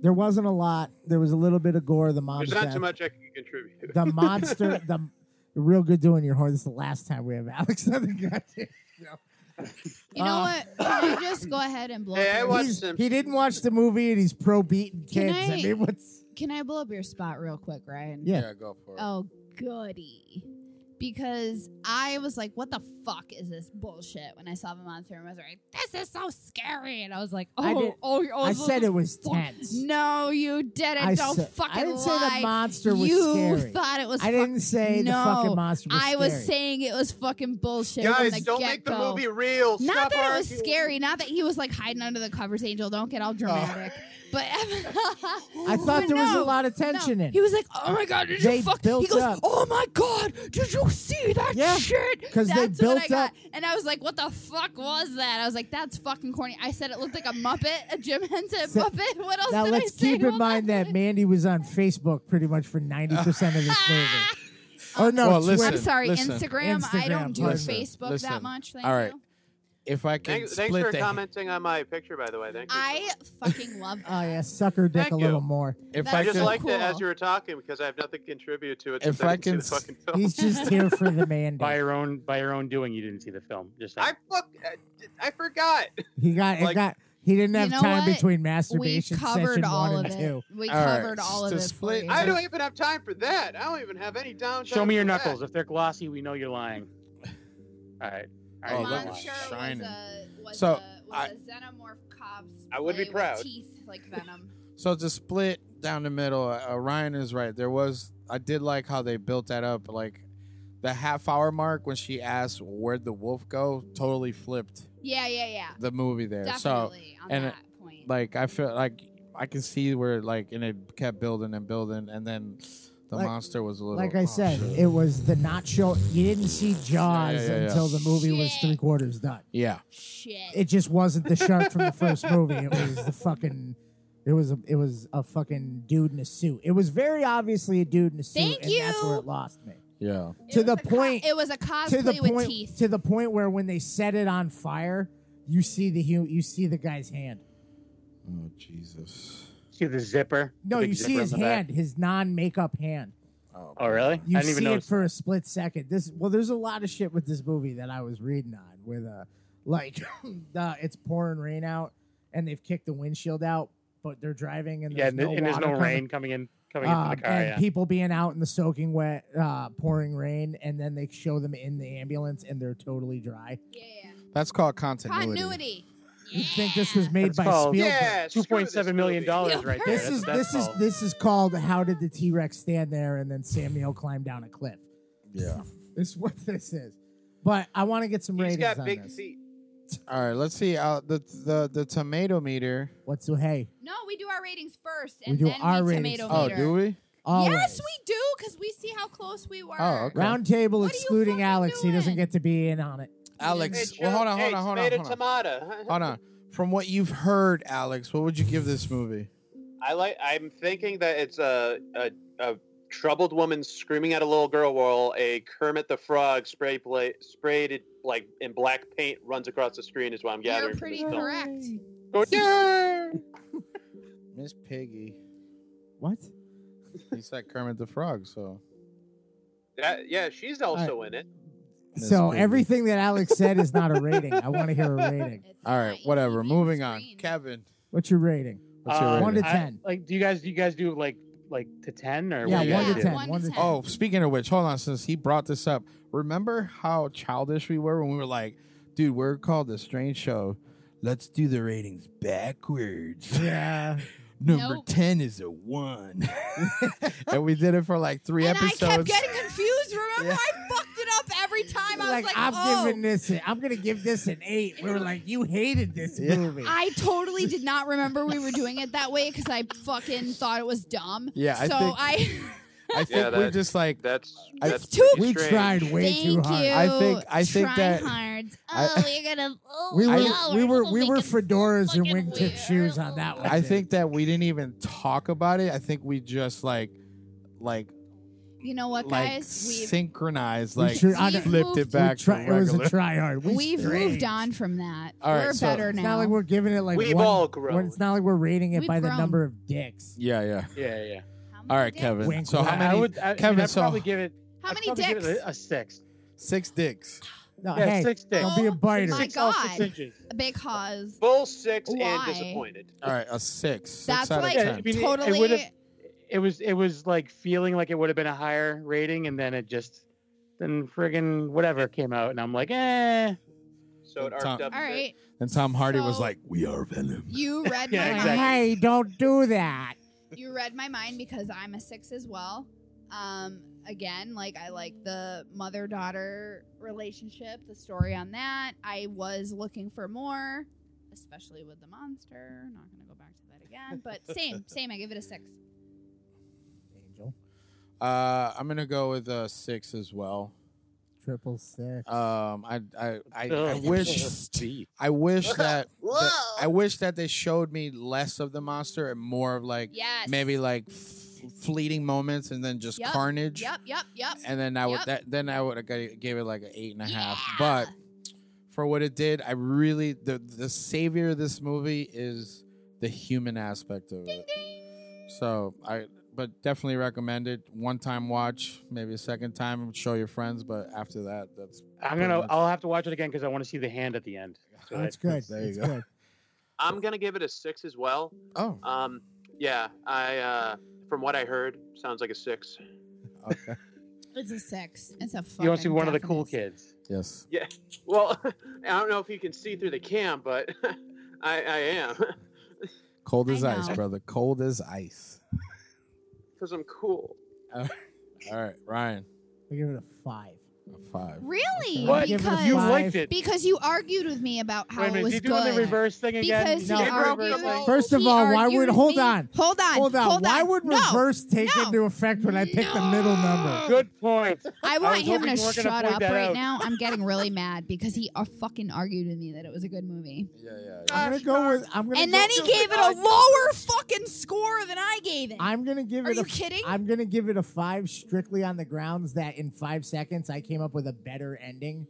Speaker 1: There wasn't a lot. There was a little bit of gore. The mom's
Speaker 7: There's not
Speaker 1: death.
Speaker 7: too much I can contribute.
Speaker 1: The monster. the real good doing your horn. This is the last time we have Alex on the
Speaker 7: (laughs)
Speaker 1: goddamn.
Speaker 2: You know
Speaker 1: Uh,
Speaker 2: what? Can we just go ahead and blow?
Speaker 7: Hey, I
Speaker 2: up your-
Speaker 7: watched
Speaker 1: He's-
Speaker 7: Simpsons.
Speaker 1: He didn't watch the movie, and he's pro beating
Speaker 2: Can
Speaker 1: kids. I,
Speaker 2: I-
Speaker 1: mean, what's
Speaker 2: Can I blow up your spot real quick, Ryan?
Speaker 1: Yeah.
Speaker 5: go for it.
Speaker 2: Oh, goody. Because I was like, what the fuck is this bullshit? When I saw the monster and I was like, this is so scary. And I was like, oh,
Speaker 1: I did-
Speaker 2: oh, oh,
Speaker 1: I
Speaker 2: this
Speaker 1: said
Speaker 2: is
Speaker 1: it was
Speaker 2: fuck-
Speaker 1: tense.
Speaker 2: No, you didn't.
Speaker 1: I
Speaker 2: Don't
Speaker 1: said-
Speaker 2: fucking
Speaker 1: I didn't
Speaker 2: lie.
Speaker 1: say the monster was
Speaker 2: you
Speaker 1: scary.
Speaker 2: thought it was.
Speaker 1: I
Speaker 2: fuck-
Speaker 1: didn't say the
Speaker 2: No,
Speaker 1: fucking monster was
Speaker 2: I was
Speaker 1: scary.
Speaker 2: saying it was fucking bullshit. from
Speaker 7: Guys,
Speaker 2: the
Speaker 7: don't make the
Speaker 2: get-go.
Speaker 7: movie real.
Speaker 2: Not
Speaker 7: Stop
Speaker 2: that it was
Speaker 7: arguing.
Speaker 2: scary. Not that he was like hiding under the covers. Angel, don't get
Speaker 5: Oh.
Speaker 2: all dramatic. But (laughs)
Speaker 1: I thought
Speaker 2: But
Speaker 1: there was a
Speaker 2: no,
Speaker 1: lot of tension
Speaker 2: no.
Speaker 1: in
Speaker 2: He
Speaker 1: it.
Speaker 2: was like, "Oh my god, did
Speaker 1: They
Speaker 2: you fuck?"
Speaker 1: built
Speaker 2: he goes,
Speaker 1: up.
Speaker 2: "Oh my god, did you see that
Speaker 1: Yeah,
Speaker 2: shit?"
Speaker 1: 'cause they
Speaker 2: That's what I
Speaker 1: built
Speaker 2: got.
Speaker 1: up-
Speaker 2: and I was like, "What the fuck was that?" I was like, "That's fucking corny." I said it looked like a Muppet, a Jim Henson
Speaker 1: So-
Speaker 2: Muppet. What else
Speaker 1: Now
Speaker 2: did
Speaker 1: let's
Speaker 2: I say?
Speaker 1: keep in
Speaker 2: Well, (laughs)
Speaker 1: mind that Mandy was on Facebook pretty much for ninety percent of this movie. Oh no,
Speaker 5: Well,
Speaker 1: Twitter.
Speaker 2: I'm
Speaker 5: Listen,
Speaker 2: sorry,
Speaker 5: listen.
Speaker 2: Instagram, I don't
Speaker 1: Instagram,
Speaker 2: do
Speaker 1: listen,
Speaker 2: Facebook that
Speaker 5: listen.
Speaker 2: much. Thank
Speaker 5: All right.
Speaker 2: you.
Speaker 5: If I can
Speaker 7: Thanks,
Speaker 5: split
Speaker 7: thanks for
Speaker 5: the
Speaker 7: commenting on my picture, by the way. Thank you.
Speaker 2: I fucking love that.
Speaker 1: Oh yeah, sucker dick
Speaker 7: Thank
Speaker 1: a little
Speaker 7: you.
Speaker 1: more.
Speaker 5: if
Speaker 2: That's
Speaker 5: I
Speaker 7: I
Speaker 5: could
Speaker 7: just
Speaker 2: so
Speaker 7: liked it
Speaker 2: cool.
Speaker 7: as you were talking because I have nothing to contribute to it.
Speaker 5: If
Speaker 7: since I,
Speaker 5: I
Speaker 7: didn't
Speaker 5: can
Speaker 7: see the
Speaker 5: s-
Speaker 7: fucking film.
Speaker 1: He's just here for the
Speaker 8: By
Speaker 1: Mandy.
Speaker 8: your own by your own doing, you didn't see the film. Just saying.
Speaker 7: (laughs) I fuck, I, I forgot.
Speaker 1: He got it
Speaker 7: Like-
Speaker 1: got he didn't
Speaker 2: You
Speaker 1: have
Speaker 2: know
Speaker 1: time
Speaker 2: what?
Speaker 1: between
Speaker 2: We
Speaker 1: masturbation
Speaker 2: covered
Speaker 1: session
Speaker 2: all
Speaker 1: one
Speaker 2: of
Speaker 1: and
Speaker 2: it.
Speaker 1: two.
Speaker 2: We
Speaker 5: All right,
Speaker 2: covered all of
Speaker 5: to
Speaker 2: it. for
Speaker 5: split-
Speaker 2: you.
Speaker 7: I don't even have time for that. I don't even have any downtime.
Speaker 8: Show me your
Speaker 7: for that.
Speaker 8: knuckles. If they're glossy, we know you're
Speaker 5: (laughs)
Speaker 8: lying. All right.
Speaker 5: Oh,
Speaker 8: All right.
Speaker 5: that
Speaker 8: you're
Speaker 5: was
Speaker 2: Monster
Speaker 8: lying.
Speaker 5: shining.
Speaker 2: Was a, was
Speaker 5: So,
Speaker 2: a, was
Speaker 5: I-
Speaker 2: a xenomorph cop's
Speaker 7: I would be
Speaker 2: play with
Speaker 7: proud.
Speaker 2: Teeth like venom.
Speaker 5: So to split down the middle, uh, Ryan is right. There was I did like how they built that up. Like the half hour mark when she asked where'd the wolf go, totally flipped
Speaker 2: Yeah, yeah, yeah.
Speaker 5: the movie there.
Speaker 2: Definitely on
Speaker 5: and-
Speaker 2: that point.
Speaker 5: like I feel like I can see where like and it kept building and building, and then the
Speaker 1: Like-
Speaker 5: monster was a little.
Speaker 1: Like I
Speaker 5: oh,
Speaker 1: said,
Speaker 5: shit.
Speaker 1: it was the not show. You didn't see Jaws
Speaker 5: Yeah, yeah, yeah.
Speaker 1: until the movie was three quarters done.
Speaker 5: yeah.
Speaker 1: It just wasn't the shark from the first movie. It was the fucking. It was a. It was a fucking dude in a suit. It was very obviously a dude in a suit.
Speaker 2: Thank
Speaker 1: and That's where
Speaker 2: you.
Speaker 1: it lost me.
Speaker 5: Yeah.
Speaker 1: to the point.
Speaker 2: It was a
Speaker 1: to the
Speaker 2: cosplay
Speaker 1: point.
Speaker 2: with teeth.
Speaker 1: To the point where when they set it on fire, you see the hu- you see the guy's hand.
Speaker 5: Oh Jesus.
Speaker 8: See the zipper?
Speaker 1: No,
Speaker 8: The big
Speaker 1: you see
Speaker 8: zipper
Speaker 1: his
Speaker 8: on the back?
Speaker 1: hand, his non-makeup hand.
Speaker 8: Oh, really?
Speaker 1: You
Speaker 8: I didn't even
Speaker 1: see it
Speaker 8: notice.
Speaker 1: for a split second. This well, there's a lot of shit with this movie that I was reading on with uh like (laughs) uh, it's pouring rain out and they've kicked the windshield out, but they're driving and there's
Speaker 8: yeah, and,
Speaker 1: no
Speaker 8: and there's
Speaker 1: water
Speaker 8: no
Speaker 1: coming-
Speaker 8: rain coming in coming in
Speaker 1: um,
Speaker 8: from the car.
Speaker 1: and
Speaker 8: Yeah.
Speaker 1: people being out in the soaking wet, uh, pouring rain, and then they show them in the ambulance and they're totally dry.
Speaker 5: That's called continuity.
Speaker 2: Continuity.
Speaker 1: You'd think this was made
Speaker 8: That's
Speaker 1: by
Speaker 8: called-
Speaker 1: Spielberg.
Speaker 7: Yeah,
Speaker 8: Two point seven million dollars right there.
Speaker 1: This
Speaker 8: That's
Speaker 1: is
Speaker 8: what that's
Speaker 1: this is
Speaker 8: called.
Speaker 1: this is called how did the T Rex stand there and then Samuel climbed down a cliff.
Speaker 5: Yeah.
Speaker 1: (laughs) This is what this is. But I want to get some
Speaker 7: He's
Speaker 1: ratings
Speaker 7: got
Speaker 1: on
Speaker 7: big
Speaker 1: this.
Speaker 7: feet.
Speaker 5: All right. Let's see. Uh, the the the tomato meter.
Speaker 1: What's the hey?
Speaker 2: No, we do our ratings first,
Speaker 1: We
Speaker 2: and
Speaker 1: do
Speaker 2: then
Speaker 1: our
Speaker 2: we
Speaker 1: ratings
Speaker 2: tomato
Speaker 1: first.
Speaker 5: Oh,
Speaker 2: meter.
Speaker 5: do we?
Speaker 1: Always.
Speaker 2: Yes, we do, because we see how close we were.
Speaker 5: Oh, okay.
Speaker 1: Round table
Speaker 2: What are you
Speaker 1: excluding
Speaker 2: fucking
Speaker 1: Alex. He doesn't
Speaker 2: doing?
Speaker 1: get to be in on it.
Speaker 5: Alex.
Speaker 7: It's
Speaker 5: Well, hold on, hold
Speaker 7: hey,
Speaker 5: on, hold on,
Speaker 7: tomato,
Speaker 5: hold on. Uh,
Speaker 7: tomato.
Speaker 5: Hold on. From what you've heard, Alex, what would you give this movie?
Speaker 7: I like. I'm thinking that it's a, a a troubled woman screaming at a little girl while a Kermit the Frog spray play, sprayed it, like in black paint runs across the screen is what I'm gathering.
Speaker 2: You're
Speaker 7: from
Speaker 2: pretty
Speaker 7: this film.
Speaker 2: correct.
Speaker 7: Go, yeah!
Speaker 5: Miss Piggy.
Speaker 1: What?
Speaker 5: He said Kermit the Frog, so
Speaker 7: That- yeah, she's also in it.
Speaker 5: Miss
Speaker 1: so
Speaker 5: Piggy.
Speaker 1: everything that Alex said is not a rating. I want
Speaker 2: (laughs)
Speaker 1: to hear a rating.
Speaker 2: It's
Speaker 5: All right,
Speaker 2: not
Speaker 5: whatever.
Speaker 2: even
Speaker 5: Moving on.
Speaker 2: screen. Um,
Speaker 5: Kevin,
Speaker 1: What's your rating?
Speaker 5: what's your
Speaker 8: Uh,
Speaker 5: rating?
Speaker 1: One to
Speaker 8: I-
Speaker 1: ten.
Speaker 8: like, do you guys do you guys do like like to ten or
Speaker 1: Yeah,
Speaker 8: what do you
Speaker 1: one to
Speaker 8: guys do?
Speaker 1: ten.
Speaker 2: One to
Speaker 1: One to
Speaker 2: ten.
Speaker 1: ten.
Speaker 5: Oh, speaking of which, hold on. Since he brought this up, remember how childish we were when we were like, "Dude, we're called the Strange Show. Let's do the ratings backwards." (laughs)
Speaker 1: Yeah.
Speaker 5: Number
Speaker 2: Nope.
Speaker 5: ten is a one, (laughs) and we did it for like three
Speaker 2: And
Speaker 5: episodes.
Speaker 2: I kept getting confused. Remember, I fucked it up every time. I was
Speaker 1: Like,
Speaker 2: like,
Speaker 1: I'm
Speaker 2: oh.
Speaker 1: giving this. A, I'm gonna give this an eight. We were like, you hated this movie.
Speaker 2: I totally did not remember we were doing it that way because I fucking thought it was dumb.
Speaker 5: Yeah, I
Speaker 2: so
Speaker 5: think-
Speaker 2: I
Speaker 5: I think
Speaker 7: Yeah,
Speaker 5: we're
Speaker 7: that-
Speaker 5: just like
Speaker 7: That's
Speaker 2: That's (laughs)
Speaker 7: that's
Speaker 2: too-
Speaker 7: pretty
Speaker 1: we
Speaker 7: strange.
Speaker 1: tried way
Speaker 2: thank
Speaker 1: too hard.
Speaker 2: you.
Speaker 5: I think- I think
Speaker 2: try
Speaker 5: that-
Speaker 2: hards.
Speaker 5: I-
Speaker 2: Oh, you're gonna. Oh,
Speaker 1: (laughs) We were
Speaker 2: yeah,
Speaker 1: we were
Speaker 2: gonna
Speaker 1: we
Speaker 2: make
Speaker 1: were
Speaker 2: it
Speaker 1: fedoras and
Speaker 2: fucking
Speaker 1: wingtip
Speaker 2: weird.
Speaker 1: shoes on that one.
Speaker 5: I
Speaker 1: dude.
Speaker 5: think that we didn't even talk about it. I think we just like, like,
Speaker 2: You know what,
Speaker 5: like
Speaker 2: guys? We've
Speaker 5: synchronized,
Speaker 1: We
Speaker 5: like
Speaker 1: sure- I
Speaker 2: don't-
Speaker 5: flipped
Speaker 2: We've
Speaker 5: it
Speaker 1: We
Speaker 5: back. to
Speaker 1: try- it was
Speaker 5: regular.
Speaker 1: a try hard. We
Speaker 2: We've
Speaker 1: straight.
Speaker 2: moved on from that.
Speaker 5: All right,
Speaker 2: we're
Speaker 5: so-
Speaker 2: better
Speaker 1: It's
Speaker 2: now.
Speaker 1: not like we're giving it like
Speaker 7: We've
Speaker 1: one,
Speaker 7: all grown.
Speaker 1: one- It's not like we're rating it
Speaker 2: We've
Speaker 1: by the
Speaker 2: grown.
Speaker 1: number of dicks.
Speaker 5: yeah, yeah.
Speaker 8: Yeah, yeah.
Speaker 2: How
Speaker 5: All
Speaker 2: many
Speaker 5: right,
Speaker 2: dicks?
Speaker 5: Kevin.
Speaker 1: Wink,
Speaker 5: so how
Speaker 1: wink.
Speaker 5: many?
Speaker 8: I would, I,
Speaker 5: Kevin,
Speaker 8: I'd
Speaker 5: so-
Speaker 8: probably give it.
Speaker 2: How
Speaker 8: I'd
Speaker 2: many
Speaker 8: probably give
Speaker 2: dicks?
Speaker 8: it a, a six.
Speaker 5: Six dicks.
Speaker 1: No,
Speaker 8: Yeah,
Speaker 1: hey,
Speaker 8: six dicks.
Speaker 1: don't be a
Speaker 2: Oh,
Speaker 1: biter.
Speaker 2: my
Speaker 8: Six, all six
Speaker 2: God.
Speaker 8: inches.
Speaker 2: Because
Speaker 7: Full six
Speaker 2: Why?
Speaker 7: and disappointed.
Speaker 5: All right, a six. Six
Speaker 2: that's
Speaker 5: out
Speaker 2: like
Speaker 5: of
Speaker 8: Yeah,
Speaker 5: ten.
Speaker 8: I mean, it- it
Speaker 2: totally.
Speaker 8: would've- It was, it was like feeling like it would have been a higher rating, and then it just, then friggin' whatever came out, and I'm like, eh.
Speaker 7: So it
Speaker 5: Tom-
Speaker 7: arced up. a
Speaker 2: all
Speaker 7: bit.
Speaker 2: right,
Speaker 5: and Tom Hardy was
Speaker 2: so-
Speaker 5: like, "We are Venom."
Speaker 2: you read
Speaker 8: Yeah,
Speaker 2: my
Speaker 8: exactly.
Speaker 2: mind.
Speaker 1: Hey, don't do that.
Speaker 2: You read my mind because I'm a six as well. Um, again, like I like the mother daughter relationship, the story on that. I was looking for more, especially with the monster. Not gonna go back to that again, but same, same. I give it a six.
Speaker 1: Angel,
Speaker 5: Uh, I'm gonna go with a six as well.
Speaker 1: triple six.
Speaker 5: Um, I I I, I
Speaker 8: Ugh.
Speaker 5: wish
Speaker 8: Deep.
Speaker 5: I wish that, that
Speaker 4: Whoa.
Speaker 5: I wish that they showed me less of the monster and more of like
Speaker 2: Yes.
Speaker 5: maybe like f- fleeting moments and then just
Speaker 2: Yep.
Speaker 5: carnage.
Speaker 2: Yep. Yep. Yep.
Speaker 5: And then I would
Speaker 2: Yep.
Speaker 5: that then I would have gave it like an eight and a half.
Speaker 2: Yeah.
Speaker 5: But for what it did, I really the the savior of this movie is the human aspect of it. So I but definitely recommend it. One time watch, maybe a second time, show your friends. But after that, that's
Speaker 8: I'm
Speaker 5: pretty
Speaker 8: gonna,
Speaker 5: much-
Speaker 8: I'll have to watch it again because I want to see the hand at the end. So
Speaker 1: That's
Speaker 8: I-
Speaker 1: good.
Speaker 5: There you
Speaker 1: That's
Speaker 5: go.
Speaker 1: good.
Speaker 7: I'm gonna give it a six as well.
Speaker 5: oh
Speaker 7: Um, yeah, I uh, from what I heard, sounds like a six.
Speaker 5: (laughs) okay
Speaker 2: It's a six. It's a.
Speaker 8: You want to see
Speaker 2: fucking
Speaker 8: one of the cool
Speaker 2: definite
Speaker 8: kids?
Speaker 5: yes.
Speaker 7: Well, (laughs) I don't know if you can see through the cam, but (laughs) I, I am (laughs)
Speaker 5: Cold
Speaker 2: I
Speaker 5: as ice,
Speaker 2: know.
Speaker 5: brother. Cold as ice.
Speaker 7: because I'm cool.
Speaker 5: All right, Ryan.
Speaker 1: I give it a five.
Speaker 5: five.
Speaker 2: Really?
Speaker 5: What? Give it a
Speaker 2: Because
Speaker 5: You liked it.
Speaker 2: Because you argued with me about how
Speaker 8: Wait a minute,
Speaker 2: it was
Speaker 8: you doing
Speaker 2: good.
Speaker 8: the reverse thing again?
Speaker 2: Because
Speaker 8: No.
Speaker 2: he
Speaker 8: Did
Speaker 2: argued.
Speaker 8: reverse thing?
Speaker 1: First of
Speaker 2: he
Speaker 1: all, why
Speaker 2: argued
Speaker 1: would
Speaker 2: with
Speaker 1: hold
Speaker 2: me-
Speaker 1: on?
Speaker 2: Hold on.
Speaker 1: Hold on.
Speaker 2: Hold on.
Speaker 1: Why would
Speaker 2: no.
Speaker 1: reverse take into effect when I pick the middle number?
Speaker 8: Good point.
Speaker 2: I want
Speaker 8: was
Speaker 2: him
Speaker 8: hoping
Speaker 2: to
Speaker 8: you weren't
Speaker 2: shut
Speaker 8: gonna point
Speaker 2: up
Speaker 8: that
Speaker 2: right
Speaker 8: out.
Speaker 2: now. I'm getting
Speaker 8: (laughs)
Speaker 2: really mad because he uh, fucking argued with me that it was a good movie.
Speaker 5: Yeah, yeah. yeah.
Speaker 1: I'm gonna go with. I'm gonna.
Speaker 2: And
Speaker 1: go-
Speaker 2: then he gave it a lower fucking score than I gave it.
Speaker 1: I'm gonna give
Speaker 2: Are
Speaker 1: it. a
Speaker 2: you kidding?
Speaker 1: I'm gonna give it a five strictly on the grounds that in five seconds I came up with a better ending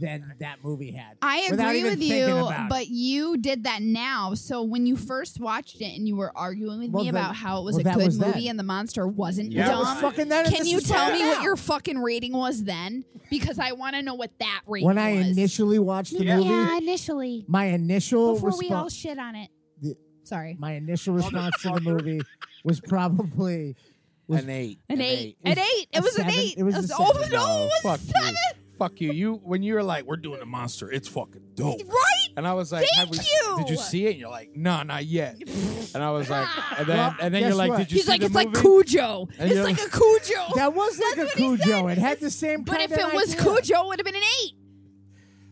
Speaker 1: than that movie had.
Speaker 2: I
Speaker 1: without
Speaker 2: agree
Speaker 1: even
Speaker 2: with
Speaker 1: thinking
Speaker 2: you,
Speaker 1: about it.
Speaker 2: but you did that now. So when you first watched it and you were arguing with
Speaker 1: Well,
Speaker 2: me
Speaker 1: then-
Speaker 2: about how it was
Speaker 1: well,
Speaker 2: a
Speaker 1: that
Speaker 2: good
Speaker 1: was
Speaker 2: movie
Speaker 1: then.
Speaker 2: and the monster wasn't
Speaker 5: Yeah.
Speaker 1: that was
Speaker 2: dumb,
Speaker 1: fucking then. and
Speaker 2: can
Speaker 1: this
Speaker 2: you
Speaker 1: is
Speaker 2: tell
Speaker 1: right
Speaker 2: me
Speaker 1: now.
Speaker 2: what your fucking rating was then? Because I want to know what that rating
Speaker 1: When
Speaker 2: was.
Speaker 1: I initially watched the
Speaker 7: Yeah.
Speaker 1: movie,
Speaker 2: yeah, initially.
Speaker 1: my initial
Speaker 2: Before we all
Speaker 1: response,
Speaker 2: shit on it.
Speaker 1: The-
Speaker 2: Sorry.
Speaker 1: my initial response to the movie
Speaker 2: (laughs)
Speaker 1: was probably
Speaker 5: an eight.
Speaker 2: An, eight.
Speaker 1: It
Speaker 2: An
Speaker 1: was
Speaker 2: eight.
Speaker 1: a
Speaker 2: It was an
Speaker 1: seven.
Speaker 2: eight.
Speaker 1: It was a
Speaker 2: oh,
Speaker 1: seven.
Speaker 2: no, it
Speaker 5: fuck
Speaker 2: was a seven.
Speaker 5: you. Fuck you. You when you were like, we're doing a monster. It's fucking dope.
Speaker 2: Right?
Speaker 5: And I was like,
Speaker 2: Thank
Speaker 5: have we,
Speaker 2: you.
Speaker 5: Did you see it? And you're like, no, not
Speaker 2: (laughs)
Speaker 5: yet. And I was like, and then
Speaker 1: Well,
Speaker 5: and then you're
Speaker 1: guess
Speaker 5: like,
Speaker 1: what?
Speaker 5: did you
Speaker 2: Ah. He's
Speaker 5: see
Speaker 2: like,
Speaker 5: the
Speaker 2: it's
Speaker 5: movie?
Speaker 2: like Cujo.
Speaker 5: And
Speaker 2: it's
Speaker 5: you're
Speaker 2: like a Cujo.
Speaker 1: that was like a
Speaker 2: That's what he
Speaker 1: Cujo. It
Speaker 2: said.
Speaker 1: had the same.
Speaker 2: but if
Speaker 1: kind
Speaker 2: it was Cujo, it would have been an eight.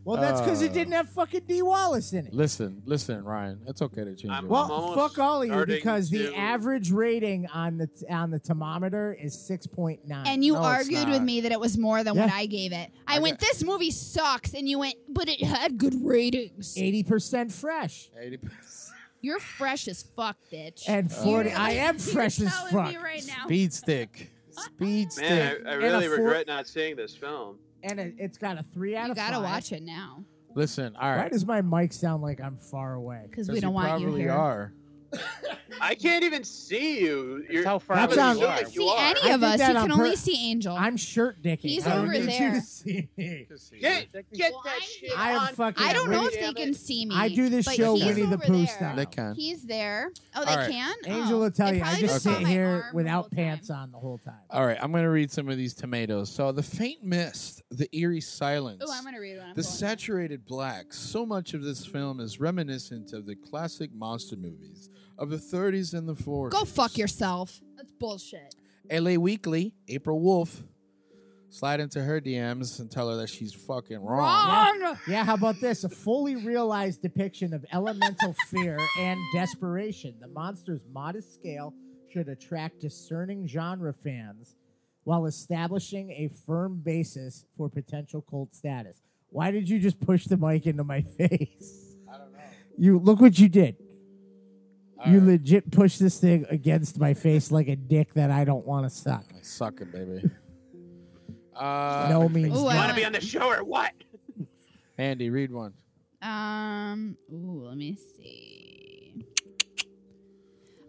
Speaker 1: well, that's because it
Speaker 5: Uh,
Speaker 1: didn't have fucking D Wallace in it.
Speaker 5: Listen, listen, Ryan. It's okay to change.
Speaker 7: I'm-
Speaker 5: it.
Speaker 7: Well,
Speaker 1: Well,
Speaker 7: almost
Speaker 1: fuck all of you
Speaker 7: starting
Speaker 1: because the
Speaker 7: to-
Speaker 1: average rating on the on the thermometer is six point nine.
Speaker 2: And you
Speaker 5: No, it's
Speaker 2: argued with
Speaker 5: not.
Speaker 2: me that it was more than what
Speaker 1: Yeah.
Speaker 2: I gave it. I, went, this movie sucks. And you went, but it had good ratings.
Speaker 1: eighty percent fresh
Speaker 5: 80%.
Speaker 2: You're fresh as fuck, bitch.
Speaker 1: and forty. I am
Speaker 2: (laughs)
Speaker 1: fresh
Speaker 2: You're
Speaker 1: as
Speaker 2: telling
Speaker 1: fuck.
Speaker 2: me right now.
Speaker 5: Speed stick. Speed stick.
Speaker 7: Man, I, I
Speaker 1: And
Speaker 7: really
Speaker 1: a four-
Speaker 7: regret not seeing this film.
Speaker 1: And it, it's got a three out
Speaker 2: You
Speaker 1: of.
Speaker 2: gotta
Speaker 1: five.
Speaker 2: watch it now
Speaker 5: Listen, all
Speaker 1: Why
Speaker 5: right.
Speaker 1: does my mic sound like I'm far away?
Speaker 2: because we
Speaker 5: 'Cause
Speaker 2: don't want you
Speaker 5: probably
Speaker 2: here.
Speaker 5: are.
Speaker 7: I can't even see you. You're,
Speaker 8: how far
Speaker 7: I'm
Speaker 1: That's how-
Speaker 7: assuming
Speaker 1: You
Speaker 2: See any
Speaker 1: I
Speaker 2: of
Speaker 1: did
Speaker 2: us?
Speaker 1: that
Speaker 2: You
Speaker 1: on
Speaker 2: can only
Speaker 1: pur-
Speaker 2: see Angel.
Speaker 1: I'm shirt dicking.
Speaker 2: He's
Speaker 1: I don't
Speaker 2: over
Speaker 1: need
Speaker 2: there.
Speaker 1: You to see me.
Speaker 7: (laughs) Get, get
Speaker 2: Well,
Speaker 7: that
Speaker 2: I'm
Speaker 7: shit
Speaker 2: here.
Speaker 1: I am
Speaker 7: on
Speaker 1: fucking.
Speaker 2: I don't know if
Speaker 1: Winnie-
Speaker 2: they
Speaker 7: Damn
Speaker 2: can
Speaker 7: it.
Speaker 2: see me.
Speaker 1: I do this
Speaker 2: but
Speaker 1: show
Speaker 2: he's
Speaker 1: Winnie the
Speaker 2: over
Speaker 1: Pooh
Speaker 2: there.
Speaker 1: style.
Speaker 5: They can.
Speaker 2: He's there. Oh, they
Speaker 5: All right.
Speaker 2: can.
Speaker 1: Angel
Speaker 2: oh.
Speaker 1: will tell
Speaker 2: They
Speaker 1: you. I
Speaker 2: probably
Speaker 1: just
Speaker 2: saw
Speaker 1: sit
Speaker 2: my
Speaker 1: here
Speaker 2: arm the whole
Speaker 1: without
Speaker 2: time.
Speaker 1: pants on the whole time.
Speaker 5: All right, I'm going to read some of these tomatoes. So, the faint mist, the eerie silence.
Speaker 2: Oh, I'm gonna read one. I'm
Speaker 5: The
Speaker 2: pulling it.
Speaker 5: saturated black. So much of this film is reminiscent of the classic monster movies of the 30s and the 40s.
Speaker 2: Go fuck yourself. That's bullshit.
Speaker 5: LA Weekly, April Wolf. Slide into her DMs and tell her that she's fucking wrong.
Speaker 2: Wrong.
Speaker 1: Yeah, how about this? A fully realized depiction of elemental fear and desperation. The monster's modest scale should attract discerning genre fans while establishing a firm basis for potential cult status. Why did you just push the mic into my (laughs) face? I don't know. You look what you did. you
Speaker 5: All right,
Speaker 1: legit pushed this thing against my face like a dick that I don't want to suck.
Speaker 5: I suck it, baby. Uh,
Speaker 1: (laughs) no means
Speaker 2: Ooh,
Speaker 1: no.
Speaker 2: I
Speaker 7: You want to be on the show or what?
Speaker 5: Andy, read one.
Speaker 2: Um. Ooh, let me see.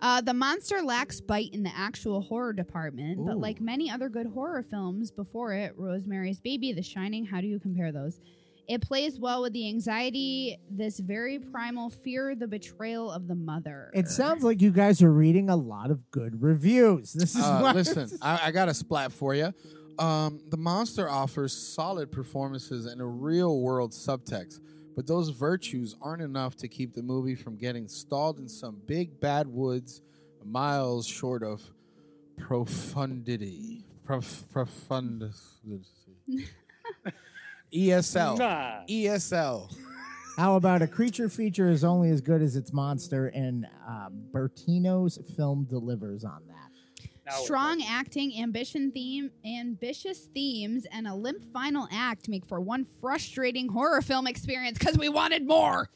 Speaker 2: Uh, the monster lacks bite in the actual horror department, but
Speaker 5: Ooh.
Speaker 2: like many other good horror films before it, Rosemary's Baby, The Shining, how do you compare those? It plays well with the anxiety, this very primal fear, the betrayal of the mother.
Speaker 1: It sounds like you guys are reading a lot of good reviews. This is
Speaker 7: (laughs)
Speaker 5: Uh,
Speaker 1: why-
Speaker 5: listen, I, I got a splat for you. Um, the monster offers solid performances and a real world subtext, but those virtues aren't enough to keep the movie from getting stalled in some big bad woods miles short of profundity. Prof- profundity.
Speaker 7: (laughs)
Speaker 5: E ESL.
Speaker 8: Nah.
Speaker 5: ESL.
Speaker 1: How about a creature feature is only as good as its monster, and um, Bertino's film delivers on that.
Speaker 8: Now-
Speaker 2: Strong acting, ambition theme, ambitious themes, and a limp final act make for one frustrating horror film experience because we wanted more.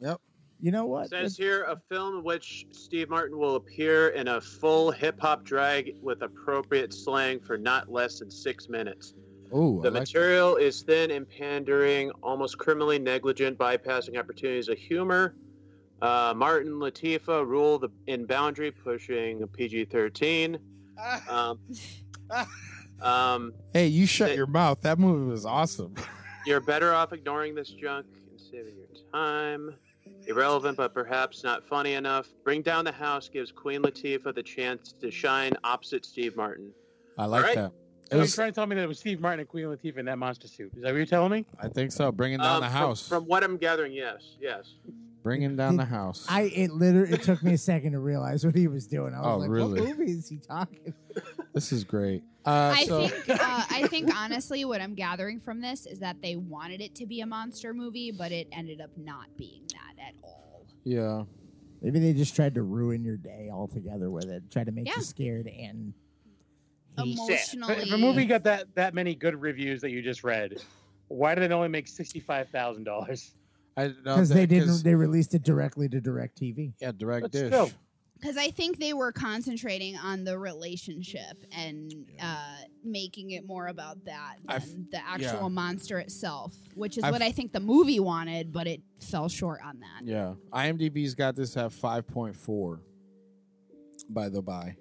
Speaker 5: Yep.
Speaker 1: You know what?
Speaker 7: Says here a film in which Steve Martin will appear in a full hip hop drag with appropriate slang for not less than six minutes.
Speaker 5: Ooh, I
Speaker 7: The
Speaker 5: like
Speaker 7: material is thin and pandering, almost criminally negligent, bypassing opportunities of humor. Uh, Martin Latifa rule the in boundary, pushing PG thirteen.
Speaker 5: (laughs)
Speaker 7: Um, um,
Speaker 5: that. Hey, you shut
Speaker 7: Hey.
Speaker 5: your mouth. That movie was awesome.
Speaker 7: You're better off ignoring this junk and saving your time. Irrelevant, but perhaps not funny enough. Bring Down the House gives Queen Latifah the chance to shine opposite Steve Martin.
Speaker 5: I like
Speaker 7: right.
Speaker 5: that. It
Speaker 8: So you're
Speaker 5: was,
Speaker 8: trying to tell me that it was Steve Martin and Queen Latifah in that monster suit. Is that what you're telling me?
Speaker 5: I think so. Bringing down
Speaker 7: Um,
Speaker 5: the
Speaker 7: from-
Speaker 5: house.
Speaker 7: From, what I'm gathering, yes, yes.
Speaker 5: Bringing down the (laughs) house.
Speaker 1: I it literally it took me a second to realize what he was doing. I was
Speaker 5: Oh,
Speaker 1: like,
Speaker 5: really?
Speaker 1: "What movie is he talking?"
Speaker 5: This is great. Uh,
Speaker 2: I
Speaker 5: so,
Speaker 2: think uh, I think honestly, what I'm gathering from this is that they wanted it to be a monster movie, but it ended up not being that at all.
Speaker 5: yeah.
Speaker 1: Maybe they just tried to ruin your day altogether with it. Tried to make
Speaker 2: Yeah.
Speaker 1: you scared and
Speaker 2: Emotionally,
Speaker 8: If a movie got that that many good reviews that you just read, why did it only make sixty five thousand dollars?
Speaker 5: I no,
Speaker 1: because they
Speaker 5: that- 'cause-
Speaker 1: didn't. They released it directly to DirecTV.
Speaker 5: yeah, direct
Speaker 8: But
Speaker 5: dish.
Speaker 8: still.
Speaker 2: because I think they were concentrating on the relationship and uh, making it more about that than
Speaker 5: I've-
Speaker 2: the actual
Speaker 5: yeah.
Speaker 2: monster itself, which is
Speaker 5: I've-
Speaker 2: what I think the movie wanted, but it fell short on that.
Speaker 5: Yeah. IMDb's got this at 5.4 by the by.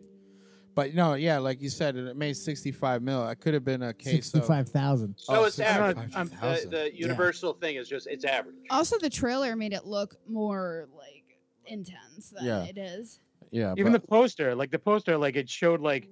Speaker 5: But no, yeah, like you said, it made 65 mil. It could have been a case of.
Speaker 1: Sixty-five thousand.
Speaker 7: So
Speaker 5: Oh,
Speaker 7: it's
Speaker 5: so
Speaker 7: average.
Speaker 5: I'm-
Speaker 7: the, the universal thing is just it's average.
Speaker 2: Also, the trailer made it look more like intense than
Speaker 5: Yeah.
Speaker 2: it is.
Speaker 5: Yeah.
Speaker 8: Even
Speaker 5: but-
Speaker 8: the poster, like the poster, like it showed like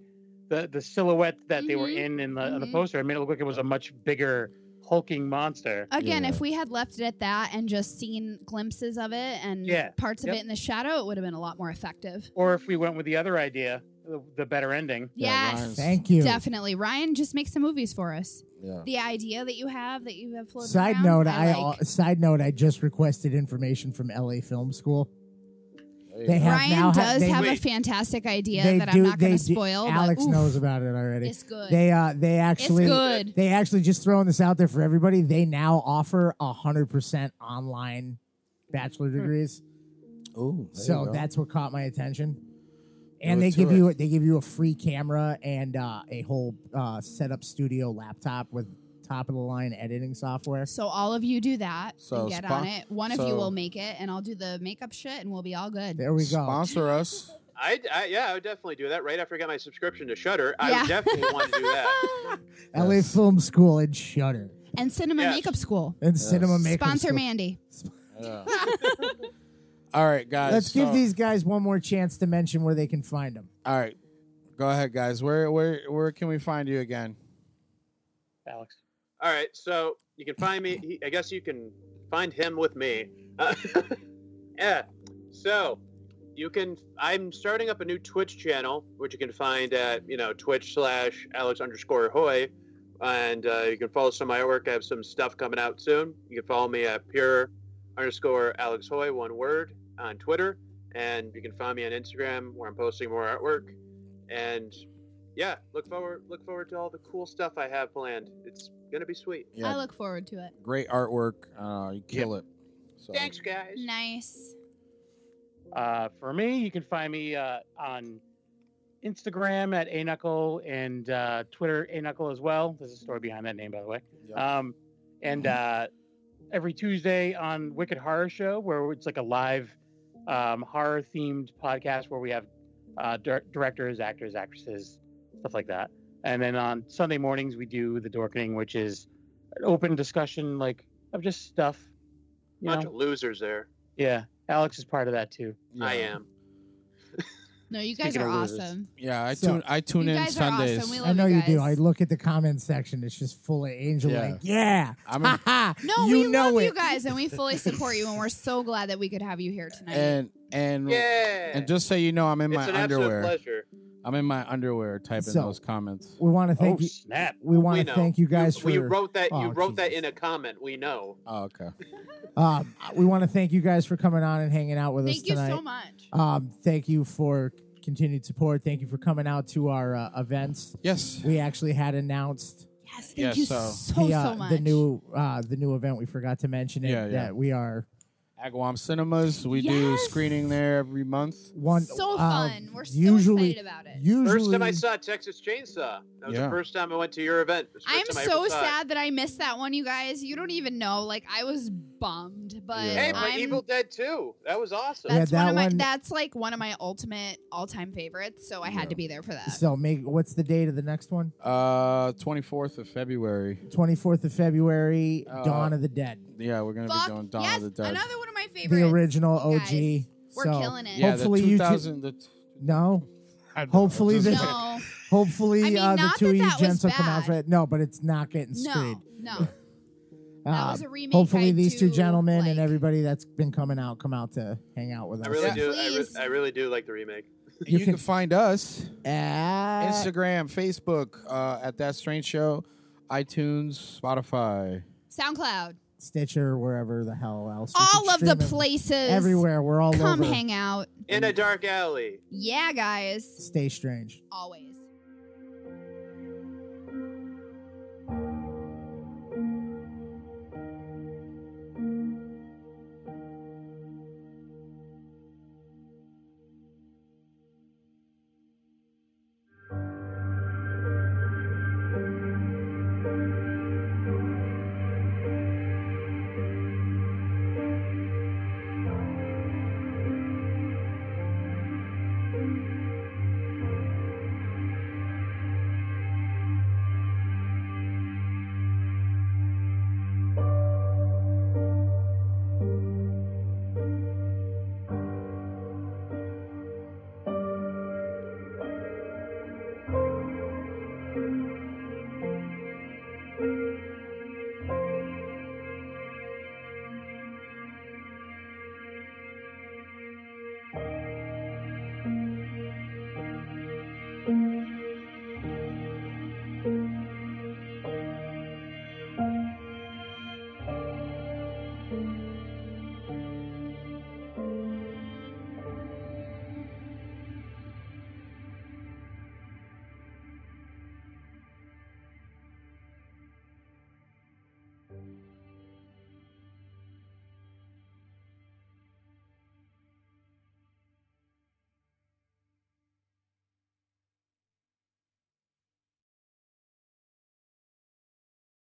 Speaker 8: the the silhouette that they were
Speaker 2: Mhm,
Speaker 8: in in the, on the
Speaker 2: mhm.
Speaker 8: poster. I mean, it looked like it was a much bigger hulking monster.
Speaker 2: Again,
Speaker 5: Yeah.
Speaker 2: if we had left it at that and just seen glimpses of it and
Speaker 8: Yeah.
Speaker 2: parts of
Speaker 8: Yep.
Speaker 2: it in the shadow, it would have been a lot more effective.
Speaker 8: Or if we went with the other idea, the, the better ending.
Speaker 5: yeah,
Speaker 2: yes,
Speaker 5: Ryan's-
Speaker 1: Thank you.
Speaker 2: definitely. Ryan, just make some movies for us.
Speaker 5: yeah.
Speaker 2: The idea that you have that you have floated
Speaker 1: Side
Speaker 2: around,
Speaker 1: note: I,
Speaker 2: like.
Speaker 1: al- side note: I just requested information from LA Film School.
Speaker 5: There you
Speaker 1: They
Speaker 5: go.
Speaker 1: have
Speaker 2: Ryan
Speaker 1: now ha-
Speaker 2: does
Speaker 1: they-
Speaker 2: have a
Speaker 7: Wait.
Speaker 2: fantastic idea
Speaker 1: they
Speaker 2: that
Speaker 1: do.
Speaker 2: I'm not
Speaker 1: they
Speaker 2: going to
Speaker 1: do-
Speaker 2: spoil.
Speaker 1: Alex
Speaker 2: but, oof,
Speaker 1: knows about it already.
Speaker 2: It's good.
Speaker 1: They uh, they actually
Speaker 2: it's good.
Speaker 1: They actually just throwing this out there for everybody. They now offer hundred percent online bachelor
Speaker 2: Hmm.
Speaker 1: degrees.
Speaker 5: Ooh, there you
Speaker 1: So
Speaker 5: go.
Speaker 1: that's what caught my attention. And
Speaker 5: Go
Speaker 1: they
Speaker 5: to
Speaker 1: give
Speaker 5: it.
Speaker 1: you they give you a free camera and uh, a whole uh, setup studio laptop with top of the line editing software.
Speaker 2: So all of you do that
Speaker 5: So
Speaker 2: and get
Speaker 5: spa-
Speaker 2: on it. One of you
Speaker 5: so-
Speaker 2: will make it, and I'll do the makeup shit, and we'll be all good.
Speaker 1: There we go.
Speaker 5: Sponsor
Speaker 2: (laughs)
Speaker 5: us.
Speaker 7: I, I yeah, I would definitely do that. Right after I got my subscription to Shutter, I
Speaker 2: Yeah.
Speaker 7: would definitely want to do that.
Speaker 1: LA
Speaker 5: Yes.
Speaker 1: Film School and Shutter
Speaker 2: and Cinema
Speaker 7: Yes.
Speaker 2: Makeup School.
Speaker 1: and Cinema Makeup.
Speaker 2: Sponsor
Speaker 1: School.
Speaker 2: Mandy.
Speaker 5: Yeah. All right, guys. uh,
Speaker 1: Let's
Speaker 5: so-
Speaker 1: give these guys one more chance to mention where they can find them.
Speaker 5: All right, go ahead, guys. Where where where can we find you again?
Speaker 8: Alex.
Speaker 7: All right, so you can find me. He, I guess you can find him with me. Uh, (laughs) yeah. So you can. I'm starting up a new Twitch channel, which you can find at you know Twitch slash Alex underscore Hoy, and uh, you can follow some of my artwork. I have some stuff coming out soon. You can follow me at pure underscore Alex Hoy, one word, on Twitter, and you can find me on Instagram where I'm posting more artwork. And yeah, look forward look forward to all the cool stuff I have planned. It's gonna be sweet.
Speaker 5: Yeah.
Speaker 2: I look forward to it.
Speaker 5: Great artwork. Uh, you kill it. So,
Speaker 7: Thanks, guys.
Speaker 2: Nice.
Speaker 8: Uh, for me, you can find me uh, on Instagram at a knuckle and uh, Twitter a knuckle as well. There's a story behind that name, by the way.
Speaker 5: yeah.
Speaker 8: Um, and uh, every Tuesday on Wicked Horror Show, where it's like a live um, horror themed podcast where we have uh, dir- directors, actors, actresses, stuff like that. And then on Sunday mornings, we do The Dorkening, which is an open discussion like of just stuff. You
Speaker 7: Bunch
Speaker 8: know?
Speaker 7: of losers there.
Speaker 8: Yeah. Alex is part of that too.
Speaker 7: I
Speaker 5: Yeah.
Speaker 7: am.
Speaker 2: No, you guys
Speaker 8: Speaking
Speaker 2: are
Speaker 8: of losers.
Speaker 2: awesome.
Speaker 5: Yeah, I
Speaker 1: So-
Speaker 5: tune I tune
Speaker 2: You
Speaker 5: in
Speaker 2: guys are
Speaker 5: Sundays.
Speaker 2: awesome. We love
Speaker 1: I know
Speaker 2: you
Speaker 1: you do. I
Speaker 2: guys.
Speaker 1: look at the comment section; it's just full of angel.
Speaker 5: Yeah.
Speaker 1: Like, yeah,
Speaker 5: I'm
Speaker 1: ha ha.
Speaker 2: No,
Speaker 1: you
Speaker 2: we
Speaker 1: know
Speaker 2: love
Speaker 1: it.
Speaker 2: you guys, and
Speaker 1: (laughs)
Speaker 2: we fully support you, and we're so glad that we could have you here tonight.
Speaker 5: and and
Speaker 7: Yeah.
Speaker 5: and just so you know, I'm in
Speaker 7: it's
Speaker 5: my
Speaker 7: an
Speaker 5: underwear.
Speaker 7: absolute pleasure.
Speaker 5: I'm in my underwear typing
Speaker 1: So-
Speaker 5: those comments.
Speaker 1: We want to thank
Speaker 8: oh,
Speaker 1: you.
Speaker 8: snap.
Speaker 1: We
Speaker 7: we
Speaker 1: want
Speaker 7: know.
Speaker 1: to thank you guys
Speaker 7: we
Speaker 1: for.
Speaker 7: wrote that you
Speaker 1: Oh,
Speaker 7: wrote that
Speaker 1: Jesus.
Speaker 7: in a comment. We know.
Speaker 5: Oh, okay.
Speaker 1: um, we want to thank you guys for coming on and hanging out with us
Speaker 2: Thank you
Speaker 1: tonight.
Speaker 2: so much.
Speaker 1: Um, thank you for continued support. Thank you for coming out to our uh, events.
Speaker 5: Yes.
Speaker 1: We actually had announced
Speaker 2: Yes, thank
Speaker 5: Yeah,
Speaker 2: you
Speaker 5: so-
Speaker 2: so
Speaker 1: the,
Speaker 2: so
Speaker 1: uh,
Speaker 2: much.
Speaker 1: the new uh, the new event. We forgot to mention it.
Speaker 5: Yeah, yeah.
Speaker 1: That we are
Speaker 5: Agawam Cinemas. We do
Speaker 2: Yes.
Speaker 5: screening there every month.
Speaker 1: one
Speaker 2: so
Speaker 1: uh,
Speaker 2: fun. We're so
Speaker 1: usually
Speaker 2: excited about it.
Speaker 1: usually
Speaker 7: First time I saw Texas Chainsaw. That was
Speaker 5: Yeah.
Speaker 7: the first time I went to your event. It was the
Speaker 2: I'm
Speaker 7: first time I ever
Speaker 2: so
Speaker 7: saw it.
Speaker 2: sad that I missed that one, you guys. You don't even know. Like I was bummed, but
Speaker 5: Yeah.
Speaker 7: Hey, but
Speaker 2: I'm,
Speaker 7: Evil Dead 2. That was awesome.
Speaker 1: Yeah,
Speaker 2: that's
Speaker 1: that
Speaker 2: one of my.
Speaker 1: one-
Speaker 2: That's like one of my ultimate all-time favorites. So I had
Speaker 5: Yeah.
Speaker 2: to be there for that.
Speaker 1: So make what's the date of the next one?
Speaker 5: Uh, 24th of February.
Speaker 1: Twenty fourth of February,
Speaker 5: Uh,
Speaker 1: Dawn of the Dead,
Speaker 5: Yeah, we're gonna
Speaker 2: Fuck
Speaker 5: be doing Dawn
Speaker 2: yes,
Speaker 5: of the Dead.
Speaker 2: another one of my
Speaker 1: the
Speaker 2: favorites.
Speaker 1: original
Speaker 2: you
Speaker 1: OG.
Speaker 2: guys. We're
Speaker 1: so
Speaker 2: killing it.
Speaker 5: yeah,
Speaker 1: hopefully
Speaker 5: the
Speaker 1: you two-
Speaker 5: 2000. the t-
Speaker 1: no,
Speaker 5: I don't know,
Speaker 1: Hopefully
Speaker 5: just-
Speaker 1: the-
Speaker 5: (laughs)
Speaker 2: No,
Speaker 1: hopefully
Speaker 2: I mean,
Speaker 1: uh, the
Speaker 2: not
Speaker 1: two
Speaker 2: that
Speaker 1: of you
Speaker 2: that was
Speaker 1: gents will come out
Speaker 2: bad.
Speaker 1: for it. No, but it's not getting screwed.
Speaker 2: no, no. That
Speaker 1: Uh,
Speaker 2: was a remake.
Speaker 1: hopefully
Speaker 2: I
Speaker 1: these two
Speaker 2: do
Speaker 1: gentlemen and
Speaker 2: like.
Speaker 1: everybody that's been coming out come out to hang out with us.
Speaker 7: I really
Speaker 5: Yeah.
Speaker 7: do. I, re-
Speaker 2: Please.
Speaker 7: I really do like the remake.
Speaker 5: you, can, find us
Speaker 2: Uh,
Speaker 1: at
Speaker 5: Instagram, Facebook, uh, at That Strange Show, iTunes, Spotify.
Speaker 2: SoundCloud.
Speaker 1: Stitcher, wherever the hell else. you
Speaker 2: All
Speaker 1: can
Speaker 2: of the
Speaker 1: stream it.
Speaker 2: places.
Speaker 1: Everywhere. We're all
Speaker 2: Come
Speaker 1: over.
Speaker 2: hang out.
Speaker 7: in a dark alley.
Speaker 2: Yeah, guys.
Speaker 1: Stay strange.
Speaker 2: Always.